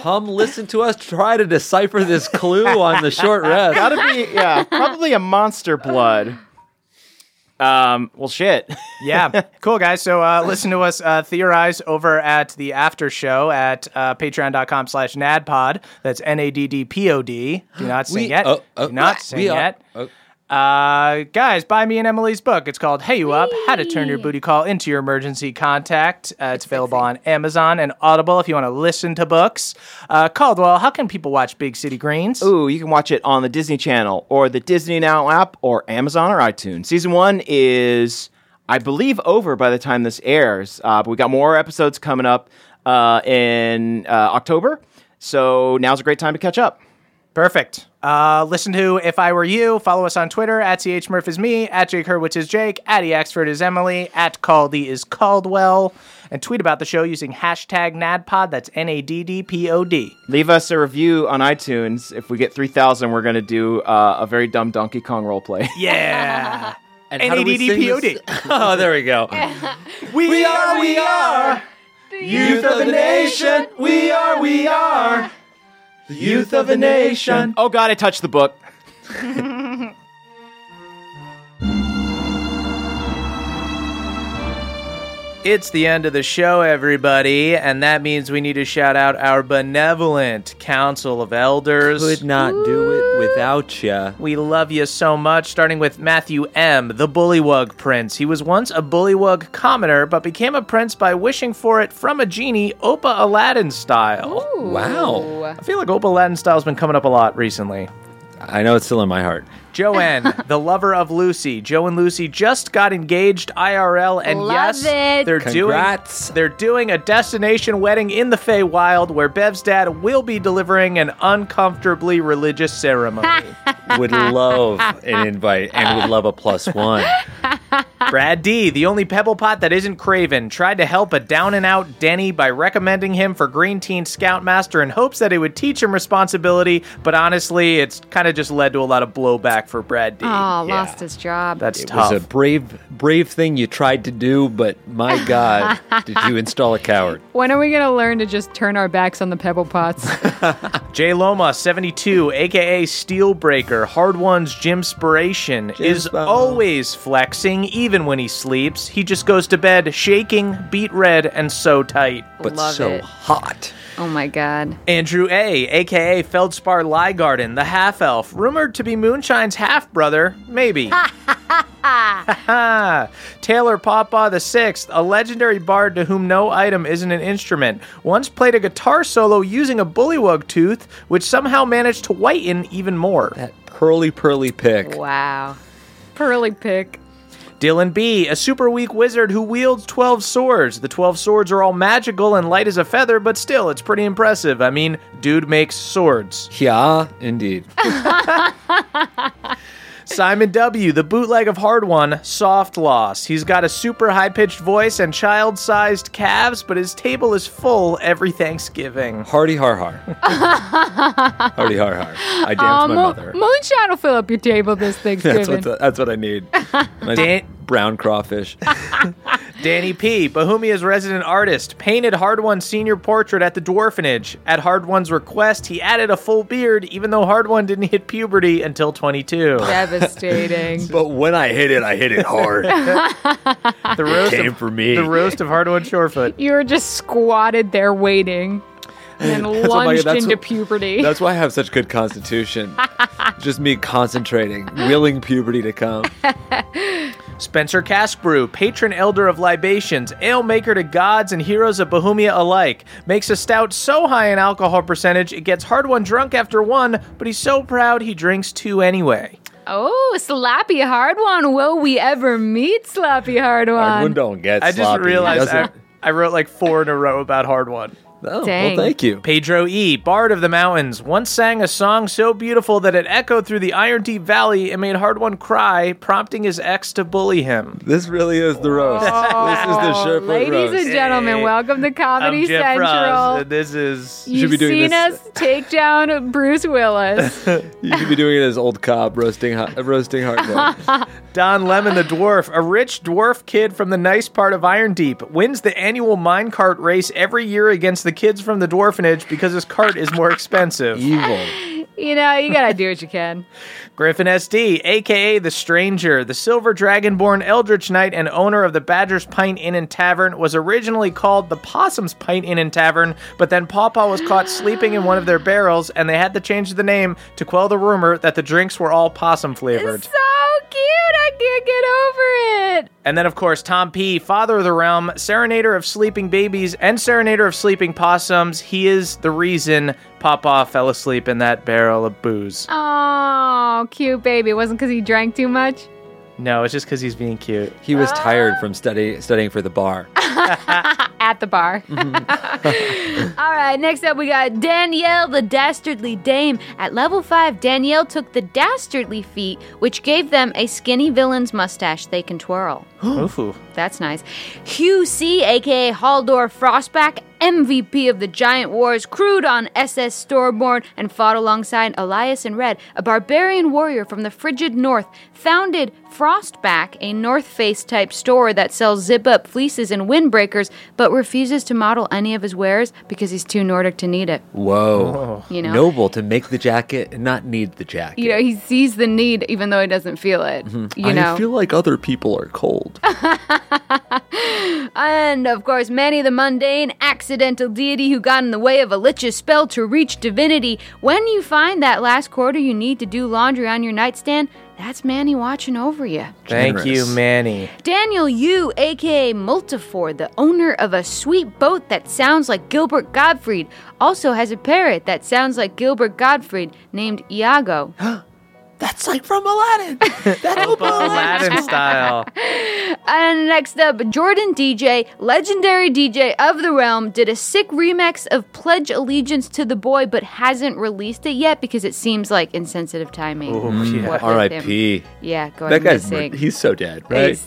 S3: Come listen to us try to decipher this clue on the short rest.
S5: Gotta be yeah, probably a monster blood. Um, well, shit.
S2: yeah cool guys so uh, listen to us uh, theorize over at the after show at uh, patreon.com slash nadpod that's n-a-d-d-p-o-d do not sing yet
S3: oh, oh,
S2: do not
S3: we
S2: sing
S3: are-
S2: yet
S3: oh.
S2: uh, guys, buy me and Emily's book. It's called Hey You Up How to Turn Your Booty Call into Your Emergency Contact. Uh, it's available on Amazon and Audible if you want to listen to books. Uh, Caldwell, how can people watch Big City Greens?
S5: Ooh, you can watch it on the Disney Channel or the Disney Now app or Amazon or iTunes. Season one is, I believe, over by the time this airs. Uh, but we got more episodes coming up uh, in uh, October, so now's a great time to catch up.
S2: Perfect. Uh, listen to If I Were You. Follow us on Twitter at chmurph is me, at Jake Hurwitz is Jake, at eaxford is Emily, at Caldy is Caldwell, and tweet about the show using hashtag NADPOD. That's N A D D P O D.
S5: Leave us a review on iTunes. If we get three thousand, we're gonna do uh, a very dumb Donkey Kong roleplay.
S2: Yeah.
S3: And how do we sing
S2: NADDPOD.
S3: this? Oh, there we go.
S2: we, are, we are.
S3: Youth of the nation, we are, we are. The youth of the nation.
S5: oh God, I touched the book.
S2: It's the end of the show, everybody, and that means we need to shout out our benevolent Council of Elders.
S3: Could not do it without ya.
S2: We love you so much. Starting with Matthew M., the Bullywug Prince. He was once a Bullywug commoner, but became a prince by wishing for it from a genie, Opa Aladdin style.
S3: Wow.
S2: I feel like Opa Aladdin style's been coming up a lot recently.
S3: I know it's still in my heart.
S2: Joanne, the lover of Lucy. Joe and Lucy just got engaged IRL, and
S4: Love
S2: yes,
S4: it.
S2: they're
S3: Congrats.
S2: doing they're doing a destination wedding in the Feywild, where Bev's dad will be delivering an uncomfortably religious ceremony.
S3: Would love an invite and would love a plus one.
S2: Brad D, the only pebble pot that isn't Craven, tried to help a down and out Denny by recommending him for Green Teen Scoutmaster in hopes that it would teach him responsibility, but honestly, it's kind of just led to a lot of blowback for Brad D.
S6: Aw, Ah, lost his job.
S2: That's
S3: It
S2: tough.
S3: was a brave, brave thing you tried to do, but my God, did you install a coward?
S6: When are we gonna learn to just turn our backs on the pebble pots?
S2: J Loma 72, aka Steelbreaker, Hard One's Jimspiration, is always flexing even when he sleeps. He just goes to bed shaking, beat red, and so tight.
S3: But
S6: Love
S3: so
S6: it.
S3: hot.
S6: Oh my god.
S2: Andrew A., aka Feldspar Liegarden, the half elf, rumored to be Moonshine's half brother, maybe. Taylor Pawpaw the Sixth, a legendary bard to whom no item isn't an instrument, once played a guitar solo using a bullywug tooth, which somehow managed to whiten even more.
S3: That pearly, pearly pick.
S6: Wow. Pearly pick.
S2: Dylan B, a super weak wizard who wields 12 swords. The 12 swords are all magical and light as a feather, but still, it's pretty impressive. I mean, dude makes swords.
S3: Yeah, indeed.
S2: Simon W., the bootleg of Hard One, Soft Loss. He's got a super high pitched voice and child sized calves, but his table is full every Thanksgiving.
S3: Hardy har har. Hardy har har. I danced my
S6: Uh, Mo-
S3: mother.
S6: Um, Moonshine will fill up your table this Thanksgiving.
S3: That's what, the, that's what I need. My
S2: Dan-
S3: brown crawfish.
S2: Danny P., Bahumia's resident artist, painted Hard One's senior portrait at the Dwarfenage. At Hard One's request, he added a full beard, even though Hard One didn't hit puberty until 22.
S6: Devastating.
S3: But when I hit it, I hit it hard.
S2: The roast,
S3: Came
S2: of,
S3: for me.
S2: the roast of Hard One Shorefoot.
S6: you were just squatted there waiting and then
S3: what my-
S6: lunged
S3: that's
S6: into
S3: what-
S6: puberty.
S3: That's why I have such good constitution. Just me concentrating, willing puberty to come.
S2: Spencer Caskbrew, patron elder of libations, ale maker to gods and heroes of Bohemia alike, makes a stout so high in alcohol percentage it gets hard one drunk after one, but he's so proud he drinks two anyway.
S4: Oh,
S6: Slappy hard one. Will we ever meet Slappy hard one?
S3: Hardwood don't get
S2: I just
S3: sloppy.
S2: realized
S3: Doesn't-
S2: I, I wrote like four in a row about hard one.
S3: Oh,
S4: Dang.
S3: well, thank you.
S2: Pedro E., Bard of the Mountains, once sang a song so beautiful that it echoed through the Iron Deep Valley and made Hard One cry, prompting his ex to bully him.
S3: This really is the roast. this is the Sherpa
S4: Oh, Ladies
S3: roast.
S4: and gentlemen,
S2: Hey,
S4: welcome to Comedy Central.
S2: Ross, and this is.
S4: You've
S3: be doing
S4: seen
S3: this.
S4: us take down Bruce Willis.
S3: you should be doing it as old cob roasting ho- uh, roasting hard.
S2: Don Lemon the Dwarf, a rich dwarf kid from the nice part of Iron Deep, wins the annual minecart race every year against the kids from the dwarfenage because his cart is more expensive.
S3: Evil.
S4: you know, you gotta do what you can.
S2: Griffin SD, aka The Stranger, the Silver Dragonborn Eldritch Knight and owner of the Badger's Pint Inn and Tavern, was originally called the Possum's Pint Inn and Tavern, but then Pawpaw was caught sleeping in one of their barrels, and they had to change the name to quell the rumor that the drinks were all possum flavored.
S4: So cute, I can't get over it.
S2: And then, of course, Tom P., Father of the Realm, Serenader of Sleeping Babies, and Serenader of Sleeping Possums. He is the reason Pawpaw fell asleep in that barrel of booze.
S4: Oh, cute baby. It wasn't because he drank too much.
S2: No, it's just because he's being cute.
S3: He was
S4: Ah,
S3: tired from study studying for the bar.
S4: At the bar. All right, next up we got Danielle the Dastardly Dame. At level 5, Danielle took the Dastardly feat, which gave them a skinny villain's mustache they can twirl.
S2: Ooh.
S4: That's nice. Hugh C., aka Haldor Frostback, MVP of the Giant Wars, crewed on SS Stormborn and fought alongside Elias in Red, a barbarian warrior from the frigid north, founded Frostback, a North Face type store that sells zip up fleeces and windbreakers, but refuses to model any of his wares because he's too Nordic to need it.
S3: Whoa.
S4: You know?
S3: Noble to make the jacket and not need the jacket.
S4: You know, he sees the need even though he doesn't feel it. You know,
S3: Mm-hmm. I feel like other people are cold.
S4: And of course, Manny the mundane, accidental deity who got in the way of a lich's spell to reach divinity. When you find that last quarter you need to do laundry on your nightstand, that's Manny watching over you.
S2: Thank you,
S3: Generous.
S2: Manny.
S4: Daniel Yu, aka Multifor, the owner of a sweet boat that sounds like Gilbert Gottfried, also has a parrot that sounds like Gilbert Gottfried named Iago.
S3: That's like from Aladdin.
S4: Oh,
S2: Aladdin style.
S4: And next up, Jordan DJ, legendary DJ of the realm, did a sick remix of Pledge Allegiance to the Boy, but hasn't released it yet because it seems like insensitive timing. What with him.
S3: R.I.P.
S4: Yeah, go
S3: Oh, That
S4: ahead and
S3: guy's
S4: sing.
S3: mur- he's so dead, right?
S4: It's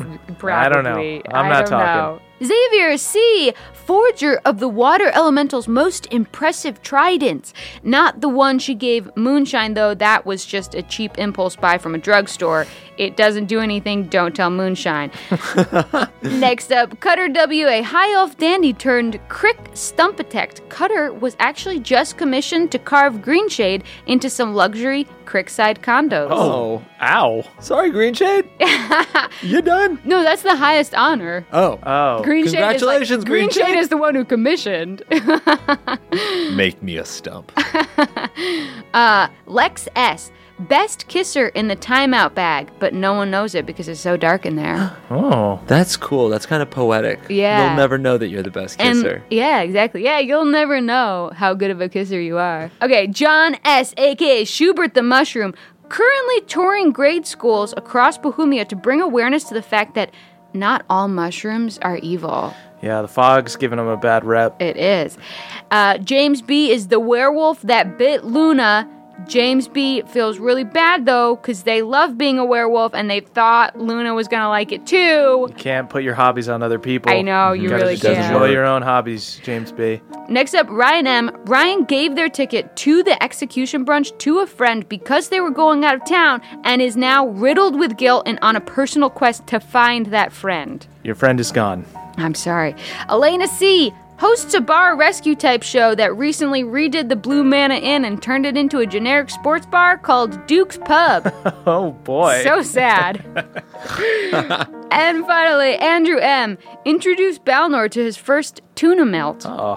S4: probably,
S2: I don't know. I'm
S4: I
S2: not
S4: don't
S2: talking.
S4: know. Xavier C., forger of the water elemental's most impressive tridents. Not the one she gave Moonshine, though. That was just a cheap impulse buy from a drugstore. It doesn't do anything. Don't tell Moonshine. Next up, Cutter W, a high elf dandy turned crick stumpetect. Cutter was actually just commissioned to carve Greenshade into some luxury crickside condos.
S3: Oh,
S2: Ow.
S3: sorry, Green Shade. you done?
S4: No, that's the highest honor.
S3: Oh,
S2: Oh.
S4: Green Shade is
S3: Congratulations,
S4: like, Green
S3: Green Shade.
S4: Shade is the one who commissioned.
S3: make me a stump.
S4: Uh, Lex S. Best kisser in the timeout bag, but no one knows it because it's so dark in there.
S2: oh.
S3: That's cool. That's kind of poetic.
S4: Yeah.
S3: they'll never know that you're the best
S4: and
S3: kisser.
S4: yeah, exactly. Yeah, you'll never know how good of a kisser you are. Okay, John S. aka Schubert the Mushroom, currently touring grade schools across Bohemia to bring awareness to the fact that not all mushrooms are evil.
S2: Yeah, the fog's giving him a bad rep.
S4: It is. Uh, James B is the werewolf that bit Luna. James B feels really bad though, because they love being a werewolf and they thought Luna was gonna like it too.
S2: Can't put your hobbies on other people.
S4: I know, you
S2: gotta
S4: really
S2: just
S4: can't.
S2: Enjoy your own hobbies, James B.
S4: Next up, Ryan M. Ryan gave their ticket to the execution brunch to a friend because they were going out of town and is now riddled with guilt and on a personal quest to find that friend.
S2: Your friend is gone.
S4: I'm sorry. Elena C. hosts a bar rescue type show that recently redid the Blue Manna Inn and turned it into a generic sports bar called Duke's Pub.
S2: Oh, boy.
S4: so sad. and finally, Andrew M. introduced Balnor to his first tuna melt.
S3: Oh.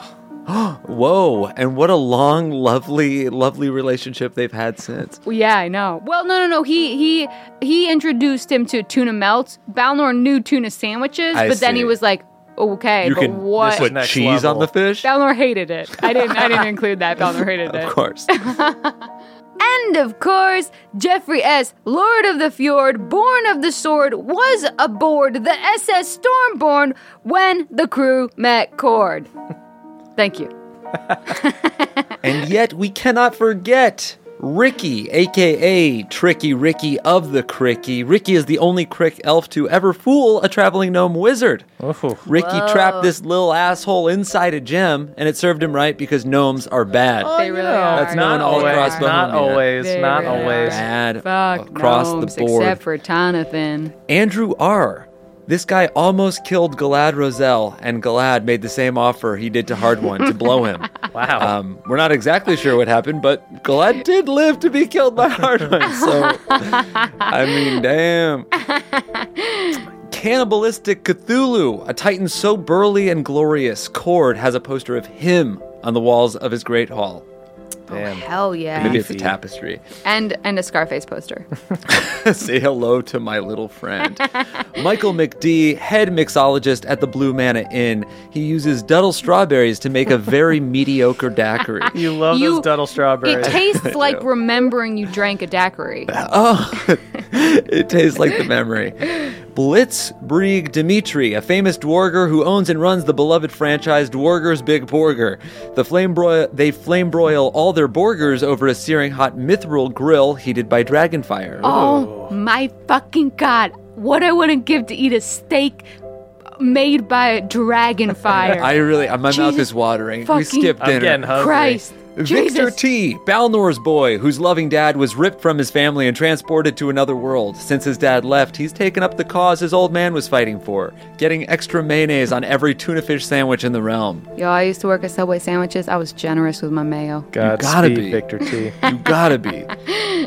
S3: Whoa! And what a long, lovely, lovely relationship they've had since.
S4: Well, Yeah, I know. Well, no, no, no. He he he introduced him to tuna melts. Balnor knew tuna sandwiches,
S3: I
S4: but then he
S3: see.
S4: was like, "Okay,
S3: you
S4: but
S3: can
S4: what?"
S3: put
S2: Next
S3: cheese
S2: level.
S3: on the fish.
S4: Balnor hated it. I didn't. I didn't include that. Balnor hated it.
S3: Of course.
S4: And of course, Jeffrey S., Lord of the Fjord, born of the sword, was aboard the SS Stormborn when the crew met Cord. Thank you.
S3: And yet we cannot forget Ricky, aka Tricky Ricky of the Cricky. Ricky is the only crick elf to ever fool a traveling gnome wizard. Ricky trapped this little asshole inside a gem, and it served him right because gnomes are bad.
S4: they really are.
S3: That's known all
S2: always,
S3: across
S2: not
S3: Bohemia.
S2: always,
S4: They
S2: not
S4: really
S2: always.
S3: Bad
S4: Fuck
S3: across
S4: gnomes,
S3: the board.
S4: Except for Tonathan.
S3: Andrew R. This guy almost killed Galad Roselle, and Galad made the same offer he did to Hard One to blow him.
S2: Wow.
S3: Um, we're not exactly sure what happened, but Galad did live to be killed by Hard One. So, I mean, damn. Cannibalistic Cthulhu, a titan so burly and glorious, Cord has a poster of him on the walls of his great hall. Damn.
S4: Oh, Hell yeah.
S3: Maybe it's a tapestry.
S4: And and a Scarface poster.
S3: Say hello to my little friend. Michael McD, head mixologist at the Blue Manna Inn. He uses Duddle strawberries to make a very mediocre daiquiri.
S2: You love
S4: You-
S2: those Duddle
S4: it
S2: strawberries.
S4: tastes like remembering you drank a daiquiri.
S3: Oh, it tastes like the memory. Blitzbrieg Dimitri, a famous dwarger who owns and runs the beloved franchise Dwarger's Big Burger. The flame broil, they flame broil all their burgers over a searing hot mithril grill heated by dragonfire.
S4: Oh my fucking god. What I wouldn't give to eat a steak made by a dragon fire.
S3: I really, my mouth
S4: Jesus
S3: is watering. We
S4: fucking-
S3: skipped dinner.
S2: I'm getting hungry.
S4: Christ.
S3: Victor
S4: Jesus.
S3: T, Balnor's boy, whose loving dad was ripped from his family and transported to another world. Since his dad left, he's taken up the cause his old man was fighting for, getting extra mayonnaise on every tuna fish sandwich in the realm.
S4: Yo, I used to work at Subway sandwiches. I was generous with my mayo.
S2: God,
S3: gotta
S2: speed,
S3: be.
S2: Victor T.
S3: You gotta be.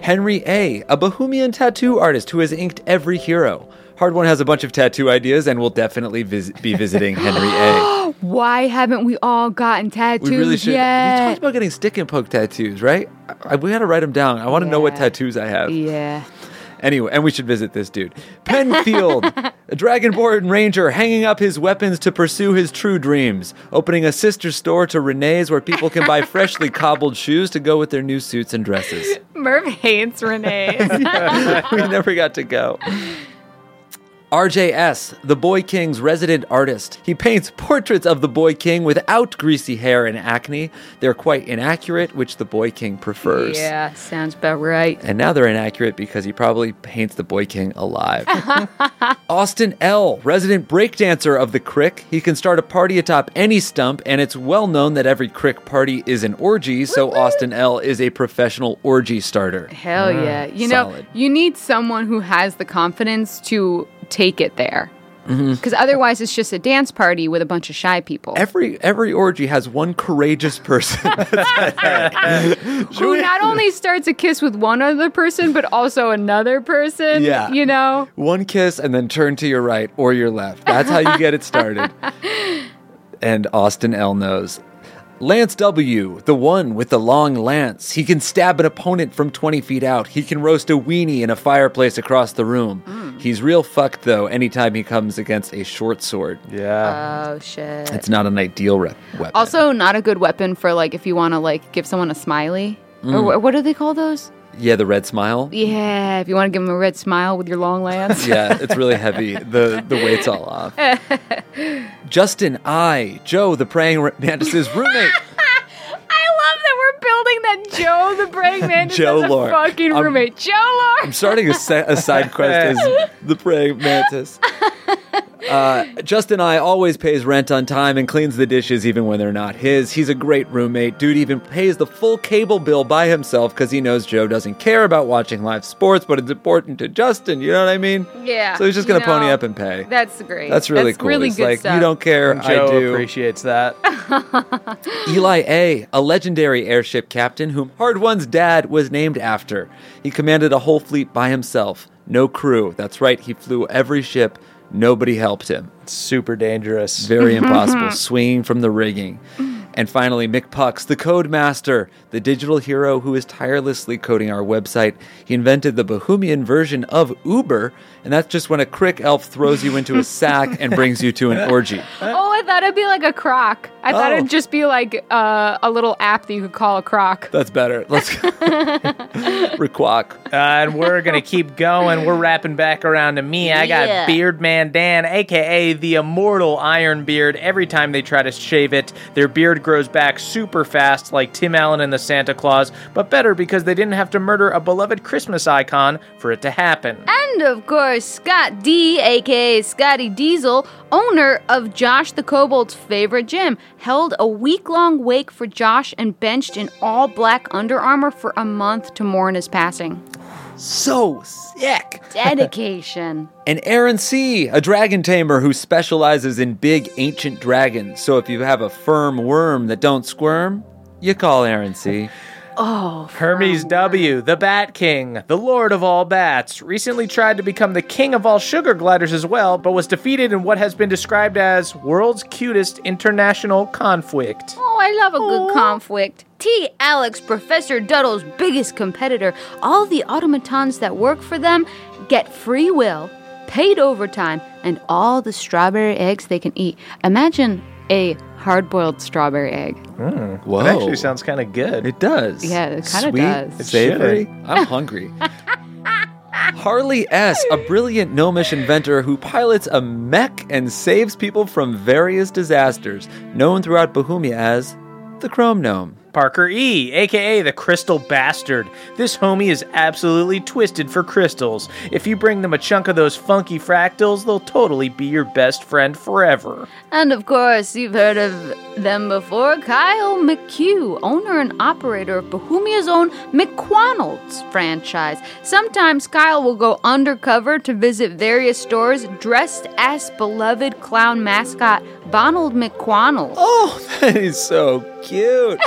S3: Henry A, a Bohemian tattoo artist who has inked every hero. Hard One has a bunch of tattoo ideas and will definitely vis- be visiting Henry A.
S4: Why haven't we all gotten tattoos
S3: We really should. We
S4: yet?
S3: talked about getting stick and poke tattoos, right? I, we gotta write them down. I wanna know what
S4: Yeah.
S3: tattoos I have.
S4: yeah.
S3: Anyway, and we should visit this dude. Penfield, a dragonborn ranger hanging up his weapons to pursue his true dreams, opening a sister store to Renee's where people can buy freshly cobbled shoes to go with their new suits and dresses.
S4: Merv hates Renee.
S3: we never got to go. RJS, the Boy King's resident artist. He paints portraits of the Boy King without greasy hair and acne. They're quite inaccurate, which the Boy King prefers.
S4: yeah, sounds about right.
S3: And now they're inaccurate because he probably paints the Boy King alive. Austin L., resident breakdancer of the Crick. He can start a party atop any stump, and it's well known that every Crick party is an orgy, so Austin L. is a professional orgy starter.
S4: Hell yeah. You know,
S3: solid.
S4: you need someone who has the confidence to take it there.
S3: Mm-hmm.
S4: Because otherwise, it's just a dance party with a bunch of shy people.
S3: Every every orgy has one courageous person.
S4: who not only starts a kiss with one other person, but also another person.
S3: Yeah.
S4: You know?
S3: one kiss and then turn to your right or your left. That's how you get it started. and Austin L knows. Lance W, the one with the long lance. He can stab an opponent from 20 feet out. He can roast a weenie in a fireplace across the room. He's real fucked, though, anytime he comes against a short sword.
S2: Yeah.
S4: Oh, shit.
S3: It's not an ideal rep- weapon.
S4: also, not a good weapon for like if you want to like give someone a smiley.
S3: Mm.
S4: Or wh- what do they call those?
S3: yeah, the red smile.
S4: Yeah, if you want to give them a red smile with your long lance.
S3: yeah, it's really heavy. The the weight's all off. Justin I, Joe, the praying mantis's roommate.
S4: I love that we're building that Joe the Brave Man is
S3: Joe
S4: a
S3: Lore.
S4: fucking
S3: I'm-
S4: roommate. Joe Lore.
S3: I'm starting a, se- a side quest as the praying mantis. Uh, Justin I always pays rent on time and cleans the dishes even when they're not his. He's a great roommate. Dude even pays the full cable bill by himself because he knows Joe doesn't care about watching live sports, but it's important to Justin. You know what I mean?
S4: Yeah,
S3: So he's just
S4: you
S3: gonna pony
S4: know,
S3: up and pay.
S4: That's great.
S3: That's really cool.
S4: Really
S3: It's
S4: good
S3: like
S4: stuff.
S3: you don't care.
S2: Joe
S3: I do.
S2: appreciates that.
S3: Eli A., a legendary airship captain whom Hard One's dad was named after. He commanded a whole fleet by himself, no crew. That's right, he flew every ship. Nobody helped him.
S2: It's super dangerous.
S3: Very impossible, swinging from the rigging. And finally, Mick Pucks, the code master, the digital hero who is tirelessly coding our website. He invented the Bohemian version of Uber, and that's just when a crick elf throws you into a sack and brings you to an orgy.
S4: Oh, I thought it'd be like a croc. I thought
S3: Oh.
S4: it'd just be like uh, a little app that you could call a croc.
S3: That's better. Let's go. Requack.
S2: Uh, and we're gonna keep going. We're wrapping back around to me. I got
S4: Yeah.
S2: Beard Man Dan, aka the immortal Iron Beard. Every time they try to shave it, their beard grows back super fast, like Tim Allen and the Santa Claus, but better because they didn't have to murder a beloved Christmas icon for it to happen.
S4: And of course, Scott D, aka Scotty Diesel, owner of Josh the Kobold's favorite gym, held a week long wake for Josh and benched in all black Under Armour for a month to mourn his passing.
S3: So sick.
S4: Dedication.
S3: And Aaron C., a dragon tamer who specializes in big ancient dragons. So if you have a firm worm that don't squirm, you call Aaron C.
S4: oh,
S2: Hermes W., the Bat King, the Lord of all bats, recently tried to become the king of all sugar gliders as well, but was defeated in what has been described as world's cutest international conflict.
S4: Oh, I love a good conflict. T. Alex, Professor Duddle's biggest competitor, all the automatons that work for them get free will, paid overtime, and all the strawberry eggs they can eat. Imagine a hard boiled strawberry egg.
S3: Whoa.
S2: That actually sounds kind of good.
S3: It does.
S4: Yeah, it kinda
S3: Sweet,
S4: does. It
S3: Savory. I'm hungry. Harley S., a brilliant gnomish inventor who pilots a mech and saves people from various disasters, known throughout Bohemia as the Chrome Gnome.
S2: Parker E, aka the Crystal Bastard. This homie is absolutely twisted for crystals. If you bring them a chunk of those funky fractals, they'll totally be your best friend forever.
S4: And of course, you've heard of them before Kyle McHugh, owner and operator of Bohemia's own McQuonald's franchise. Sometimes Kyle will go undercover to visit various stores dressed as beloved clown mascot Bonald McQuonald.
S3: Oh, that is so cute.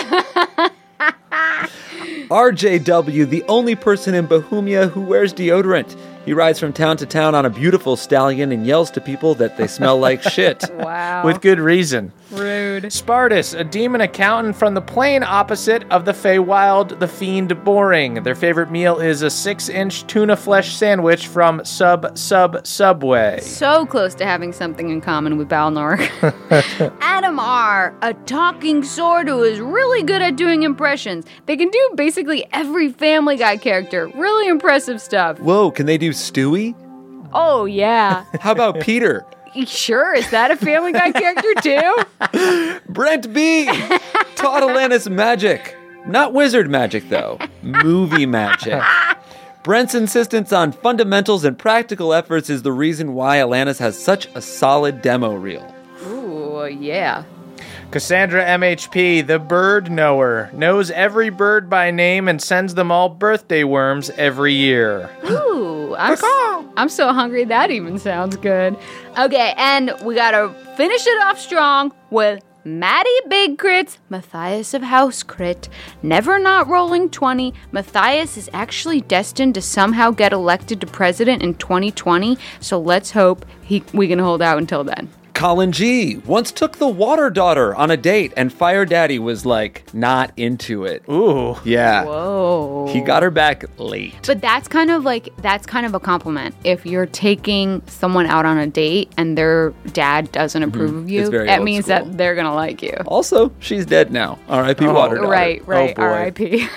S3: RJW, the only person in Bohemia who wears deodorant. He rides from town to town on a beautiful stallion and yells to people that they smell like shit.
S4: Wow.
S2: With good reason. Rude. Spartus, a demon accountant from the plane opposite of the Feywild, the Fiend Boring. Their favorite meal is a six inch tuna flesh sandwich from Sub Sub Subway.
S4: so close to having something in common with Balnor. Adam R, a talking sword who is really good at doing impressions. They can do basically every Family Guy character. Really impressive stuff.
S3: Whoa, can they do Stewie?
S4: Oh yeah.
S3: How about Peter?
S4: sure, is that a Family Guy character too?
S3: Brent B! Todd Atlantis magic. Not wizard magic, though. Movie magic. Brent's insistence on fundamentals and practical efforts is the reason why Atlantis has such a solid demo reel.
S4: Ooh, yeah.
S2: Cassandra MHP, the bird knower, knows every bird by name and sends them all birthday worms every year.
S4: Ooh, I'm, s- I'm so hungry that even sounds good. Okay, and we gotta finish it off strong with Maddie Big Crit's Matthias of House Crit. Never not rolling 20, Matthias is actually destined to somehow get elected to president in 2020, so let's hope he, we can hold out until then.
S3: Colin G once took the water daughter on a date, and Fire Daddy was like, not into it.
S2: Ooh.
S3: Yeah.
S4: Oh.
S3: He got her back late.
S4: But that's kind of like that's kind of a compliment. If you're taking someone out on a date and their dad doesn't approve of
S3: Mm-hmm.
S4: you,
S3: It's very
S4: that
S3: old
S4: means
S3: school.
S4: that they're gonna like you.
S3: Also, she's dead now. R.I.P. Water Daughter.
S4: Oh, Right, right,
S2: boy.
S4: R.I.P.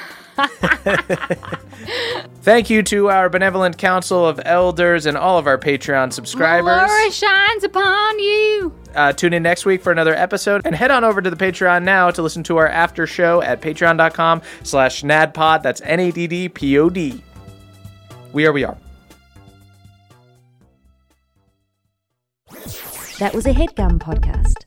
S2: Thank you to our benevolent council of elders and all of our Patreon subscribers.
S4: Glory shines upon you.
S2: Uh, tune in next week for another episode and head on over to the Patreon now to listen to our after show at patreon.com slash nadpod. That's N-A-D-D-P-O-D. We are, we are.
S10: That was a headgum podcast.